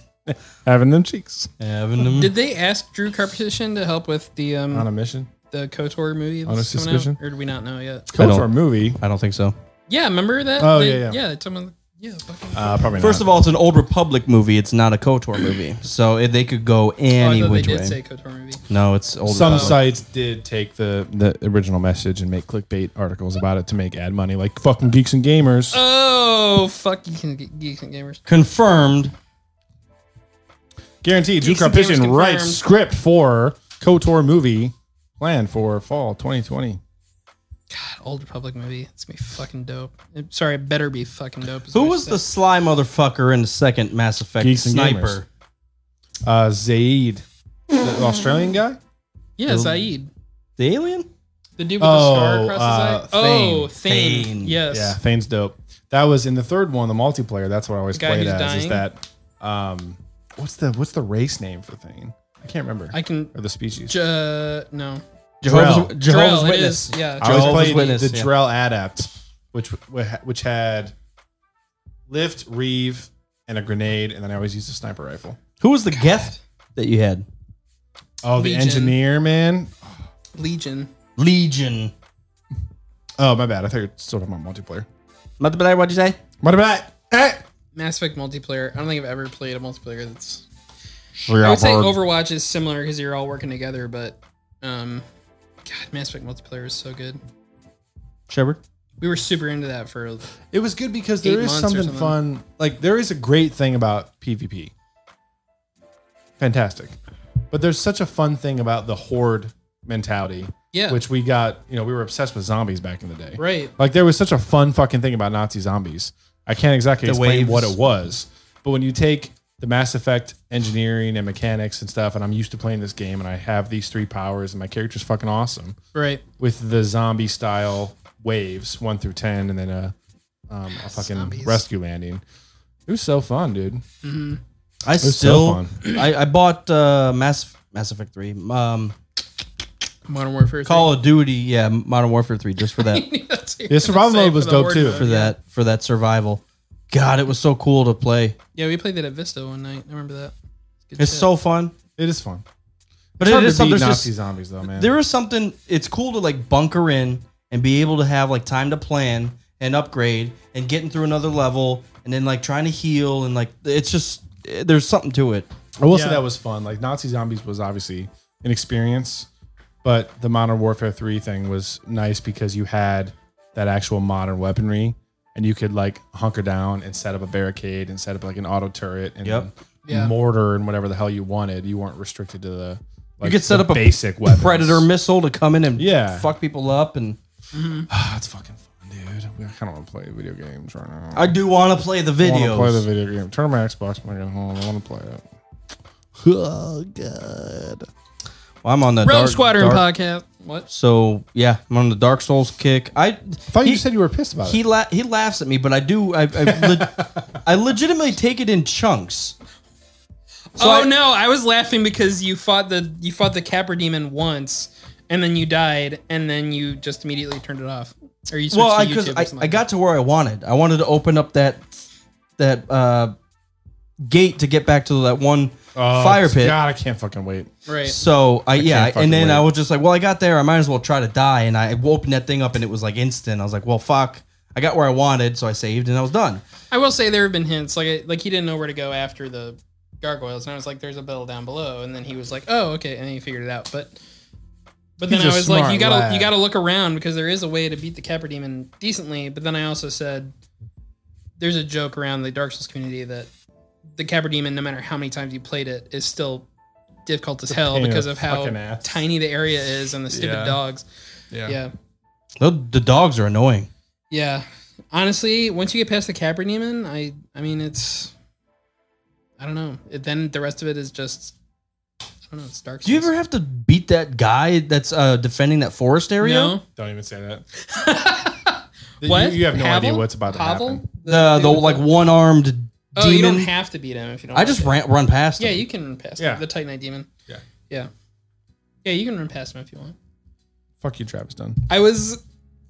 S3: having them cheeks
S7: Having them-
S2: Did they ask Drew Carpetition to help with the um
S3: on a mission.
S2: the Kotor movie that's
S3: On a
S2: coming out?
S3: suspicion?
S2: Or do we not know yet?
S3: Go
S7: don't-
S3: for a movie.
S7: I don't think so.
S2: Yeah, remember that?
S3: Oh,
S2: They-
S3: yeah, yeah.
S2: Yeah, someone yeah, fucking
S3: Uh, probably
S7: First
S3: not.
S7: of all, it's an old Republic movie. It's not a Kotor movie, so it, they could go
S2: Oh, I
S7: any
S2: thought they
S7: which
S2: did
S7: way.
S2: say Kotor movie.
S7: no, it's old.
S3: some
S7: Republic.
S3: sites did take the the original message and make clickbait articles about it to make ad money, like fucking geeks and gamers.
S2: Oh fuck you can get geeks and gamers.
S7: confirmed.
S3: Guaranteed, Drew
S2: Geeks and Gamers
S3: Carpician writes
S2: confirmed.
S3: script for Kotor movie planned for fall 2020.
S2: Old Republic movie. It's gonna be fucking dope. I'm sorry, it better be fucking dope. is
S7: Who
S2: what I
S7: was
S2: said.
S7: the sly motherfucker in the second Mass Effect
S3: Geeks and
S7: sniper?
S3: Uh, Zaid, the Australian guy.
S2: Yeah, Zaid.
S7: The alien?
S2: The dude with
S3: Oh,
S2: the scar across
S3: uh,
S2: his eye. Oh,
S7: Thane.
S2: Thane.
S7: Thane.
S2: Yes.
S3: Yeah, Thane's dope. That was in the third one, the multiplayer. That's what I always
S2: The guy
S3: played
S2: who's
S3: as. Is
S2: dying?
S3: that um, what's the what's the race name for Thane? I can't remember.
S2: I can
S3: or the species.
S2: uh, no.
S7: Jehovah's,
S3: Drell.
S7: Jehovah's
S2: Drell, it
S7: Witness.
S2: is. Yeah.
S3: I
S7: Jehovah's
S3: always played
S7: Witness,
S3: the
S7: yeah.
S3: Drell Adept, which wh- which had lift, reeve, and a grenade, and then I always used a sniper rifle.
S7: Who was the guest that you had?
S3: Oh, the
S2: Legion.
S3: engineer man.
S2: Legion.
S7: Legion.
S3: Oh, my bad. I thought you were still talking about multiplayer.
S7: Mother, what'd you say?
S3: My bad. Eh.
S2: Mass Effect multiplayer. I don't think I've ever played a multiplayer that's. I would say Overwatch is similar because you're all working together, but um, God, Mass Effect multiplayer is so good.
S7: Shepard.
S2: We were super into that for.
S3: It was good because there
S2: Eight
S3: is
S2: months or
S3: something,
S2: something.
S3: fun. Like there is a great thing about PvP. Fantastic. But there's such a fun thing about the horde mentality,
S2: Yeah.
S3: which we got, you know, we were obsessed with zombies back in the day.
S2: right.
S3: Like there was such a fun fucking thing about Nazi zombies. I can't exactly
S7: The
S3: explain
S7: waves.
S3: what it was, but when you take the Mass Effect engineering and mechanics and stuff, and I'm used to playing this game, and I have these three powers, and my character's fucking awesome
S2: Right.
S3: with the zombie style waves one through ten, and then a um, a fucking
S2: Zombies.
S3: rescue landing. It was so fun, dude.
S7: I
S3: so
S7: still. I, I bought uh, Mass Mass Effect Three. Um,
S2: Modern Warfare.
S7: Call of Duty. Yeah, Modern Warfare Three. Just for that.
S2: the
S3: Yeah, survival mode was dope, too.
S7: for that. For that survival. God, it was so cool to play.
S2: Yeah, we played that at Vista one night. I remember that. good
S7: It's
S2: shit.
S7: so fun.
S3: It is fun.
S7: But
S3: It's hard
S7: it
S3: to
S7: is something.
S3: beat
S7: There's just-
S3: Nazi zombies though, man.
S7: there is something it's cool to like bunker in and be able to have like time to plan and upgrade and getting through another level and then like trying to heal and like it's just eh, there's something to it
S3: I will say
S2: Yeah.
S3: that was fun. Like Nazi zombies was obviously an experience, but the Modern Warfare Three thing was nice because you had that actual modern weaponry, and you could like hunker down and set up a barricade and set up like an auto turret and
S7: Yep.
S2: Yeah.
S3: mortar and whatever the hell you wanted. You weren't restricted to the. Like,
S7: could set
S3: the
S7: up a
S3: basic weapons.
S7: predator missile to come in and
S3: Yeah.
S7: fuck people up and
S3: That's Ah, fucking fun, dude. We kind of want to play video games right now.
S7: i do want to play the
S3: want to
S7: videos
S3: play the video game. Turn on my Xbox when I get home. I want to play it. Oh god.
S7: Well, i'm on the
S2: Rogue
S7: dark,
S2: Squadron
S7: dark-
S2: podcast. What?
S7: so yeah i'm on the dark souls kick i
S3: I thought
S7: he-
S3: you said you were pissed about
S7: he
S3: it.
S7: la- he laughs at me, but I do. I I, le- I legitimately take it in chunks. So
S2: oh
S7: I-
S2: no, I was laughing because you fought the you fought the Capra demon once, and then you died, and then you just immediately turned it off. Or you switched to
S7: well, I,
S2: YouTube.
S7: cause
S2: or
S7: I,
S2: something
S7: I
S2: like
S7: got to where I wanted. I wanted to open up that that uh, gate to get back to that one
S3: Oh,
S7: fire pit.
S3: God, I can't fucking wait.
S2: that. right.
S7: So I, yeah,
S3: can't
S7: and then
S3: fucking
S7: I
S3: wait.
S7: was just like, well, I got there. I might as well try to die. And I opened that thing up, and it was like instant. I was like, well, fuck. I got where I wanted, so I saved, and I was done.
S2: I will say there have been hints like I- like he didn't know where to go after the gargoyles, and I was like, "There's a bell down below," and then he was like, "Oh, okay," and then he figured it out. But but then
S3: He's a
S2: I was like,
S3: smart
S2: "You gotta
S3: lad.
S2: you gotta look around because there is a way to beat the Capra demon decently." But then I also said, "There's a joke around the Dark Souls community that the Capra demon, no matter how many times you played it, is still." Difficult as hell
S3: pain in
S2: because
S3: the
S2: of how
S3: fucking ass.
S2: tiny the area is and the stupid
S3: Yeah.
S2: dogs. Yeah.
S7: The, the dogs are annoying.
S2: Yeah. Honestly, once you get past the Capra Demon, I I mean it's I don't know. It, then the rest of it is just I don't know, it's dark.
S7: Do you
S2: Souls.
S7: ever have to beat that guy that's uh, defending that forest area?
S2: no?
S3: Don't even say that.
S2: What?
S3: You, you have no
S2: Havel?
S3: idea what's about to
S2: Havel?
S3: happen.
S7: The the
S2: dude with
S7: like one armed
S2: Oh, you
S7: demon.
S2: don't have to beat him if you don't.
S7: I
S2: want
S7: just
S2: to.
S7: ran, run past
S2: Yeah,
S7: him.
S2: you can pass
S3: Yeah.
S2: him, the Titanite demon.
S3: Yeah.
S2: Yeah. Yeah, you can run past him if you want.
S3: Fuck you, Travis Dunn.
S2: I was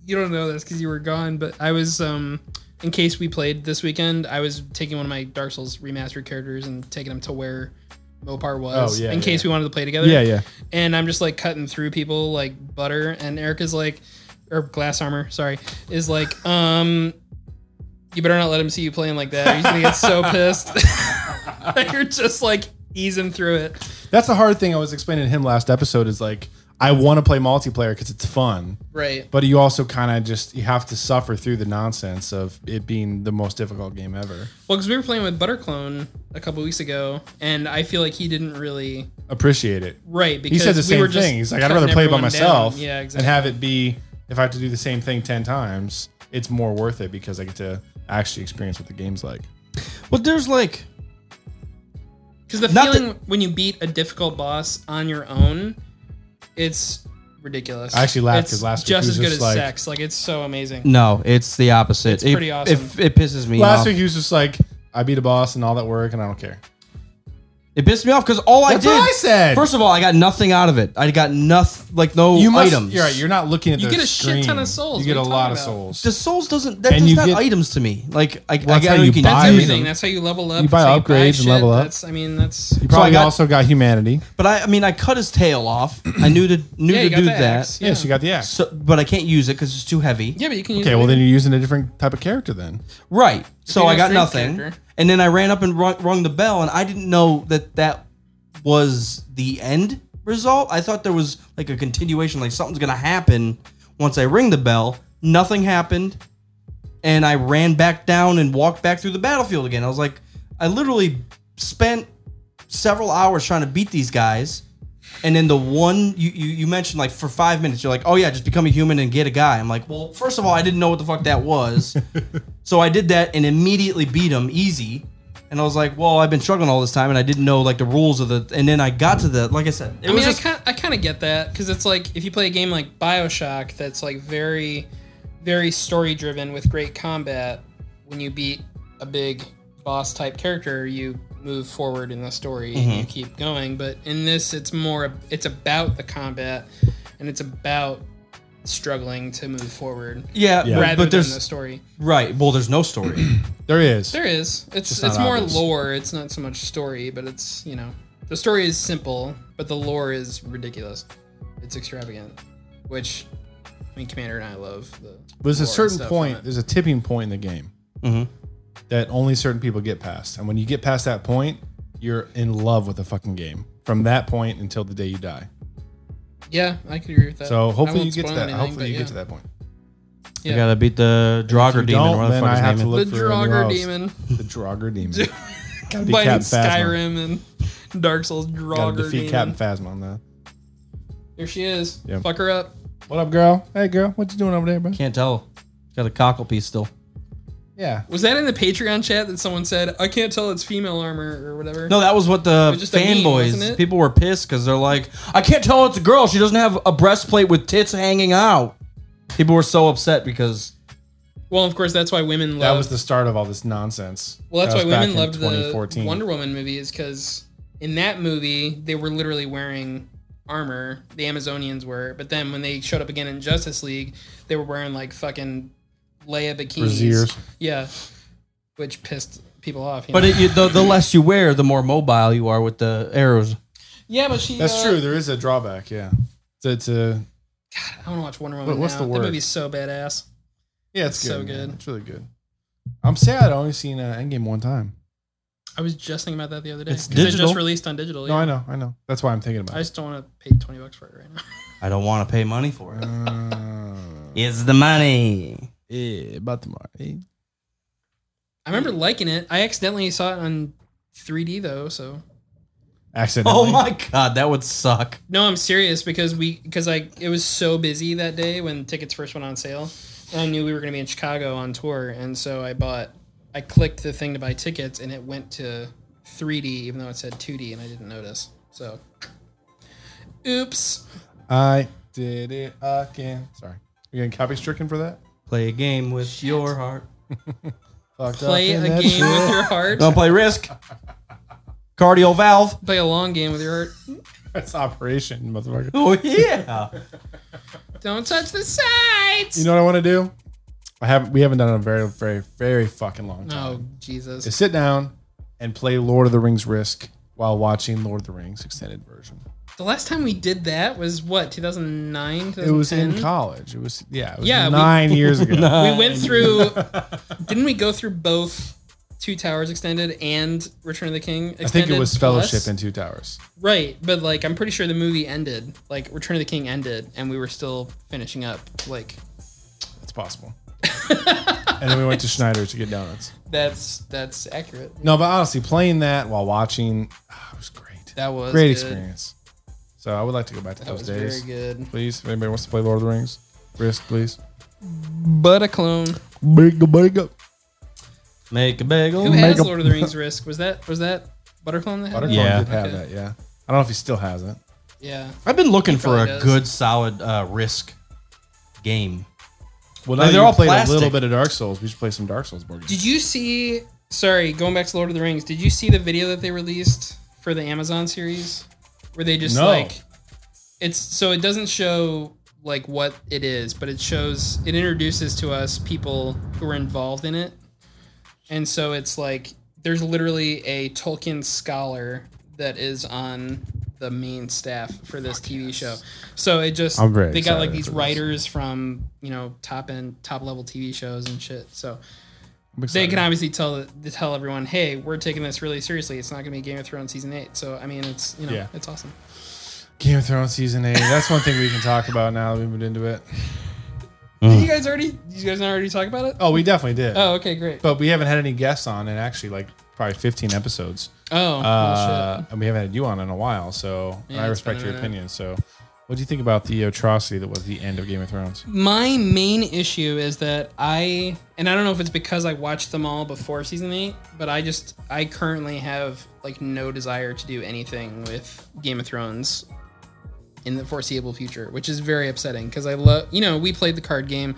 S2: you don't know this because you were gone, but I was um in case we played this weekend, I was taking one of my Dark Souls remastered characters and taking him to where Mopar was
S3: Oh, yeah,
S2: in
S3: yeah,
S2: case we wanted to play together.
S3: Yeah, yeah.
S2: And I'm just like cutting through people like butter and Erica's like or glass armor, sorry, is like, um you better not let him see you playing like that. He's gonna get so pissed. You're just like easing through it.
S3: That's the hard thing I was explaining to him last episode is like, I want to play multiplayer because it's fun,
S2: Right.
S3: but you also kind of just, you have to suffer through the nonsense of it being the most difficult game ever.
S2: Well, because we were playing with Butterclone a couple weeks ago, and I feel like he didn't really
S3: Appreciate it.
S2: right because
S3: He said the
S2: we
S3: same
S2: were just
S3: thing. He's like, I'd
S2: cutting
S3: rather play by
S2: everyone
S3: myself
S2: down. Yeah, exactly.
S3: and have it be, if I have to do the same thing 10 times, it's more worth it because I get to actually experience what the game's like.
S7: But there's like
S2: Because the
S7: Not
S2: feeling when you beat a difficult boss on your own, it's ridiculous.
S3: I actually laughed
S2: It's
S3: 'cause last week
S2: just
S3: he was
S2: as good
S3: just
S2: as
S3: like-
S2: sex. Like it's so
S3: Mm,
S2: amazing.
S7: no, it's the opposite. It's
S2: pretty awesome.
S7: If it pisses me
S3: Last
S7: off.
S3: week, he was just like, I beat a boss and all that work and I don't care.
S7: It pissed me off because all
S3: That's
S7: I did.
S3: what I said.
S7: First of all, I got nothing out of it. I got nothing, like no
S3: You must,
S7: items.
S3: You're right. You're not looking at
S2: You
S3: the
S2: get a shit ton of
S3: screen.
S2: souls.
S3: You get
S2: What
S3: a
S2: are you
S3: lot
S2: talking
S3: of
S2: about?
S3: souls.
S7: the souls doesn't. That
S3: And
S7: does
S3: you
S7: not
S3: get-
S7: items to me. Like I, I
S3: that's
S7: got
S3: how
S7: you,
S3: you
S7: can
S3: buy
S7: use
S2: Everything.
S7: them.
S2: That's how you level up.
S3: You buy
S2: That's how
S3: upgrades and level up.
S2: That's I mean that's
S3: You
S7: So I
S3: probably
S7: got-
S3: also got humanity.
S7: But I, I mean, I cut his tail off. I knew to knew
S2: yeah.
S7: to
S2: You got
S7: do
S2: the
S7: that.
S2: axe.
S3: Yes, you got the axe.
S7: So, but I can't use it because it's too heavy.
S2: Yeah, but you can. Use
S3: Okay,
S2: it
S3: well then
S2: later.
S3: you're using a different type of character then.
S7: Right. So
S2: you're
S7: I
S2: a
S7: got
S2: strength
S7: nothing.
S2: character.
S7: And then I ran up and rung, rung the bell, and I didn't know that that was the end result. I thought there was like a continuation, like something's going to happen once I ring the bell. Nothing happened. And I ran back down and walked back through the battlefield again. I was like, I literally spent several hours trying to beat these guys. And then the one you, you, you mentioned, like for five minutes, you're like, oh yeah, just become a human and get a guy. I'm like, well, first of all, I didn't know what the fuck that was. So I did that and immediately beat him easy. And I was like, well, I've been struggling all this time and I didn't know like the rules of the. And then I got to the, like I said, it
S2: I
S7: was
S2: mean,
S7: just,
S2: I kind I kind of get that because it's like if you play a game like Bioshock that's like very, very story driven with great combat. When you beat a big boss type character, you move forward in the story
S7: Mm-hmm.
S2: and you keep going. But in this, it's more it's about the combat and it's about struggling to move forward
S7: yeah,
S3: Yeah.
S2: rather
S7: Right, but
S2: than the
S7: there's,
S2: story.
S7: right. Well, there's no story.
S3: There is.
S2: There is it's it's,
S3: not
S2: more
S3: obvious.
S2: lore. It's not so much story, but it's you know the story is simple, but the lore is ridiculous. It's extravagant, which I mean, Commander and I love. The
S3: There's
S2: lore
S3: a
S2: and
S3: certain
S2: stuff
S3: point.
S2: on it. Mm-hmm.
S3: There's a tipping point in the game
S7: Mhm.
S3: that only certain people get past, and when you get past that point, you're in love with the fucking game from that point until the day you die.
S2: Yeah, I could agree with that.
S3: So
S2: I
S3: hopefully
S2: won't
S3: you get to
S2: spoil
S3: that.
S2: anything,
S3: hopefully
S2: but
S3: you
S2: yeah.
S3: get to that point.
S2: Yeah.
S7: I got to beat the Draugr
S3: If you
S7: demon.
S3: don't,
S7: or whatever
S3: then
S7: the fuck
S3: I
S7: his
S3: have to
S7: name is.
S3: look
S2: The
S3: for a new
S2: Draugr
S3: house.
S2: demon.
S3: The Draugr demon. Gotta defeat
S2: Combining
S3: Captain Phasma.
S2: Skyrim and Dark Souls
S3: Gotta
S2: Draugr
S3: defeat
S2: demon.
S3: Captain Phasma on that.
S2: There she is.
S3: Yeah.
S2: Fuck her up.
S3: What up, girl? Hey, girl. What you doing over there, bro?
S7: Can't tell. Got a cockle piece still.
S3: Yeah.
S2: Was that in the Patreon chat that someone said I can't tell it's female armor or whatever?
S7: No, that was what the
S2: was just a meme, wasn't
S7: fanboys,
S2: it?
S7: people were pissed because they're like, I can't tell it's a girl. She doesn't have a breastplate with tits hanging out. People were so upset because
S2: Well, of course that's why women love.
S3: That was the start of all this nonsense.
S2: Well, that's
S3: That
S2: why
S3: was
S2: women
S3: back in
S2: loved the Wonder Woman movie is because in that movie they were literally wearing armor. The Amazonians were, but then when they showed up again in Justice League, they were wearing like fucking Leia bikinis.
S3: Braziers.
S2: Yeah, which pissed people off. you
S7: But
S2: know?
S7: it, you, the, the less you wear, the more mobile you are with the arrows.
S2: yeah, but she.
S3: That's
S2: uh,
S3: true. There is a drawback. Yeah. So it's a
S2: I want to watch Wonder Woman.
S3: What- what's
S2: now.
S3: the
S2: That
S3: word?
S2: movie's so badass.
S3: yeah. It's,
S2: It's so
S3: good, man.
S2: good.
S3: It's really good. I'm sad. I only seen uh, Endgame one time.
S2: I was just thinking about that the other day.
S7: It's
S2: 'cause It
S7: digital.
S2: just released on digital.
S3: No,
S2: yeah.
S3: I know. I know. That's why I'm thinking
S2: I
S3: about. it.
S2: just don't want to pay twenty bucks for it right now.
S7: I don't want to pay money for it.
S3: Uh,
S7: It's the money.
S3: yeah, about tomorrow. eh?
S2: Oh I remember liking it. I accidentally saw it on 3D though, so
S3: Accidentally.
S7: Oh my god, that would suck.
S2: No, I'm serious because we because I it was so busy that day when tickets first went on sale. And I knew we were going to be in Chicago on tour, and so I bought. I clicked the thing to buy tickets, and it went to 3D, even though it said 2D, and I didn't notice. So, oops.
S3: I did it again. Sorry. You getting copy stricken for that?
S7: Play a game with your heart. Fucked
S2: Play
S7: up
S2: a
S7: in that
S2: game
S7: shit.
S2: with your heart.
S7: Don't play Risk. Cardio valve.
S2: Play a long game with your heart.
S3: That's operation, motherfucker.
S7: Oh yeah.
S2: Don't touch the sides.
S3: You know what I want to do? I haven't. We haven't done it in a very, very, very fucking long time.
S2: oh Jesus.
S3: Is sit down and play Lord of the Rings Risk while watching Lord of the Rings extended version.
S2: The last time we did that was what 2009.
S3: It was in
S2: 2010?
S3: college. It was yeah. It was
S2: Yeah, we-
S3: nine years ago.
S2: We went
S3: Um,
S2: through. didn't we go through both Two Towers extended and Return of the King? Extended
S3: I think it was
S2: plus?
S3: Fellowship and Two Towers.
S2: right, but like I'm pretty sure the movie ended. Like Return of the King ended, and we were still finishing up. Like
S3: It's possible. and then we went to Schneider's to get donuts.
S2: that's that's accurate.
S3: No, but honestly, playing that while watching ah, it was great.
S2: That was
S3: great
S2: good.
S3: experience. So I would like to go back to
S2: That
S3: those
S2: was
S3: days.
S2: very good.
S3: Please, if anybody wants to play Lord of the Rings, Risk, please.
S2: But a clone.
S3: Big, big up.
S7: Make a bagel.
S2: Who
S7: make
S2: has
S7: a-
S2: Lord of the Rings risk? Was that was that Butterclone that had
S3: Buttercon
S2: it?
S7: Yeah.
S3: did have
S2: Okay.
S3: that, yeah. I don't know if he still has it.
S2: Yeah.
S7: I've been looking for a
S2: probably does.
S7: good, solid uh, Risk game.
S3: Well,
S7: Like,
S3: now
S7: they're
S3: you
S7: all
S3: played a little
S7: plastic.
S3: bit of Dark Souls. We should play some Dark Souls board games.
S2: Did you see sorry, going back to Lord of the Rings, did you see the video that they released for the Amazon series? Where they just
S3: No.
S2: like it's so it doesn't show like what it is, but it shows it introduces to us people who are involved in it. And so it's like there's literally a Tolkien scholar that is on the main staff for this TV show. So it just
S3: I'm very
S2: they got like
S3: excited
S2: these
S3: for this.
S2: writers from, you know, top end top level TV shows and shit. So
S3: I'm
S2: they
S3: excited.
S2: can obviously tell to tell everyone, "Hey, we're taking this really seriously. It's not going to be Game of Thrones season 8." So, I mean, it's, you know,
S3: Yeah.
S2: it's awesome.
S3: Game of Thrones season eight. That's one thing we can talk about now that we moved into it.
S2: Did you guys already you guys not already talk about it?
S3: Oh, we definitely did.
S2: Oh, okay, great.
S3: But we haven't had any guests on in actually like probably 15 episodes.
S2: Oh, well,
S3: Uh,
S2: shit.
S3: and we haven't had you on in a while, so and
S2: Yeah,
S3: I
S2: it's been
S3: respect
S2: a
S3: your
S2: minute.
S3: opinion. So, what do you think about the atrocity that was the end of Game of Thrones?
S2: My main issue is that I and I don't know if it's because I watched them all before season 8, but I just I currently have like no desire to do anything with Game of Thrones in the foreseeable future, which is very upsetting cuz I love, you know, we played the card game.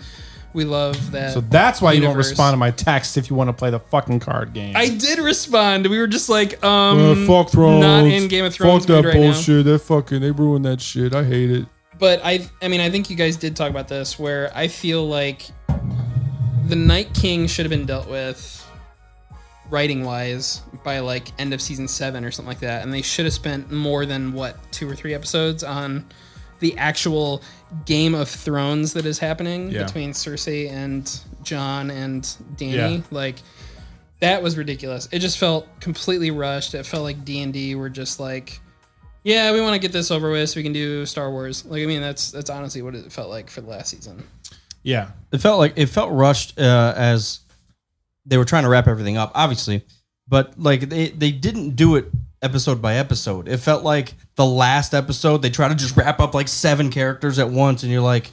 S2: We love that.
S3: So that's why you won't
S2: Universe.
S3: respond to my text if you want to play the fucking card game.
S2: I did respond. We were just like, um,
S3: Uh, fuck Thrones.
S2: not in Game of Thrones
S3: Fuck that
S2: mood right now.
S3: bullshit. That fucking they ruined that shit. I hate it.
S2: but I, I mean, I think you guys did talk about this, where I feel like the Night King should have been dealt with writing wise by like end of season seven or something like that, and they should have spent more than what two or three episodes on the actual Game of Thrones that is happening
S3: Yeah.
S2: between Cersei and John and Danny.
S3: Yeah.
S2: Like that was ridiculous. It just felt completely rushed. It felt like D and D were just like, yeah, we want to get this over with so we can do Star Wars. Like I mean, that's that's honestly what it felt like for the last season.
S3: Yeah,
S7: It felt like it felt rushed uh, as they were trying to wrap everything up, obviously. But like they they didn't do it episode by episode. It felt like the last episode they try to just wrap up like seven characters at once, and you're like,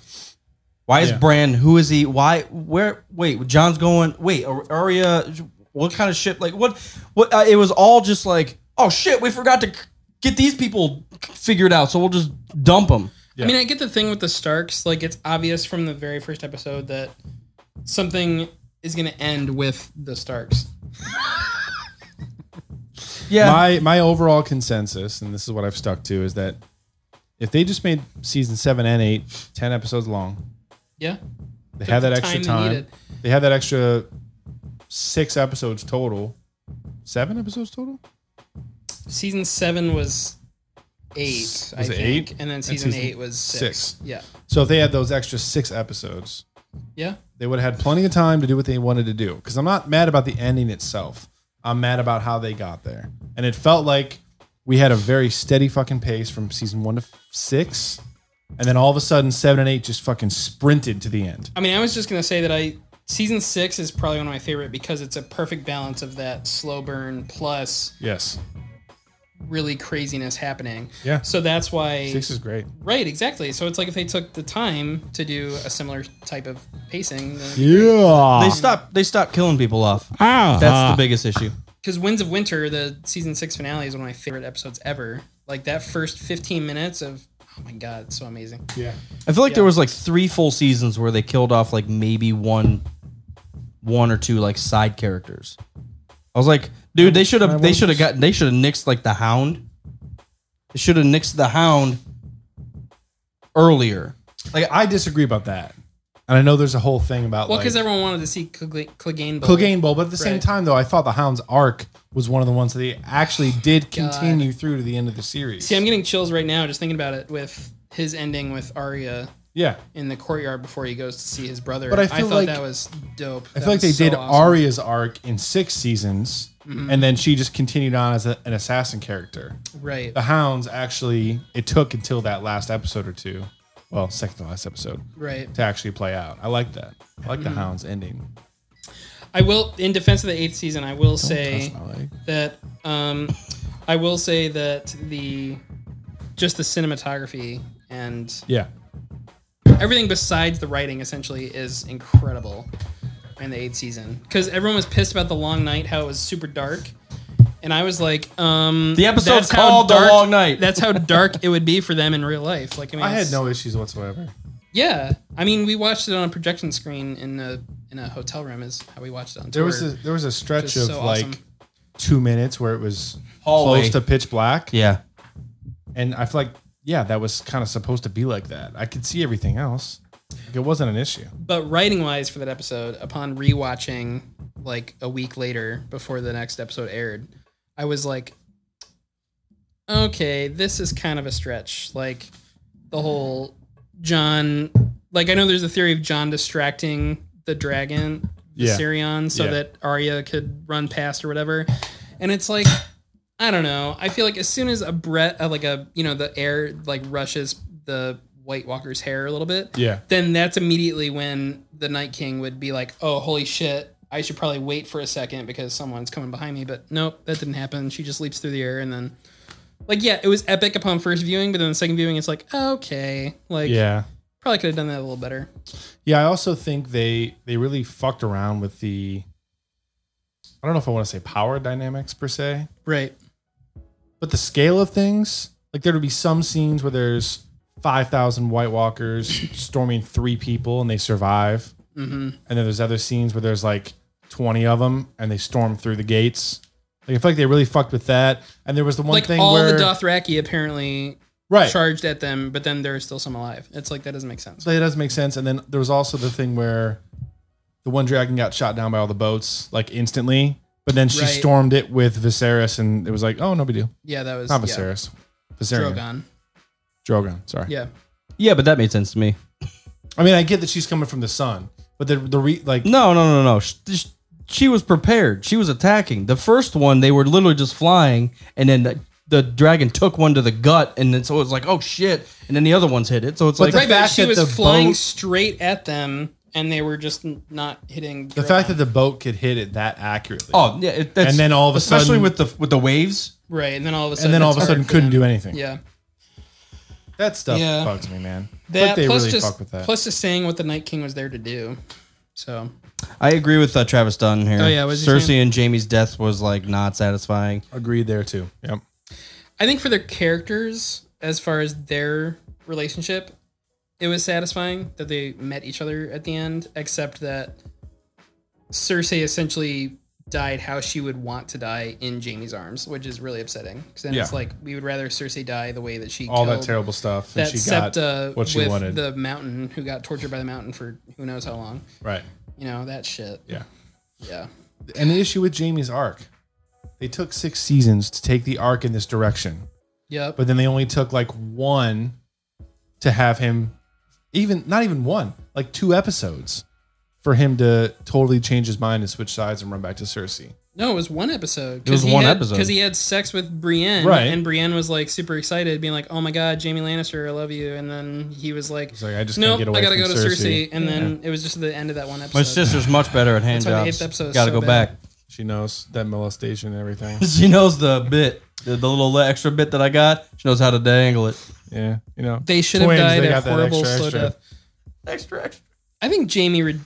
S7: why is
S3: Yeah.
S7: Bran? Who is he? Why? Where? Wait, John's going. Wait, Arya. What kind of shit? Like what? What? Uh, it was all just like, oh shit, we forgot to c- get these people figured out, so we'll just dump them.
S3: Yeah.
S2: I mean, I get the thing with the Starks. Like, it's obvious from the very first episode that something is going to end with the Starks.
S7: Yeah,
S3: My my overall consensus, and this is what I've stuck to, is that if they just made season seven and eight, ten episodes long,
S2: Yeah.
S3: they
S2: Took
S3: had that
S2: the
S3: extra
S2: time they
S3: time.
S2: needed.
S3: They had that extra six episodes total, seven episodes total.
S2: Season seven was eight, I
S3: Was it
S2: think,
S3: eight?
S2: and then
S3: And
S2: season,
S3: season
S2: eight was six.
S3: six.
S2: Yeah.
S3: So if they had those extra six episodes,
S2: Yeah.
S3: they would have had plenty of time to do what they wanted to do. Because I'm not mad about the ending itself. I'm mad about how they got there. And it felt like we had a very steady fucking pace from season one to f- six. And then all of a sudden, seven and eight just fucking sprinted to the end.
S2: I mean, I was just going to say that I. Season six is probably one of my favorite because it's a perfect balance of that slow burn plus
S3: Yes.
S2: really craziness happening.
S3: Yeah.
S2: So that's why
S3: Six is great.
S2: Right, exactly. So it's like if they took the time to do a similar type of pacing,
S7: they
S3: Yeah.
S7: stopped. They stopped killing people off. That's the biggest issue.
S2: because Winds of Winter, the season six finale, is one of my favorite episodes ever. Like that first 15 minutes of, oh my god, it's so amazing.
S3: Yeah.
S7: I feel like there was like three full seasons where they killed off like maybe one one or two like side characters. I was like, dude, they should have they should have gotten they should have nixed like the Hound. They should have nixed the Hound earlier.
S3: Like I disagree about that, and I know there's a whole thing about
S2: Well,
S3: like
S2: because everyone wanted to see Clegane. Clegane Bowl.
S3: Clegane Bowl, but at the same
S2: Right.
S3: time though, I thought the Hound's arc was one of the ones that they actually did continue through to the end of the series.
S2: See, I'm getting chills right now just thinking about it with his ending with Arya
S3: yeah,
S2: in the courtyard before he goes to see his brother.
S3: But I feel
S2: thought
S3: like-
S2: that was dope.
S3: I feel like they did Arya's arc in six seasons,
S2: Mm-hmm.
S3: and then she just continued on as a, an assassin character.
S2: Right.
S3: The Hounds actually, it took until that last episode or two, well, second to last episode,
S2: Right.
S3: to actually play out. I like that. I like the
S2: Mm-hmm.
S3: Hounds ending.
S2: I will, in defense of the eighth season, I will say
S3: That's my like.
S2: that um, I will say that the just the cinematography and
S3: Yeah,
S2: everything besides the writing essentially is incredible in the eighth season because everyone was pissed about the long night how it was super dark and i was like um
S7: The episode's
S2: that's how
S7: called The Long Night.
S2: that's how dark it would be for them in real life like i mean
S3: I had
S2: it's-
S3: no issues whatsoever.
S2: yeah i mean we watched it on a projection screen in a in a hotel room is how we watched it on
S3: There
S2: tour.
S3: was a, there was a stretch of
S2: Just so
S3: like
S2: awesome.
S3: two minutes where it was
S7: Hallway.
S3: close to pitch black,
S7: Yeah.
S3: and I feel like yeah, that was kind of supposed to be like that. I could see everything else. Like, it wasn't an issue.
S2: but writing wise for that episode upon rewatching like a week later before the next episode aired i was like okay this is kind of a stretch like the whole john like i know there's a theory of john distracting the dragon
S3: Yeah.
S2: Viserion, so
S3: Yeah.
S2: that Arya could run past or whatever and it's like I don't know. I feel like as soon as a Brett, uh, like a you know, the air like rushes the White Walker's hair a little bit,
S3: Yeah.
S2: Then that's immediately when the Night King would be like, "Oh, holy shit! I should probably wait for a second because someone's coming behind me." But nope, that didn't happen. She just leaps through the air and then, like, yeah, it was epic upon first viewing, but then the second viewing, it's like, okay, like,
S3: Yeah.
S2: probably could have done that a little better.
S3: Yeah, I also think they they really fucked around with the I don't know if I want to say power dynamics per se,
S2: Right.
S3: but the scale of things, like there would be some scenes where there's 5,000 White Walkers storming three people and they survive.
S2: Mm-hmm.
S3: And then there's other scenes where there's like 20 of them and they storm through the gates. Like I feel like they really fucked with that. And there was the one
S2: Like
S3: thing
S2: all
S3: where
S2: the Dothraki apparently
S3: right.
S2: charged at them, but then there are still some alive. It's like that doesn't make sense.
S3: So that does make sense. And then there was also the thing where the one dragon got shot down by all the boats like instantly, but then she
S2: Right.
S3: stormed it with Viserys, and it was like, oh no big deal,
S2: Yeah, that was
S3: not
S2: yeah.
S3: Viserys, Viserion, Drogon.
S2: Drogon.
S3: Sorry.
S2: Yeah.
S7: Yeah, but that made sense to me.
S3: I mean, I get that she's coming from the sun, but the the re, like
S7: No, no, no, no. Sh- sh- She was prepared. She was attacking. The first one, they were literally just flying, and then the, the dragon took one to the gut, and then so it was like, oh shit, and then the other ones hit it. So it's
S3: But
S7: like,
S3: the
S2: right, but
S3: fact
S2: she
S3: that
S2: was
S3: the
S2: flying
S3: boat-
S2: straight at them, and they were just n- not hitting.
S3: the fact that the boat could hit it that accurately.
S7: oh yeah, it, that's,
S3: And then all of a
S7: especially
S3: sudden-
S7: with the with the waves.
S2: right, and then all of a sudden,
S3: and then all of a
S2: it's
S3: sudden
S2: hard for
S3: couldn't
S2: them.
S3: do anything.
S2: Yeah,
S3: That stuff
S2: Yeah.
S3: bugs me, man.
S2: that
S3: but they
S2: plus
S3: really
S2: just
S3: fuck with that.
S2: plus just saying what the Night King was there to do. So
S7: I agree with uh, Travis Dunn here.
S2: Oh, yeah, what's he
S7: Cersei
S2: saying?
S7: and Jamie's death was like not satisfying.
S3: Agreed there too. Yep.
S2: I think for their characters, as far as their relationship, it was satisfying that they met each other at the end, except that Cersei essentially died how she would want to die in Jamie's arms, which is really upsetting. Because then it's
S3: Yeah.
S2: like we would rather Cersei die the way that she
S3: All that
S2: killed
S3: terrible stuff. and
S2: that
S3: she got
S2: septa
S3: what she
S2: with
S3: wanted.
S2: the mountain who got tortured by the mountain for who knows how long.
S3: right.
S2: You know, that shit.
S3: Yeah.
S2: Yeah.
S3: and the issue with Jamie's arc, they took six seasons to take the arc in this direction,
S2: Yep.
S3: but then they only took like one to have him, even not even one, like two episodes for him to totally change his mind and switch sides and run back to Cersei.
S2: no, it was one episode.
S7: It was one episode.
S2: Because he had sex with Brienne.
S3: Right.
S2: And Brienne was like super excited, being like, oh my God, Jamie Lannister, I love you. And then he was like,
S3: He's like, I just can't
S2: nope,
S3: get away
S2: I gotta
S3: from
S2: go to
S3: Cersei.
S2: Cersei. And then it was just the end of that one episode.
S7: My sister's much better at hand
S2: That's why the
S7: jobs.
S2: eighth episode is
S7: Gotta
S2: so
S7: go
S2: bad.
S7: back.
S3: She knows that molestation and everything.
S7: She knows the bit, the, the little extra bit that I got. She knows how to dangle it.
S3: yeah, you know
S2: They should have
S3: Twins,
S2: died
S3: they
S2: a
S3: got that
S2: horrible
S3: extra,
S2: slow
S3: extra.
S2: death.
S7: Extra, extra.
S2: I think Jamie re-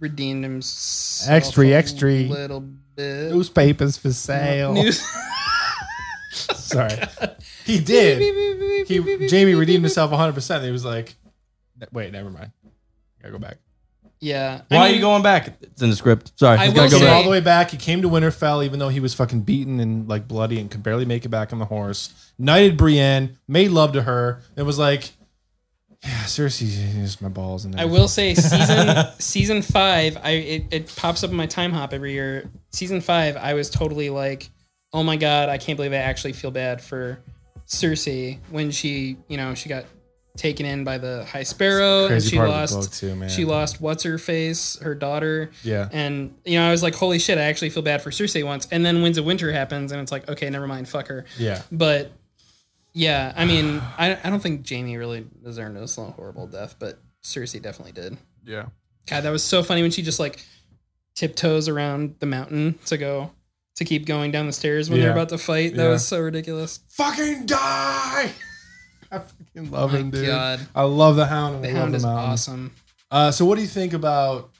S2: redeemed himself.
S3: Extra,
S2: a
S3: extra.
S2: Little bit.
S3: newspapers for sale. Sorry, he did. he Jamie redeemed himself 100. percent He was like, "Wait, never mind. I gotta go back."
S2: yeah. I
S7: Why are
S2: mean,
S7: you going back? It's in the script. Sorry,
S2: I
S7: it's
S2: will
S7: gotta go
S3: Goes
S2: say-
S7: back.
S3: all the way back. He came to Winterfell, even though he was fucking beaten and like bloody and could barely make it back on the horse. Knighted Brienne, made love to her, and was like, "Yeah, seriously, just my balls." And
S2: I will say season season five. I it, it pops up in my time hop every year. Season five, I was totally like, oh my god, I can't believe I actually feel bad for Cersei when she, you know, she got taken in by the High Sparrow and
S3: Crazy
S2: she
S3: part of the book,
S2: lost
S3: too, man.
S2: she lost what's her face, her daughter.
S3: Yeah.
S2: And you know, I was like, holy shit, I actually feel bad for Cersei once. And then Winds of Winter happens, and it's like, okay, never mind, fuck her.
S3: Yeah.
S2: But yeah, I mean, I, I don't think Jamie really deserved this little horrible death, but Cersei definitely did.
S3: Yeah.
S2: God, that was so funny when she just like tiptoes around the mountain to go to keep going down the stairs when they're
S3: Yeah.
S2: about to fight. That
S3: Yeah.
S2: was so ridiculous.
S3: Fucking die. I fucking love
S2: My
S3: him, dude.
S2: God.
S3: I love the Hound. And
S2: The
S3: I
S2: hound
S3: love
S2: is
S3: the mountain.
S2: awesome.
S3: Uh, so, what do you think about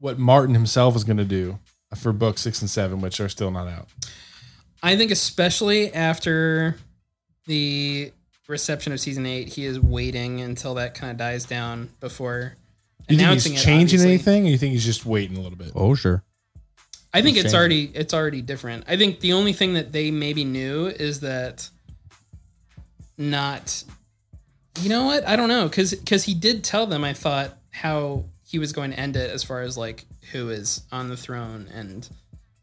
S3: what Martin himself is going to do for book six and seven, which are still not out?
S2: I think especially after the reception of season eight, he is waiting until that kind of dies down before
S3: You think
S2: announcing
S3: he's
S2: it,
S3: changing
S2: obviously.
S3: anything, or you think he's just waiting a little bit?
S7: Oh sure.
S2: I think it's
S7: changing.
S2: already it's already different. I think the only thing that they maybe knew is that not you know what? I don't know cuz cuz he did tell them I thought how he was going to end it as far as like who is on the throne and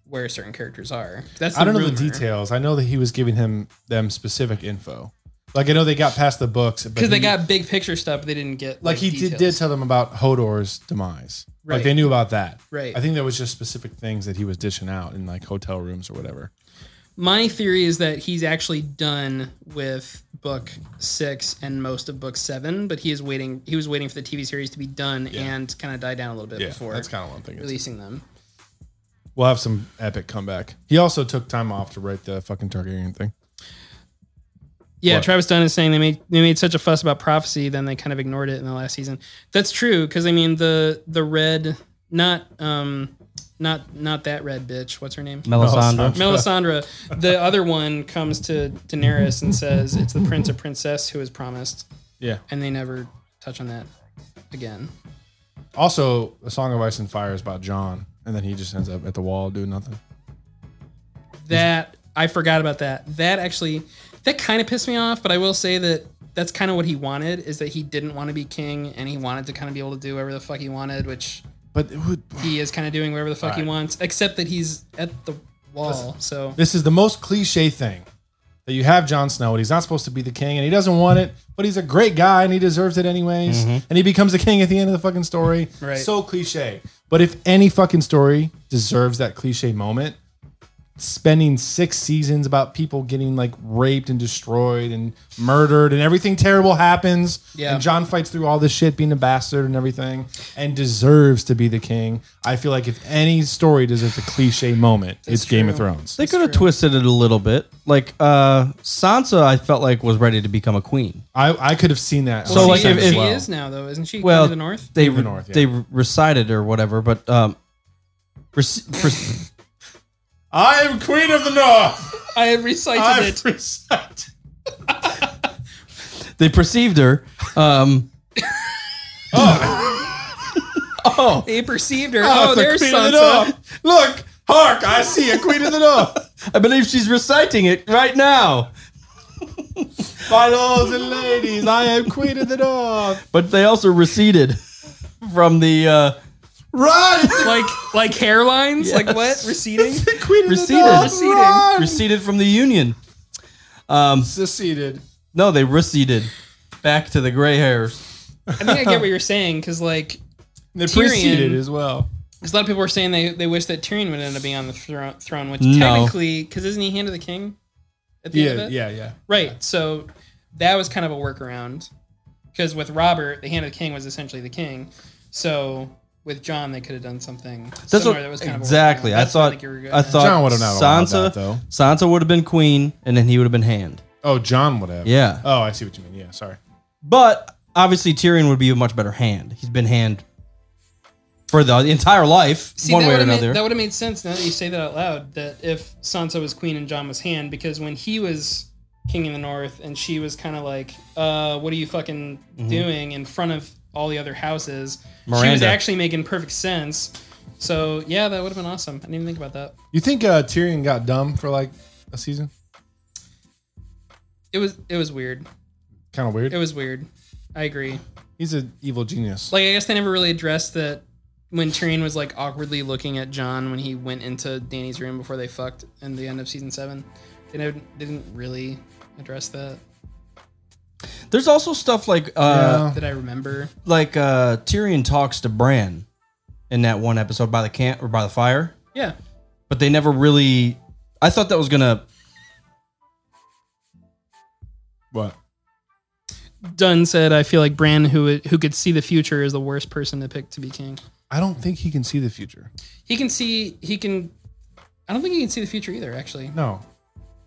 S2: where certain characters are. That's
S3: I don't know the
S2: rumor.
S3: details. I know that he was giving him them specific info. Like I know they got past the books but
S2: Cuz they
S3: he-
S2: got big picture stuff but they didn't get
S3: like he did, did
S2: details.
S3: tell them about Hodor's demise.
S2: Right.
S3: Like they knew about that.
S2: Right.
S3: I think there was just specific things that he was dishing out in like hotel rooms or whatever.
S2: My theory is that he's actually done with book six and most of book seven, but he is waiting. He was waiting for the TV series to be done and kind of die down a little bit before
S3: that's kind of one thing.
S2: releasing them.
S3: We'll have some epic comeback. He also took time off to write the fucking Targaryen thing.
S2: Yeah,
S3: What?
S2: Travis Dunn is saying they made they made such a fuss about prophecy, then they kind of ignored it in the last season. That's true because I mean the the red, not um, not not that red bitch. What's her name?
S7: Melisandre.
S2: Melisandre, the other one comes to Daenerys and says it's the prince or princess who is promised,
S3: Yeah.
S2: and they never touch on that again.
S3: Also, A Song of Ice and Fire is about John, and then he just ends up at the wall doing nothing.
S2: That I forgot about that. That actually that kind of pissed me off, but I will say that that's kind of what he wanted is that he didn't want to be king and he wanted to kind of be able to do whatever the fuck he wanted, which
S3: But it would,
S2: he is kind of doing whatever the fuck he
S3: Right.
S2: wants, except that he's at the wall. So
S3: This is the most cliche thing that you have Jon Snow, and he's not supposed to be the king, and he doesn't want it, but he's a great guy, and he deserves it anyways, and he becomes the king at the end of the fucking story.
S2: Mm-hmm. Right.
S3: So cliche. But if any fucking story deserves that cliche moment, spending six seasons about people getting like raped and destroyed and murdered and everything terrible happens
S2: Yeah.
S3: and John fights through all this shit being a bastard and everything and deserves to be the king. I feel like if any story deserves a cliche moment, it's Game of
S2: true.
S3: Thrones.
S7: They could have twisted it a little bit. Like uh Sansa, I felt like was ready to become a queen.
S3: I, I could have seen that.
S7: So,
S3: on
S7: like,
S2: she,
S3: set
S7: if-
S3: as
S2: she
S7: well.
S2: is now though, isn't she?
S7: Well,
S2: Queen of the North.
S7: they
S3: Queen of the
S7: North,
S3: North, yeah.
S7: they recited or whatever, but um, rec- rec-
S3: I am queen of the north.
S2: I have recited
S3: I've
S2: it.
S3: recited.
S7: they perceived her. Um, oh,
S2: They perceived her.
S3: Oh,
S2: Oh,
S3: it's the
S2: there's
S3: queen of the
S2: Sansa.
S3: north. Look, hark! I see a queen of the north.
S7: I believe she's reciting it right now.
S3: My lords and ladies, I am queen of the north.
S7: But they also receded from the uh,
S3: Run! It's
S2: Like like hairlines. Like
S7: Yes.
S2: what? Receding.
S3: the queen of
S7: Receded.
S3: the north.
S7: Receding.
S3: Run!
S7: receded from the union. Um,
S3: Seceded.
S7: No, they receded back to the gray hairs.
S2: I think I get what you're saying because like
S3: They
S2: Tyrion-
S3: preceded as well.
S2: 'cause a lot of people were saying they, they wish that Tyrion would end up being on the thro- throne, which
S7: No.
S2: technically because isn't he hand of the king? At the end
S3: Yeah,
S2: of it?
S3: yeah, yeah.
S2: Right. So that was kind of a workaround because with Robert, the hand of the king was essentially the king. So with John, they could have done something
S7: That's
S2: similar.
S7: what,
S2: that was kind of a
S7: exactly.
S2: workaround.
S7: I
S2: That's where
S7: thought.
S2: think you were going
S7: I
S2: at.
S7: thought
S3: John would've not allowed
S7: Sansa.
S3: that, though.
S7: Sansa would have been queen, and then he would have been hand.
S3: Oh, John would have.
S7: Yeah.
S3: Oh, I see what you mean. Yeah, sorry.
S7: But obviously, Tyrion would be a much better hand. He's been hand for the entire life,
S2: See,
S7: one
S2: that
S7: way or
S2: would've made-
S7: another.
S2: that would have made sense now that you say that out loud. That if Sansa was queen and John was hand, because when he was king in the north and she was kind of like, uh, "What are you fucking doing?" in front of all the other houses. She was
S7: Mm-hmm. Miranda.
S2: actually making perfect sense. So yeah, that would have been awesome. I didn't even think about that.
S3: You think uh, Tyrion got dumb for like a season?
S2: It was it was weird.
S3: Kind of weird.
S2: It was weird. I agree.
S3: He's an evil genius.
S2: Like I guess they never really addressed that when Tyrion was like awkwardly looking at John when he went into Danny's room before they fucked in the end of season seven. They never, didn't really address that
S7: There's also stuff like uh,
S3: Yeah.
S2: that I remember.
S7: like uh, Tyrion talks to Bran in that one episode by the camp or by the fire,
S2: Yeah.
S7: but they never really. I thought that was gonna.
S3: what?
S2: Dunn said, "I feel like Bran, who who could see the future, is the worst person to pick to be king.
S3: I don't think he can see the future.
S2: He can see. He can. I don't think he can see the future either. Actually,
S3: No.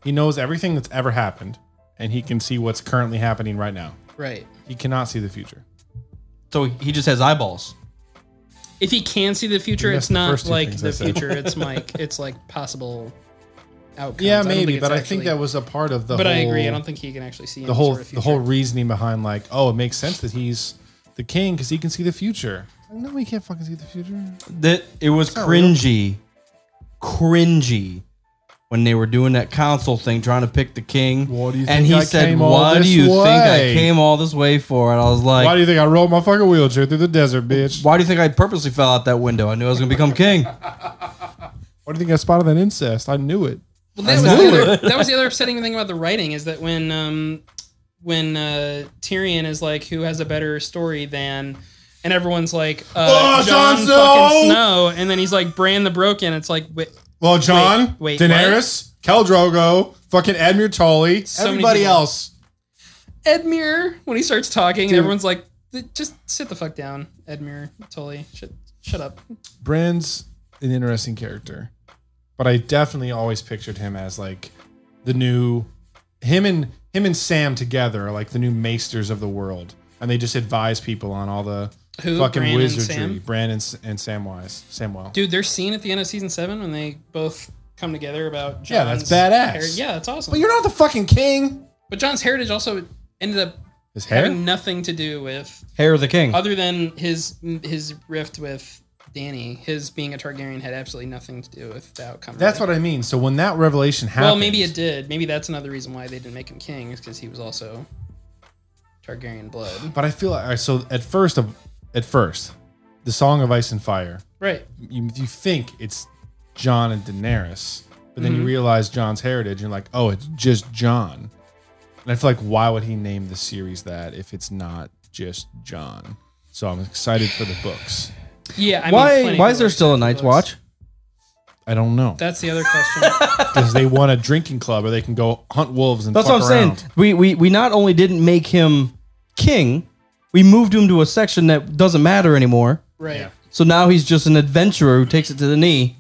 S3: He knows everything that's ever happened and he can see what's currently happening right now.
S2: right?
S3: He cannot see the future.
S7: So he just has eyeballs.
S2: If he can see the future,
S3: You
S2: it's
S3: missed the
S2: not
S3: first two
S2: like
S3: things I
S2: the
S3: said.
S2: future. It's like it's like possible outcomes. I
S3: Yeah,
S2: don't
S3: maybe,
S2: think it's
S3: but I
S2: actually-
S3: think that was a part of the
S2: But
S3: whole,
S2: I agree. I don't think he can actually see
S3: the whole
S2: Sort of
S3: the
S2: future.
S3: whole reasoning behind like, oh, it makes sense that he's the king because he can see the future. No, he can't fucking see the future.
S7: That it was cringy, cringy, when they were doing that council thing, trying to pick the king.
S3: What do you
S7: and
S3: think
S7: he
S3: I
S7: said,
S3: came all
S7: "Why do
S3: this
S7: you think I
S3: way?"
S7: came all this way for?" And I was like,
S3: Why do you think I rode my fucking wheelchair through the desert, bitch?
S7: "Why do you think I purposely fell out that window? I knew I was gonna become king."
S3: Why do you think I spotted that incest? I knew it.
S2: Well, that was, the other, that was the other upsetting thing about the writing is that when um, when uh, Tyrion is like, "Who has a better story than?" and everyone's like, uh,
S3: Oh,
S2: "John
S3: Jon Snow!"
S2: fucking Snow," and then he's like, "Bran the Broken." It's like, wait,
S3: Well, John,
S2: wait,
S3: Daenerys, Khal Drogo, fucking Admiral Tully,
S2: So many
S3: everybody
S2: people.
S3: else.
S2: Edmure. When he starts talking, everyone's like, "Th- "Just sit the fuck down, Edmure, Tully. Shut, shut up."
S3: Bran's an interesting character, but I definitely always pictured him as like the new him and him and Sam together are like the new maesters of the world, and they just advise people on all the
S2: Who,
S3: fucking
S2: Bran and
S3: wizardry.
S2: Sam?
S3: Bran and, S- and Samwise, Samwell.
S2: Dude, their scene at the end of season seven when they both come together about John's
S3: Yeah, that's badass.
S2: yeah, that's awesome.
S3: But you're not the fucking king.
S2: But John's heritage also ended up
S3: His hair.
S2: having nothing to do with
S7: Hair of the king.
S2: other than his his rift with Danny. His being a Targaryen had absolutely nothing to do with the outcome.
S3: That's what I mean. So when that revelation happened,
S2: Well, maybe it did. Maybe that's another reason why they didn't make him king is because he was also Targaryen blood.
S3: But I feel like all right, so at first of at first, the song of ice and fire.
S2: Right.
S3: you, you think it's John and Daenerys, but then you
S7: Mm-hmm.
S3: realize John's heritage, and you're like, oh, it's just John. And I feel like, why would he name the series that if it's not just John? So I'm excited for the books.
S2: Yeah. I mean,
S7: why?
S2: plenty
S7: Why
S2: of
S7: is there
S2: books.
S7: still a Night's Watch?
S3: I don't know
S2: That's the other question.
S3: because they want a drinking club, or they can go hunt wolves and.
S7: That's
S3: fuck
S7: what I'm
S3: around.
S7: saying. We, we we not only didn't make him king, we moved him to a section that doesn't matter anymore.
S2: right.
S7: So now he's just an adventurer who takes it to the knee.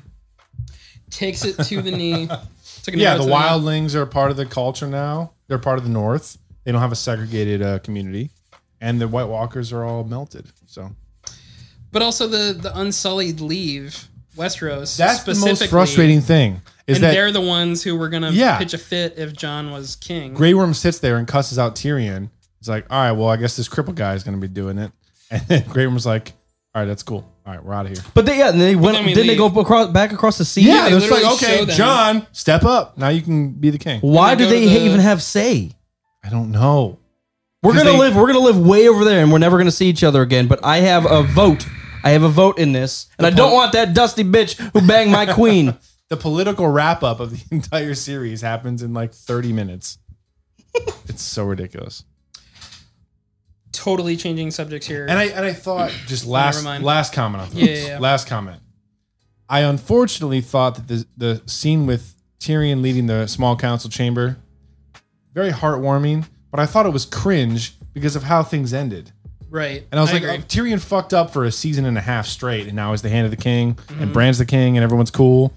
S2: Takes it to the knee. Took an
S3: Yeah,
S2: arrow
S3: the
S2: to knee.
S3: wildlings are part of the culture now. They're part of the North. They don't have a segregated uh, community, and the White Walkers are all melted. So
S2: But also the the unsullied leave Westeros.
S3: that's the most
S2: specifically.
S3: frustrating thing is
S2: And
S3: that
S2: they're the ones who were gonna
S3: Yeah.
S2: pitch a fit if John was king.
S3: Grey Worm sits there and cusses out Tyrion. He's like, all right, well, I guess this cripple guy is going to be doing it. And then Grey Worm's like, all right, that's cool. All right, we're out of here.
S7: But they, yeah, and they went.
S2: then we
S7: Didn't they go
S2: leave.
S7: across, back across the sea?
S2: they
S3: it's like,
S2: literally
S3: okay,
S2: show them-
S3: John, step up. Now you can be the king.
S7: Why
S2: And they
S7: do
S2: go
S7: they
S2: to the-
S7: even have say?
S3: I don't know.
S7: We're
S3: 'Cause
S7: gonna
S3: they-
S7: live. We're gonna live way over there, and we're never gonna see each other again. But I have a vote. I have a vote in this, and I don't want that dusty bitch who banged my queen.
S3: The political wrap up of the entire series happens in like 30 minutes. it's so ridiculous.
S2: Totally changing subjects here.
S3: And I and I thought just last
S2: mind.
S3: last comment on this.
S2: Yeah, yeah, yeah.
S3: Last comment. I unfortunately thought that the the scene with Tyrion leading the small council chamber very heartwarming, but I thought it was cringe because of how things ended.
S2: right.
S3: And I was like, oh,
S2: agree.
S3: Tyrion fucked up for a season and a half straight, and now he's the hand of the king,
S2: Mm-hmm.
S3: and Bran's the king, and everyone's cool,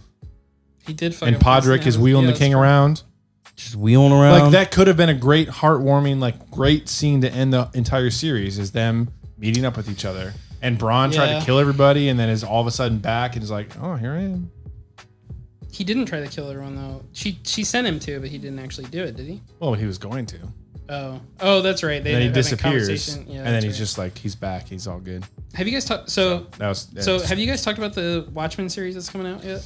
S2: he did. fuck
S3: and
S2: up once,
S3: Podrick
S2: yeah.
S3: is wheeling
S2: Yeah,
S3: the king
S2: that's true.
S3: around.
S7: Just wheeling around.
S3: Like that could have been a great heartwarming, like great scene to end the entire series is them meeting up with each other. And Braun tried
S2: Yeah.
S3: to kill everybody and then is all of a sudden back and is like, Oh, here I am.
S2: He didn't try to kill everyone though. She she sent him to, but he didn't actually do it, did he?
S3: Well, he was going to.
S2: Oh, oh, that's right. They
S3: And then he
S2: had that
S3: disappears,
S2: conversation. Yeah,
S3: and then
S2: that's
S3: he's
S2: right.
S3: just like he's back. He's all good.
S2: Have you guys talked? So,
S3: That was
S2: so have you guys talked about the Watchmen series that's coming out yet?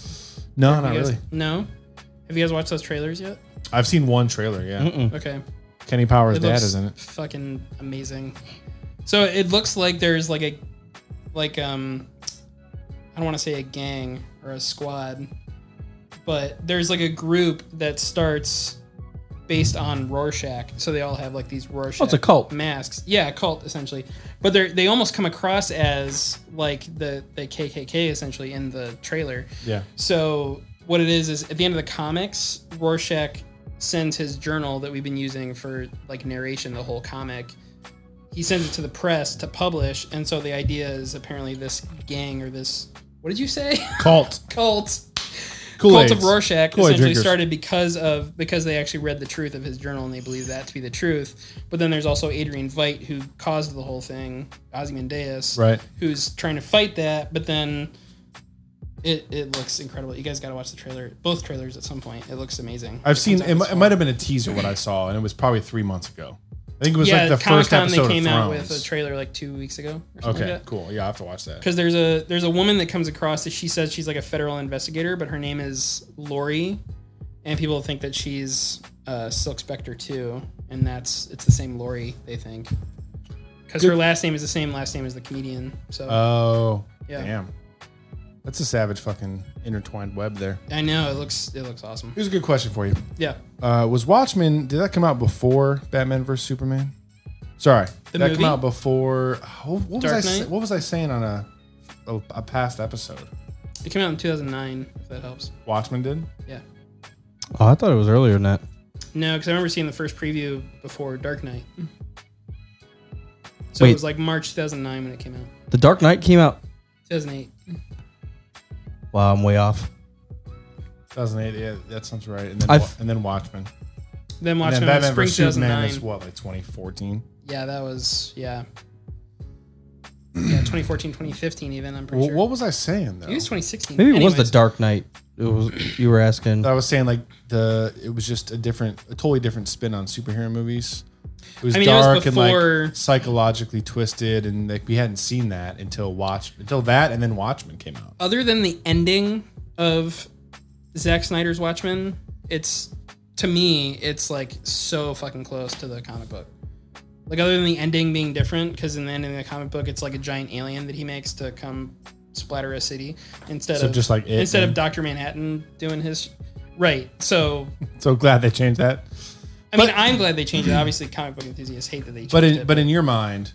S3: No, not
S2: You guys-
S3: really.
S2: No. Have you guys watched those trailers yet?
S3: I've seen one trailer. Yeah,
S2: Okay.
S3: Kenny Powers'
S2: Mm-hmm. It
S3: dad
S2: looks
S3: is in it.
S2: fucking amazing. So it looks like there's like a like um I don't want to say a gang or a squad, but there's like a group that starts based on Rorschach. So they all have like these Rorschach
S7: a cult.
S2: masks. Yeah, a cult essentially. But they they almost come across as like the the KKK essentially in the trailer.
S3: Yeah,
S2: So what it is is at the end of the comics, Rorschach sends his journal that we've been using for like narration the whole comic. He sends it to the press to publish, and so the idea is apparently this gang or this what did you say
S3: cult.
S2: cult
S3: Kool-Aid.
S2: cult of Rorschach
S3: Kool-Aid
S2: essentially
S3: drinkers.
S2: started because of because they actually read the truth of his journal and they believe that to be the truth. But then there's also Adrian Veidt who caused the whole thing, Ozymandias,
S3: Right.
S2: Who's trying to fight that, but then it it looks incredible. You guys got to watch the trailer, both trailers at some point. It looks amazing.
S3: I've seen
S2: comes
S3: it.
S2: out
S3: mi-
S2: this
S3: It might have been a teaser what I saw, and it was probably three months ago. I think it was
S2: yeah,
S3: like the
S2: Comic
S3: first
S2: Con
S3: episode
S2: they came
S3: of
S2: out
S3: Thrones.
S2: with a trailer like two weeks ago. Or something
S3: okay,
S2: like that.
S3: cool. Yeah, I have to watch that.
S2: because there's a there's a woman that comes across that she says she's like a federal investigator, but her name is Lori, and people think that she's uh, Silk Spectre too, and that's it's the same Lori they think, because her last name is the same last name as the comedian. So
S3: Oh,
S2: Yeah.
S3: damn. That's a savage fucking intertwined web there.
S2: I know it looks it looks awesome.
S3: Here's a good question for you.
S2: Yeah,
S3: Uh, was Watchmen, did that come out before Batman vs. Superman? Sorry.
S2: The
S3: did that
S2: movie?
S3: come out before. oh, what, was
S2: Dark
S3: I, sa-
S2: Knight?
S3: what was I saying on a, a, a past episode?
S2: it came out in 2009. If that helps.
S3: Watchmen did?
S2: Yeah.
S7: Oh, I thought it was earlier than that.
S2: No, because I remember seeing the first preview before Dark Knight. So
S7: Wait.
S2: it was like March 2009 when it came out.
S7: The Dark Knight came out.
S2: 2008.
S7: Wow, I'm way off.
S3: 2008. Yeah, that sounds right. And then,
S7: I've-
S3: Wa- and then Watchmen.
S2: Then
S3: and
S2: Watchmen
S3: then
S2: was
S3: Batman
S2: spring
S3: vs. Superman
S2: 2009.
S3: is what, like 2014?
S2: Yeah, that was yeah. Yeah, 2014, 2015 even, I'm pretty
S3: Well,
S2: sure.
S3: what was I saying, though?
S2: Maybe it was 2016.
S7: Maybe it was
S2: Anyways,
S7: the Dark Knight. It was you were asking.
S3: I was saying like the it was just a different, a totally different spin on superhero movies. It was
S2: I mean, it was
S3: dark and
S2: before-
S3: like psychologically twisted, and like we hadn't seen that until Watch, until that, and then Watchmen came out.
S2: Other than the ending of Zack Snyder's Watchmen, it's to me, it's like so fucking close to the comic book. Like other than the ending being different, because in the ending of the comic book, it's like a giant alien that he makes to come splatter a city instead
S3: So
S2: of
S3: just like it,
S2: instead
S3: man.
S2: of Doctor Manhattan doing his right. So
S3: So glad they changed that.
S2: I mean, I'm glad they changed it. Obviously, comic book enthusiasts hate that they changed
S3: But
S2: it.
S3: in, but in your mind,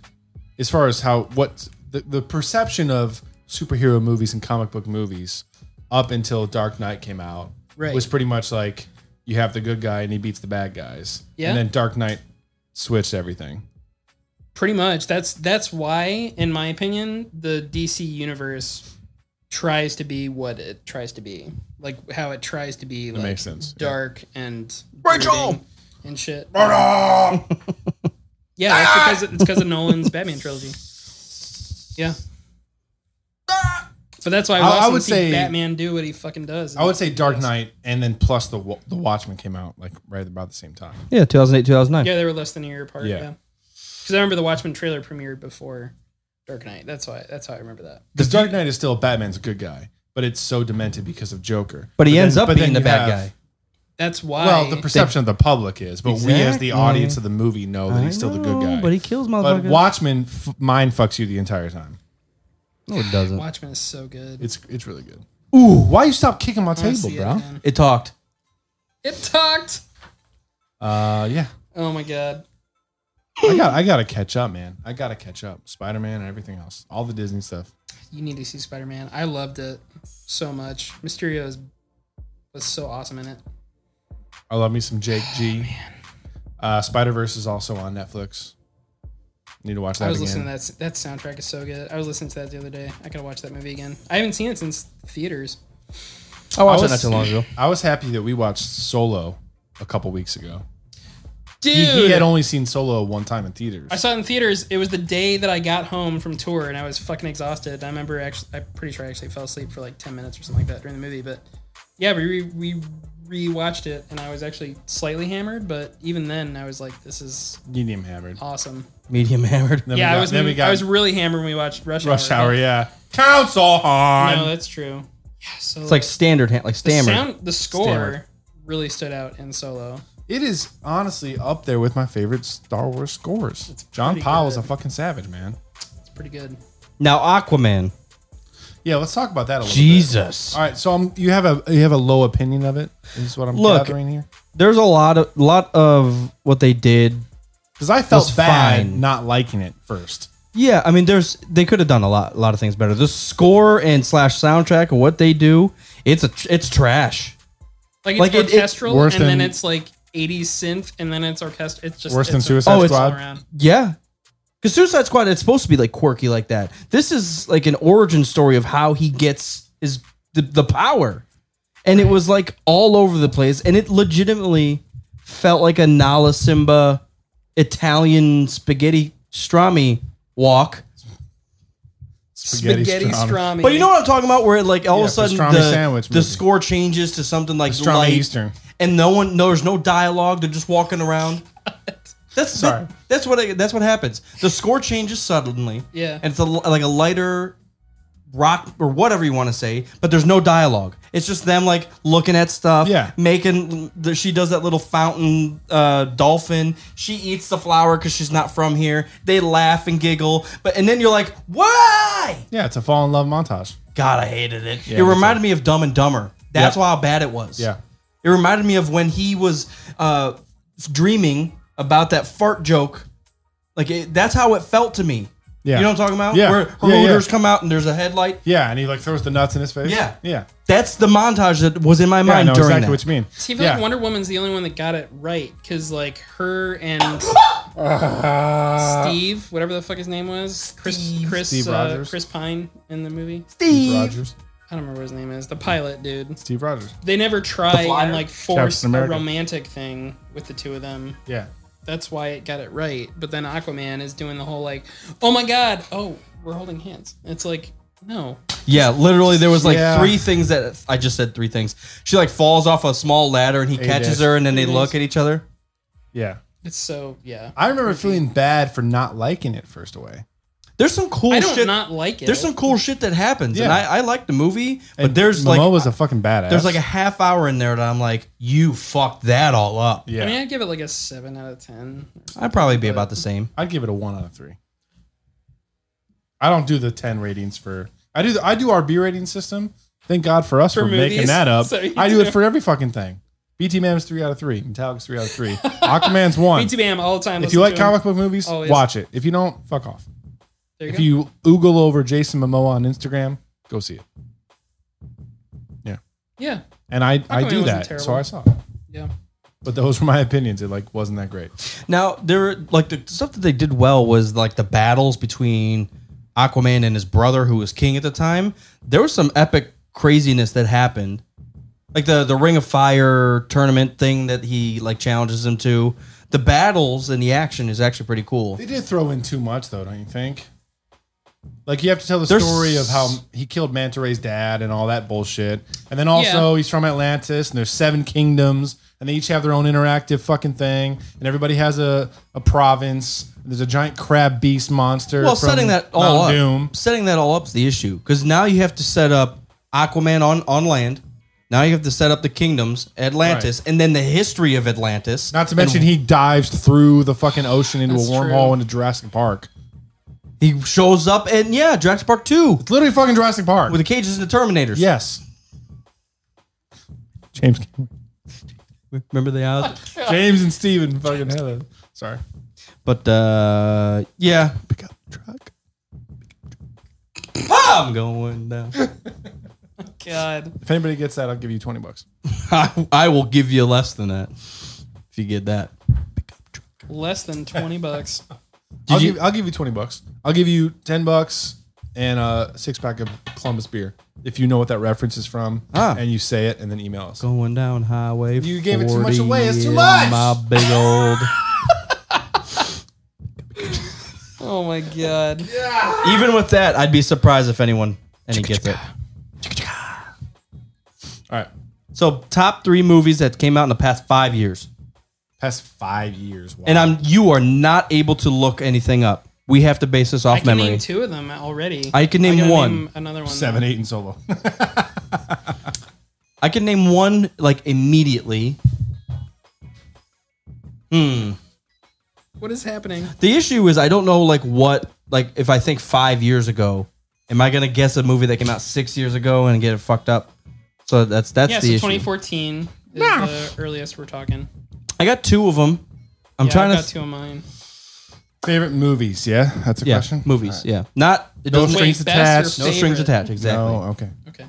S3: as far as how what the, the perception of superhero movies and comic book movies up until Dark Knight came out
S2: Right.
S3: was pretty much like you have the good guy and he beats the bad guys.
S2: Yeah.
S3: And then Dark Knight switched everything.
S2: pretty much that's that's why in my opinion the dc universe tries to be what it tries to be like how it tries to be like
S3: makes sense, yeah.
S2: dark and
S3: Rachel!
S2: brooding and shit
S3: Uh,
S2: yeah that's because it's because of nolan's batman trilogy yeah but that's why i,
S3: I- I
S2: awesome
S3: would
S2: to see
S3: say-
S2: batman do what he fucking does
S3: I would say Dark Knight, and then plus the Wa- the Watchmen came out like right about the same time.
S7: Yeah, 2008, 2009.
S2: yeah they were less than a year apart
S3: Yeah.
S2: yeah because i remember the watchmen trailer premiered before dark knight that's why that's how i remember that
S3: Because Dark Knight is still Batman's good guy, but it's so demented because of Joker.
S7: But he ends up being the
S3: you
S7: bad
S3: have-
S7: guy.
S2: that's why
S3: Well, the perception of the public is, but we as
S7: Exactly.
S3: the audience of the movie know that he's still the good guy.
S7: but he kills
S3: But
S7: motherfuckers.
S3: Watchmen f- mind fucks you the entire time.
S7: no, it doesn't.
S2: Watchmen is so good.
S3: It's it's really good. Ooh, why you stop kicking my
S2: I
S3: table,
S2: see it,
S3: bro?
S2: man.
S7: It talked.
S2: It talked.
S3: Uh, yeah,
S2: Oh my god.
S3: I got I gotta catch up, man. I gotta catch up. Spider Man and everything else, all the Disney stuff.
S2: You need to see Spider Man. I loved it so much. Mysterio is, was so awesome in it.
S3: I love me some Jake
S2: Oh,
S3: G. Uh, Spider Verse is also on Netflix. Need to watch that
S2: I was
S3: again.
S2: listening to that. s- That soundtrack is so good. I was listening to that the other day. I gotta watch that movie again. I haven't seen it since theaters.
S7: I watched
S3: was-
S7: it not too long ago.
S3: I was happy that we watched Solo a couple weeks ago.
S2: Dude,
S3: He, he had only seen Solo one time in theaters.
S2: I saw it in theaters. It was the day that I got home from tour, and I was fucking exhausted. I remember actually, I'm pretty sure I actually fell asleep for like ten minutes or something like that during the movie. But yeah, we we, we rewatched it and I was actually slightly hammered, but even then I was like, this is
S3: Medium hammered.
S2: awesome.
S7: Medium hammered.
S3: Then
S2: yeah,
S3: we got,
S2: I was
S3: Then we got
S2: I was really hammered when we watched Rush,
S3: rush
S2: Hour.
S3: hour. Yeah, council
S2: No,
S3: hard.
S2: that's true. Yeah, so
S7: It's like standard hand, like
S2: the
S7: stammer.
S2: sound, the score
S7: Stammered.
S2: really stood out in Solo.
S3: It is honestly up there with my favorite Star Wars scores. John
S2: pretty
S3: Powell's
S2: good.
S3: a fucking savage, man.
S2: It's pretty good.
S7: Now Aquaman.
S3: Yeah, let's talk about that a little bit.
S7: Jesus.
S3: All right, so um, you have a you have a low opinion of it. Is what I'm
S7: Look-
S3: gathering here.
S7: There's a lot of lot of what they did.
S3: Because I felt
S7: was
S3: bad
S7: fine.
S3: not liking it first.
S7: Yeah, I mean, there's they could have done a lot, a lot of things better. The score and slash soundtrack and what they do, it's a, tr- it's trash.
S2: Like it's
S7: Like, it- it-
S2: orchestral
S3: worse
S2: and then
S3: than-
S2: it's like 80s synth and then it's orchestral. It's just
S3: Worse than
S2: it's a-
S3: Suicide
S7: Oh, it's-
S2: all
S3: Squad.
S2: around.
S7: Yeah, because Suicide Squad, it's supposed to be like quirky like that. This is like an origin story of how he gets his the, the power, and it was like all over the place, and it legitimately felt like a Nala Simba Italian spaghetti strami walk.
S2: Spaghetti, Strami.
S7: But you know what I'm talking about, where like all
S3: Yeah,
S7: of a sudden
S3: pastrami
S7: the,
S3: sandwich
S7: the
S3: movie.
S7: score changes to something like
S3: Strong
S7: light,
S3: Eastern.
S7: and no one, no, there's no dialogue. They're just walking around. That's
S3: Sorry.
S7: that- that's what I, that's what happens. The score changes suddenly.
S2: Yeah.
S7: and it's a, like a lighter rock or whatever you want to say, but there's no dialogue. It's just them like looking at stuff.
S3: Yeah.
S7: making the, she does that little fountain uh, dolphin. She eats the flower because she's not from here. They laugh and giggle, but and then you're like, why?
S3: Yeah, it's a fall in love montage.
S7: God, I hated it.
S3: Yeah,
S7: it
S3: me
S7: reminded me of Dumb and Dumber. That's
S3: Yep.
S7: how bad it was.
S3: Yeah.
S7: It reminded me of when he was uh, dreaming about that fart joke. Like it, that's how it felt to me.
S3: Yeah.
S7: You know what I'm talking about?
S3: Yeah.
S7: Where
S3: Yeah, yeah.
S7: Hooters come out and there's a headlight.
S3: Yeah, and he like throws the nuts in his face.
S7: Yeah.
S3: yeah.
S7: That's the montage that was in my
S3: Yeah, I
S7: mind
S3: know
S7: during
S3: exactly
S7: that.
S3: what you mean.
S2: See, I feel
S3: yeah.
S2: like Wonder Woman's the only one that got it right because like her and Steve, whatever the fuck his name was, Chris Chris
S3: Steve
S2: uh,
S3: Rogers.
S2: Chris Pine in the movie.
S3: Steve Rogers.
S2: I don't remember what his name is. The pilot dude.
S3: Steve Rogers.
S2: They never try
S7: flyer?
S2: and like force
S3: Captain
S2: a
S3: America.
S2: romantic thing with the two of them.
S3: Yeah.
S2: That's why it got it right. But then Aquaman is doing the whole like, oh my god, oh we're holding hands. It's like no,
S7: Yeah, literally, there was like
S3: Yeah.
S7: three things that I just said three things. She like falls off a small ladder and he catches
S3: dash.
S7: her, and then they look at each other.
S3: Yeah.
S2: it's so yeah.
S3: I remember feeling bad for not liking it first away.
S7: There's some cool
S2: I don't
S7: shit.
S2: not like it.
S7: there's some cool shit that happens, and
S3: Yeah.
S7: I, I like the movie, but
S3: And
S7: there's like
S3: Momoa's a fucking badass.
S7: There's like a half hour in there that I'm like, you fucked that all up.
S3: yeah.
S2: I mean, I'd give it like a seven out of ten.
S7: I'd probably be about the same.
S3: I'd give it a one out of three. I don't do the ten ratings for. I do. The, I do our B rating system. Thank God for us for,
S2: For
S3: making
S2: movies?
S3: that up.
S2: So you
S3: I do,
S2: do.
S3: it for every fucking thing. BT Mam's three out of three. Metallica's three out of three. Aquaman's one.
S2: BT Bam all the time.
S3: if you
S2: listen
S3: like
S2: to him.
S3: comic book movies,
S2: Always.
S3: watch it. If you don't, fuck off.
S2: There you
S3: If
S2: go.
S3: you oogle over Jason Momoa on Instagram, go see it.
S2: yeah,
S3: And I, I
S2: Aquaman
S3: do
S2: wasn't
S3: that,
S2: terrible.
S3: so I saw it.
S2: yeah.
S3: But those were my opinions. It like wasn't that great.
S7: Now there were like the stuff that they did well was like the battles between Aquaman and his brother, who was king at the time. There was some epic craziness that happened. Like the the Ring of Fire tournament thing that he like challenges him to. The battles and the action is actually pretty cool.
S3: They did throw in too much, though, don't you think? Like you have to tell the
S7: There's-
S3: story of how he killed Manta Ray's dad and all that bullshit, and then also he's from Atlantis and there's seven kingdoms, and they each have their own interactive fucking thing, and everybody has a a province. There's a giant crab beast monster.
S7: Well,
S3: from
S7: setting that all
S3: Mount
S7: up,
S3: Doom.
S7: setting that all up's the issue because now you have to set up Aquaman on on land. Now you have to set up the kingdoms, Atlantis, and then the history of Atlantis.
S3: Not to mention he dives through the fucking ocean into a
S2: That's
S3: wormhole
S2: true.
S3: into Jurassic Park.
S7: He shows up, and yeah, Jurassic Park Two
S3: It's literally fucking Jurassic Park.
S7: with the cages and the Terminators.
S3: yes, James,
S7: remember the uh, island?
S3: James and Steven fucking hello. Sorry.
S7: But uh, yeah,
S3: Pick up truck.
S7: I'm going down.
S2: God.
S3: If anybody gets that, I'll give you 20 bucks.
S7: I, I will give you less than that if you get that.
S2: Less than 20 bucks.
S3: I'll,
S7: you-
S3: give, I'll give you 20 bucks. I'll give you 10 bucks and a six pack of Columbus beer if you know what that reference is from
S7: Ah.
S3: and you say it and then email us.
S7: Going down highway.
S3: You gave it too much
S7: 40
S3: away. It's too
S7: in
S3: much.
S7: My big old.
S2: Oh my God.
S7: Even with that, I'd be surprised if anyone any gets it.
S3: All right.
S7: So top three movies that came out in the past five years.
S3: Past five years. Wow.
S7: And I'm you are not able to look anything up. We have to base this off
S2: I can
S7: memory.
S2: name two of them already.
S7: I can name
S2: gotta
S7: one.
S2: another one.
S3: seven, eight, and solo.
S7: I can name one like immediately.
S2: What is happening?
S7: The issue is I don't know like what like if I think five years ago, am I gonna guess a movie that came out six years ago and get it fucked up? So that's that's
S2: yeah, so
S7: the issue.
S2: 2014 is the earliest we're talking.
S7: I got two of them. I'm
S2: yeah,
S7: trying
S2: I
S7: to
S2: got
S7: th-
S2: two of mine.
S3: Favorite movies? Yeah, that's a
S7: yeah
S3: question.
S7: movies.
S3: All right.
S7: Yeah, not it
S3: No
S7: doesn't
S3: strings
S2: Wait, that's
S3: attached.
S2: your
S7: no strings
S2: favorite.
S7: attached exactly.
S3: No, okay.
S2: Okay.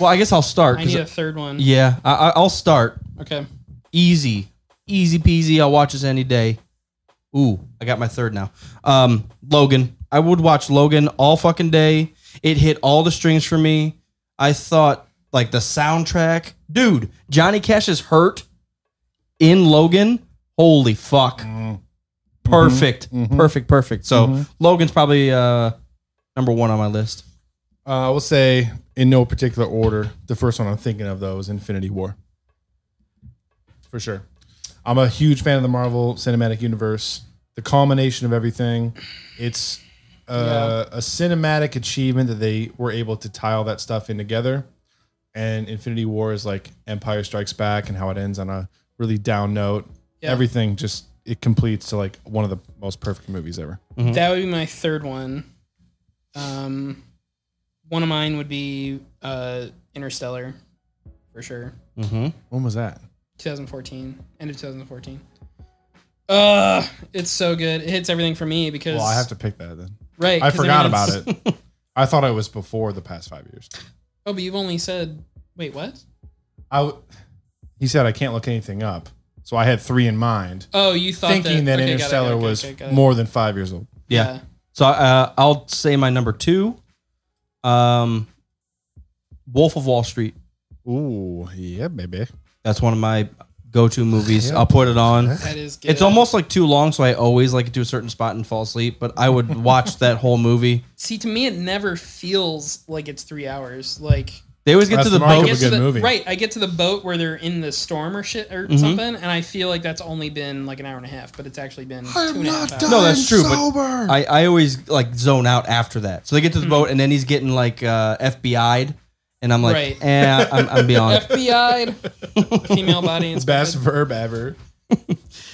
S7: Well, I guess I'll start.
S2: I
S7: 'cause-
S2: need a third one.
S7: yeah, I, I- I'll start.
S2: Okay.
S7: easy, easy peasy. I'll watch this any day. Ooh, I got my third now. Um, Logan. I would watch Logan all fucking day. It hit all the strings for me. I thought like the soundtrack, dude. Johnny Cash is hurt in Logan. Holy fuck! Perfect, perfect, perfect. So Logan's probably uh number one on my list.
S3: Uh, I will say in no particular order. The first one I'm thinking of though is Infinity War. For sure. I'm a huge fan of the Marvel Cinematic Universe. The culmination of everything. It's uh, a cinematic achievement that they were able to tie all that stuff in together. And Infinity War is like Empire Strikes Back and how it ends on a really down note.
S2: Yeah.
S3: Everything just it completes to like one of the most perfect movies ever.
S2: That would be my third one. Um, one of mine would be uh, Interstellar, for sure.
S3: When was that?
S2: 2014, end of 2014. Uh, it's so good. It hits everything for me because
S3: Well, I have to pick that then.
S2: Right,
S3: I
S2: 'cause
S3: forgot
S2: mean,
S3: about
S2: it's-
S3: it. I thought it was before the past five years.
S2: Oh, but you've only said wait, what?
S3: I w- he said I can't look anything up, so I had three in mind,
S2: Oh, you thought
S3: thinking that,
S2: okay, got it,
S3: Interstellar
S2: got it,
S3: was
S2: okay, got it.
S3: more than five years old.
S7: Yeah. So uh, I'll say my number two, um, Wolf of Wall Street.
S3: Ooh, yeah, baby.
S7: That's one of my go-to movies.
S3: Yeah.
S7: I'll put it on.
S2: that is good.
S7: It's almost like too long, so I always like get to a certain spot and fall asleep. But I would watch that whole movie.
S2: see to me it never feels like it's three hours. Like
S7: They always get
S3: That's
S7: to the
S3: the mark
S7: boat.
S3: of
S2: I
S3: a
S2: get to
S3: good
S2: the,
S3: movie.
S2: right, I get to the boat where they're in the storm or shit or something, and I feel like that's only been like an hour and a half, but it's actually been two and a half hours.
S7: No, that's true. But I, I always like zone out after that. So they get to the
S2: Hmm.
S7: boat, and then he's getting like uh, FBI'd, and I'm like,
S2: Right.
S7: eh, I'm, I'm beyond.
S2: FBI'd female body
S3: Best
S2: inspected.
S3: verb ever.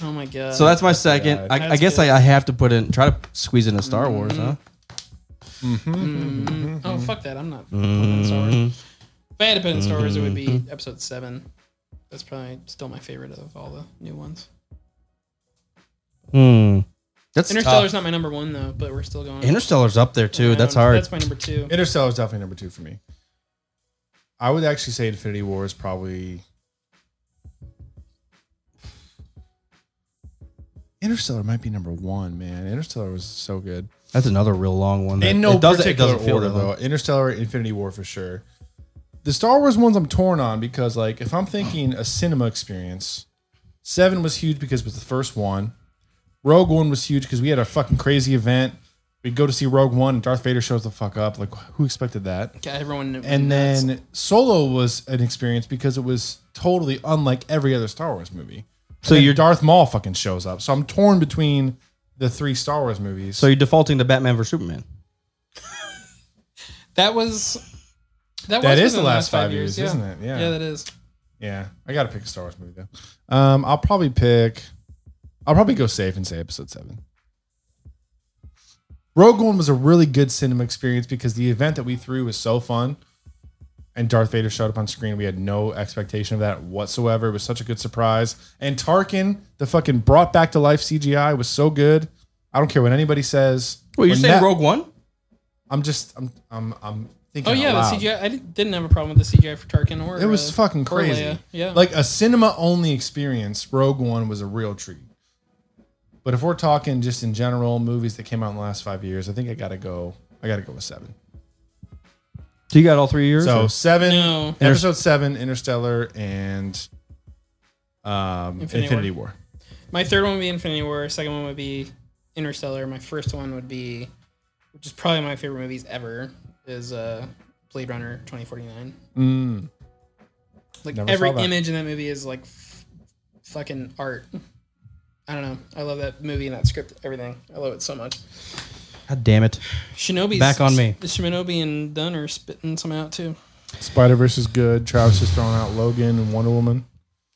S2: Oh my god.
S7: So that's my second.
S3: God.
S7: I, I
S2: That's
S7: guess I,
S2: good.
S7: I have to put in try to squeeze in a Star Wars,
S2: Mm-hmm.
S7: huh?
S2: Oh fuck that! I'm not. putting in Star Wars. If I had to put in Star Wars, it would be Episode Seven. That's probably still my favorite of all the new ones.
S7: Hmm. That's
S2: Interstellar's
S7: tough.
S2: not my number one though, but we're still going.
S7: Interstellar's up there too.
S2: Yeah,
S7: that's
S2: no,
S7: hard.
S2: Um, That's my number two.
S3: Interstellar is definitely number two for me. I would actually say Infinity War is probably. Interstellar might be number one, man. Interstellar was so good.
S7: That's another real long one.
S3: In
S7: that-
S3: no
S7: it doesn't- it
S3: particular
S7: doesn't feel
S3: order,
S7: that long.
S3: though. Interstellar, Infinity War for sure. The Star Wars ones I'm torn on because, like, if I'm thinking a cinema experience, Seven was huge because it was the first one. Rogue One was huge because we had a fucking crazy event. We go to see Rogue One, and Darth Vader shows the fuck up. Like, who expected that?
S2: Okay, everyone. knew-
S3: And
S2: that's-
S3: then Solo was an experience because it was totally unlike every other Star Wars movie.
S7: So
S3: And
S7: you're
S3: Darth Maul fucking shows up. So I'm torn between the three Star Wars movies.
S7: so you're defaulting to Batman vs Superman.
S2: that was. That,
S3: That
S2: was
S3: is
S2: within
S3: the last five years,
S2: yeah.
S3: isn't it? Yeah.
S2: Yeah, that is.
S3: Yeah, I gotta pick a Star Wars movie though. Um, I'll probably pick. I'll probably go safe and say Episode Seven. Rogue One was a really good cinema experience because the event that we threw was so fun, and Darth Vader showed up on screen. We had no expectation of that whatsoever. It was such a good surprise, and Tarkin, the fucking brought back to life CGI, was so good. I don't care what anybody says.
S7: Well, you're
S3: When
S7: saying
S3: that-
S7: Rogue One?
S3: I'm just. I'm. I'm. I'm thinking.
S2: Oh
S3: out
S2: yeah, the
S3: loud.
S2: CGI. I di- didn't have a problem with the CGI for Tarkin or.
S3: It was
S2: uh,
S3: fucking
S2: or
S3: crazy.
S2: Leia. Yeah.
S3: Like a cinema only experience, Rogue One was a real treat. But if we're talking just in general movies that came out in the last five years, I think I gotta go. I gotta go with seven.
S7: So you got all three years?
S3: So
S7: or-
S3: seven,
S2: No.
S3: episode seven, Interstellar, and um,
S2: Infinity
S3: Infinity,
S2: War.
S3: War.
S2: My third one would be Infinity War. Second one would be Interstellar. My first one would be, which is probably my favorite movies ever, is uh, Blade Runner 2049.
S3: Mm.
S2: Like
S3: Never
S2: every
S3: saw that.
S2: image in that movie is like f- fucking art. I don't know. I love that movie and that script, everything. I love it so much.
S7: God damn it.
S2: Shinobi's
S7: Back on me.
S2: Shinobi and Dunn are spitting some out too.
S3: Spider Verse is good. Travis is throwing out Logan and Wonder Woman.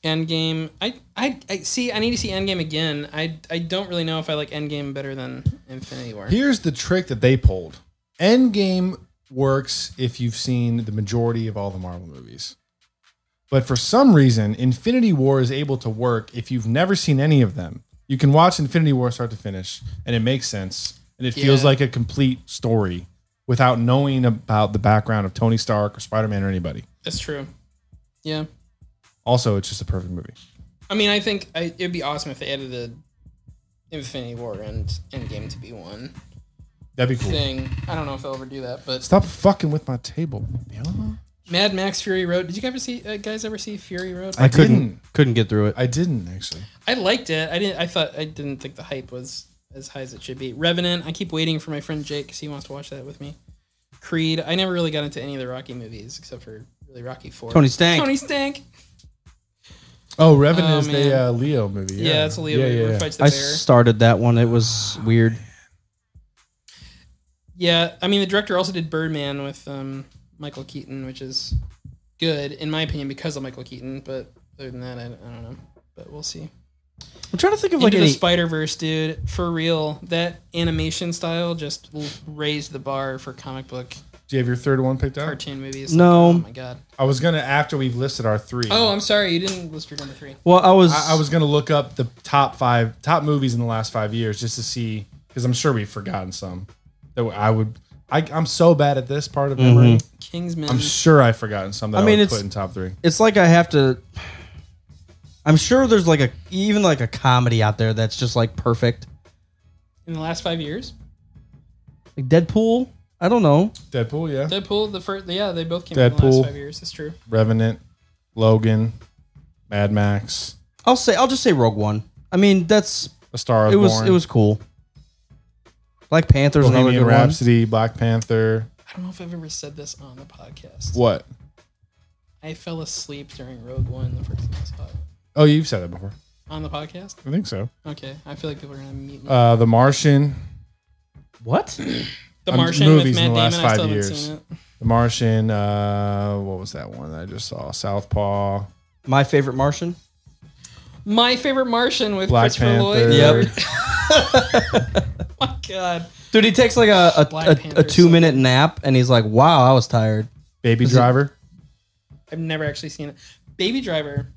S2: Endgame. I, I I see. I need to see Endgame again. I I don't really know if I like Endgame better than Infinity War.
S3: Here's the trick that they pulled. Endgame works if you've seen the majority of all the Marvel movies. But for some reason, Infinity War is able to work if you've never seen any of them. You can watch Infinity War start to finish, and it makes sense. And it feels
S2: Yeah.
S3: like a complete story without knowing about the background of Tony Stark or Spider Man or anybody.
S2: That's true. Yeah.
S3: Also, it's just a perfect movie.
S2: I mean, I think I, it'd be awesome if they edited Infinity War and Endgame to be one
S3: That'd be cool.
S2: thing. I don't know if they'll ever do that, but
S3: Stop fucking with my table. Bill.
S2: Mad Max Fury Road. Did you ever see uh, guys ever see Fury Road?
S3: I
S2: I,
S7: couldn't
S3: didn't.
S7: couldn't get through it.
S3: I didn't actually.
S2: liked it. I didn't. I thought I didn't think the hype was as high as it should be. Revenant. I keep waiting for my friend Jake because he wants to watch that with me. Creed. I never really got into any of the Rocky movies except for really Rocky Four.
S7: Tony Stank.
S2: Tony Stank.
S3: Oh, Revenant
S2: Oh,
S3: is
S2: man.
S3: the uh, Leo movie.
S2: Yeah, it's a Leo movie where he fights the
S7: I
S2: bear.
S7: started that one. It was weird.
S2: Yeah, I mean the director also did Birdman with um, Michael Keaton, which is good in my opinion because of Michael Keaton. But other than that, I, I don't know. But we'll see.
S7: I'm trying to think of
S2: Into
S7: like
S2: the
S7: any.
S2: Spider Verse, dude, for real. That animation style just l- raised the bar for comic book
S3: Do you have your third one picked out?
S2: cartoon movies.
S7: No.
S2: oh my god.
S3: I was gonna after we've listed our three.
S2: Oh, I'm sorry, you didn't list your number three.
S7: well, I was.
S3: I, I was gonna look up the top five top movies in the last five years just to see because I'm sure we've forgotten some that I would. I, I'm so bad at this part of memory.
S2: Mm-hmm. Kingsman.
S3: I'm sure I've forgotten some that I,
S7: I mean,
S3: would
S7: it's-
S3: put in top three.
S7: It's like I have to. I'm sure there's like a even like a comedy out there that's just like perfect.
S2: in the last five years,
S7: Like Deadpool. I don't know.
S3: Deadpool, yeah.
S2: Deadpool, the first, yeah, they both came out in the
S3: Deadpool.
S2: last five years. It's true.
S3: Revenant, Logan, Mad Max,
S7: I'll say I'll just say Rogue One. I mean that's
S3: A Star is
S7: it was
S3: Born,
S7: it was cool. Black Panther's another
S3: Bohemian
S7: good one.
S3: Rhapsody, Black Panther.
S2: I don't know if I've ever said this on the podcast.
S3: What?
S2: I fell asleep during Rogue One the first time I saw it.
S3: Oh, you've said that before.
S2: On the podcast?
S3: I think so.
S2: Okay. I feel like people are gonna mute me.
S3: Uh, the Martian,
S7: What?
S2: the
S3: um,
S2: Martian
S3: movies
S2: with
S3: in
S2: Matt
S3: the last
S2: Damon, I still
S3: five
S2: haven't
S3: years.
S2: seen it.
S3: The Martian. Uh, what was that one that I just saw? Southpaw.
S7: My favorite Martian.
S2: My favorite Martian with
S3: Black
S2: Christopher Lloyd.
S3: Panther.
S7: Yep.
S2: my god.
S7: Dude, he takes like a
S2: Black
S7: a, a,
S2: Panther's
S7: a
S2: so
S7: two minute nap and he's like, wow, I was tired.
S3: Baby
S7: Was it-
S3: Driver.
S2: I've never actually seen it. Baby Driver.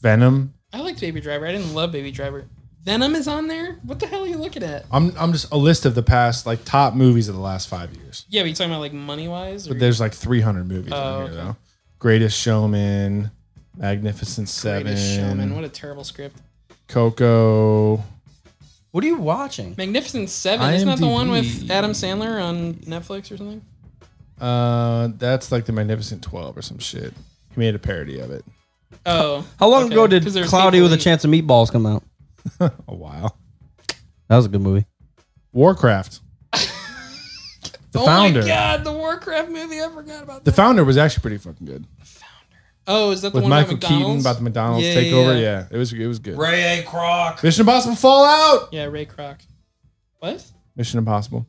S3: Venom.
S2: I liked Baby Driver. I didn't love Baby Driver. Venom is on there? What the hell are you looking at?
S3: I'm I'm just a list of the past like top movies of the last five years.
S2: Yeah, but you talking about like money wise?
S3: But there's like 300 movies
S2: Oh,
S3: on here
S2: okay.
S3: though. Greatest Showman, Magnificent Seven,
S2: Greatest Showman. What a terrible script.
S3: Coco.
S7: What are you watching?
S2: Magnificent Seven. Isn't that the
S3: IMDb.
S2: one with Adam Sandler on Netflix or something?
S3: Uh, that's like the Magnificent Twelve or some shit. He made a parody of it.
S2: Oh.
S7: How long
S2: okay,
S7: ago did
S2: 'cause there's
S7: Cloudy
S2: people
S7: with a
S2: that-
S7: Chance of Meatballs come out?
S3: A while.
S7: That was a good movie.
S3: Warcraft. the
S2: oh
S3: founder.
S2: my god, the Warcraft movie. I forgot about that.
S3: The founder was actually pretty fucking good.
S2: oh, is that the
S3: With
S2: one
S3: Michael
S2: about
S3: Keaton
S2: McDonald's?
S3: about the McDonald's
S2: Yeah, yeah,
S3: takeover.
S2: yeah.
S3: yeah, it was it was good.
S8: Ray A. Kroc.
S3: Mission Impossible Fallout.
S2: Yeah, Ray Kroc. What?
S3: Mission Impossible.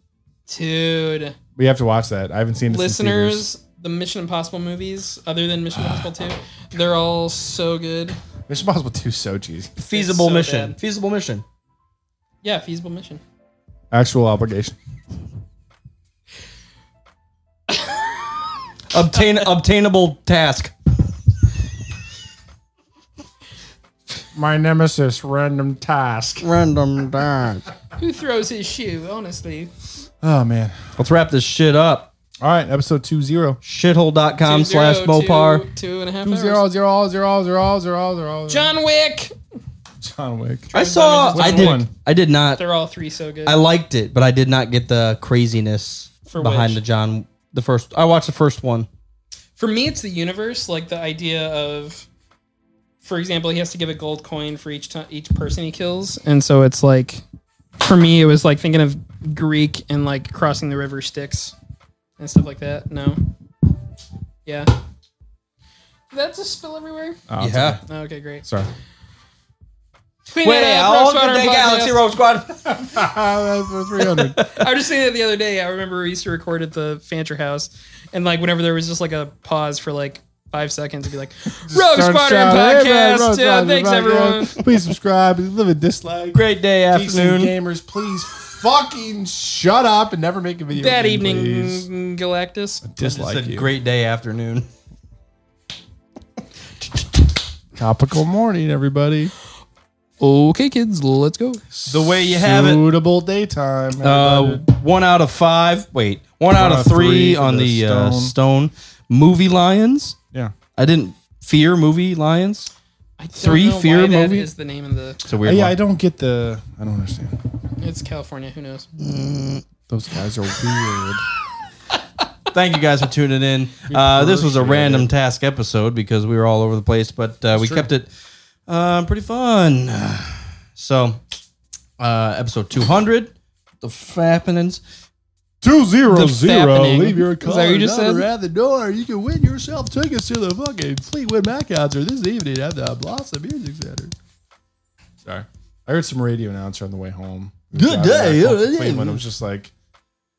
S2: Dude.
S3: We have to watch that. I haven't seen it. since theaters.
S2: Listeners, the Mission Impossible movies, other than Mission Impossible 2, they're all so good.
S3: Mission Impossible 2 is so cheesy.
S7: Feasible
S2: so
S7: mission.
S2: bad.
S7: Feasible mission.
S2: Yeah, feasible mission.
S3: Actual obligation.
S7: Obtain obtainable task.
S3: My nemesis, random task.
S7: Random task.
S2: Who throws his shoe, honestly?
S3: Oh, man.
S7: Let's wrap this shit up.
S3: All right, episode 20.
S7: Shithole.com
S2: Two zero
S7: Um, slash
S2: to
S7: Mopar.
S2: Two and a half
S3: 2000,
S2: hours.
S3: 00, 00, 00.
S2: John Wick!
S3: John Wick.
S7: I saw.
S2: Which
S7: I did.
S3: one?
S7: I did not.
S2: They're all three so good.
S7: I liked it, but I did not get the craziness
S2: For
S7: behind
S2: which?
S7: the John. The first. I watched the first one.
S2: for me, it's the universe, like the idea of, for example, he has to give a gold coin for each ti- each person he kills, and so it's like, for me, it was like thinking of Greek and like crossing the river Styx and stuff like that. No, Yeah. Did that just spill everywhere?
S3: Oh, it's
S7: yeah.
S3: okay.
S2: Oh, okay, great.
S3: Sorry.
S2: Clean
S7: Uh, Wait,
S2: it up,
S7: I'll
S2: Rogue
S7: look at
S2: Squadron
S7: the
S2: podcast.
S7: Galaxy Rogue Squad.
S3: That's for 300.
S2: I was just saying that the other day. I remember we used to record at the Fancher house, and like whenever there was just like a pause for like five seconds, it'd be like Rogue
S3: Start
S2: Squadron
S3: shouting, "Hey, man,
S2: podcast.
S3: Rogue
S2: yeah,
S3: Squadron
S2: thanks
S3: podcast.
S2: everyone.
S3: Please subscribe. Leave a dislike.
S7: Great day,
S3: Decent
S7: afternoon.
S3: gamers, please fucking shut up and never make a video.
S2: That
S3: again,
S2: evening,
S3: please.
S2: Galactus.
S7: Just
S3: Dislike
S7: mm, a
S3: you.
S7: great day, afternoon.
S3: topical morning, everybody.
S2: Okay, kids, let's go.
S7: The way you have it.
S3: Suitable daytime.
S7: Uh,
S3: everybody.
S7: one out of five. Wait, one, out of three,
S3: for
S7: on the,
S3: the
S7: uh,
S3: Stone.
S7: stone movie lions.
S3: yeah.
S7: I didn't fear movie lions.
S2: I don't
S7: Three
S2: know
S7: fear
S2: why that
S7: movie?
S2: is the name of the.
S7: It's a weird
S3: yeah,
S7: one.
S3: I don't get the. I don't understand.
S2: It's California. Who knows?
S3: Those guys are weird.
S7: Thank you guys for tuning in. Uh, this was a random task episode because we were all over the place, but uh, we kept it uh, pretty fun. So, uh, episode 200, the fappenings.
S3: Two zero
S2: The
S3: zero.
S2: fappening.
S3: Leave your
S2: Is that
S3: call
S2: what you just said?
S3: at the door. You can win yourself tickets to the fucking Fleetwood Mac concert this evening at the Blossom Music Center. Sorry, I heard some radio announcer on the way home. Good day. Cleveland. It was just like,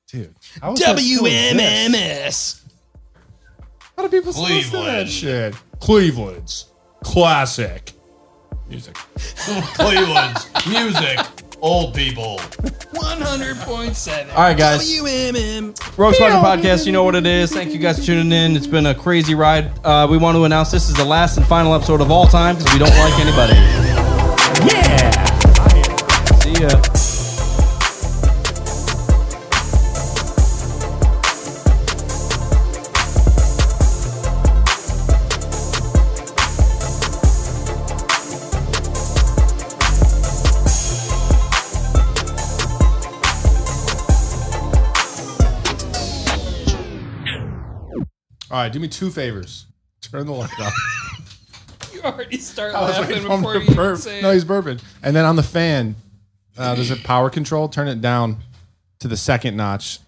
S3: dude, how is that still exist? How do people still listen to that shit? Cleveland's classic music.
S9: Cleveland's music, old people.
S2: One hundred point seven.
S7: All right, guys.
S2: WMM.
S7: Rogue Squadron Podcast, you know what it is. Thank you guys for tuning in. It's been a crazy ride. Uh, we want to announce this is the last and final episode of all time because we don't like anybody. Yeah. See ya.
S3: All right, do me two favors. Turn the light off.
S2: You already start
S3: I was
S2: laughing
S3: waiting for him
S2: before
S3: to
S2: you even
S3: burp.
S2: say.
S3: No,
S2: it.
S3: he's burping. And then on the fan, uh, there's a power control. Turn it down to the second notch.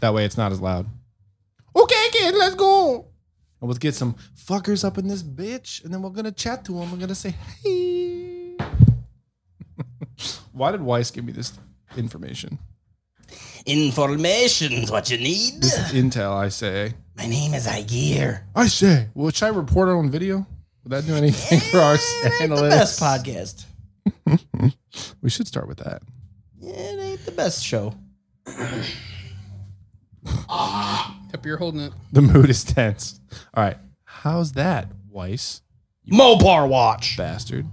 S3: That way it's not as loud. Okay, kid, let's go. And let's get some fuckers up in this bitch. And then we're going to chat to them. We're going to say, hey. Why did Weiss give me this information?
S9: Information's what you need.
S3: This intel, I say.
S9: My name is Igear.
S3: I say. Well, should I report it on video? Would that do anything for
S7: Eh,
S3: our analysts?
S9: Best podcast.
S3: We should start with that.
S9: It ain't the best show.
S2: Yep, you're holding it.
S3: The mood is tense. All right. How's that, Weiss?
S9: Mopar Watch.
S3: Bastard.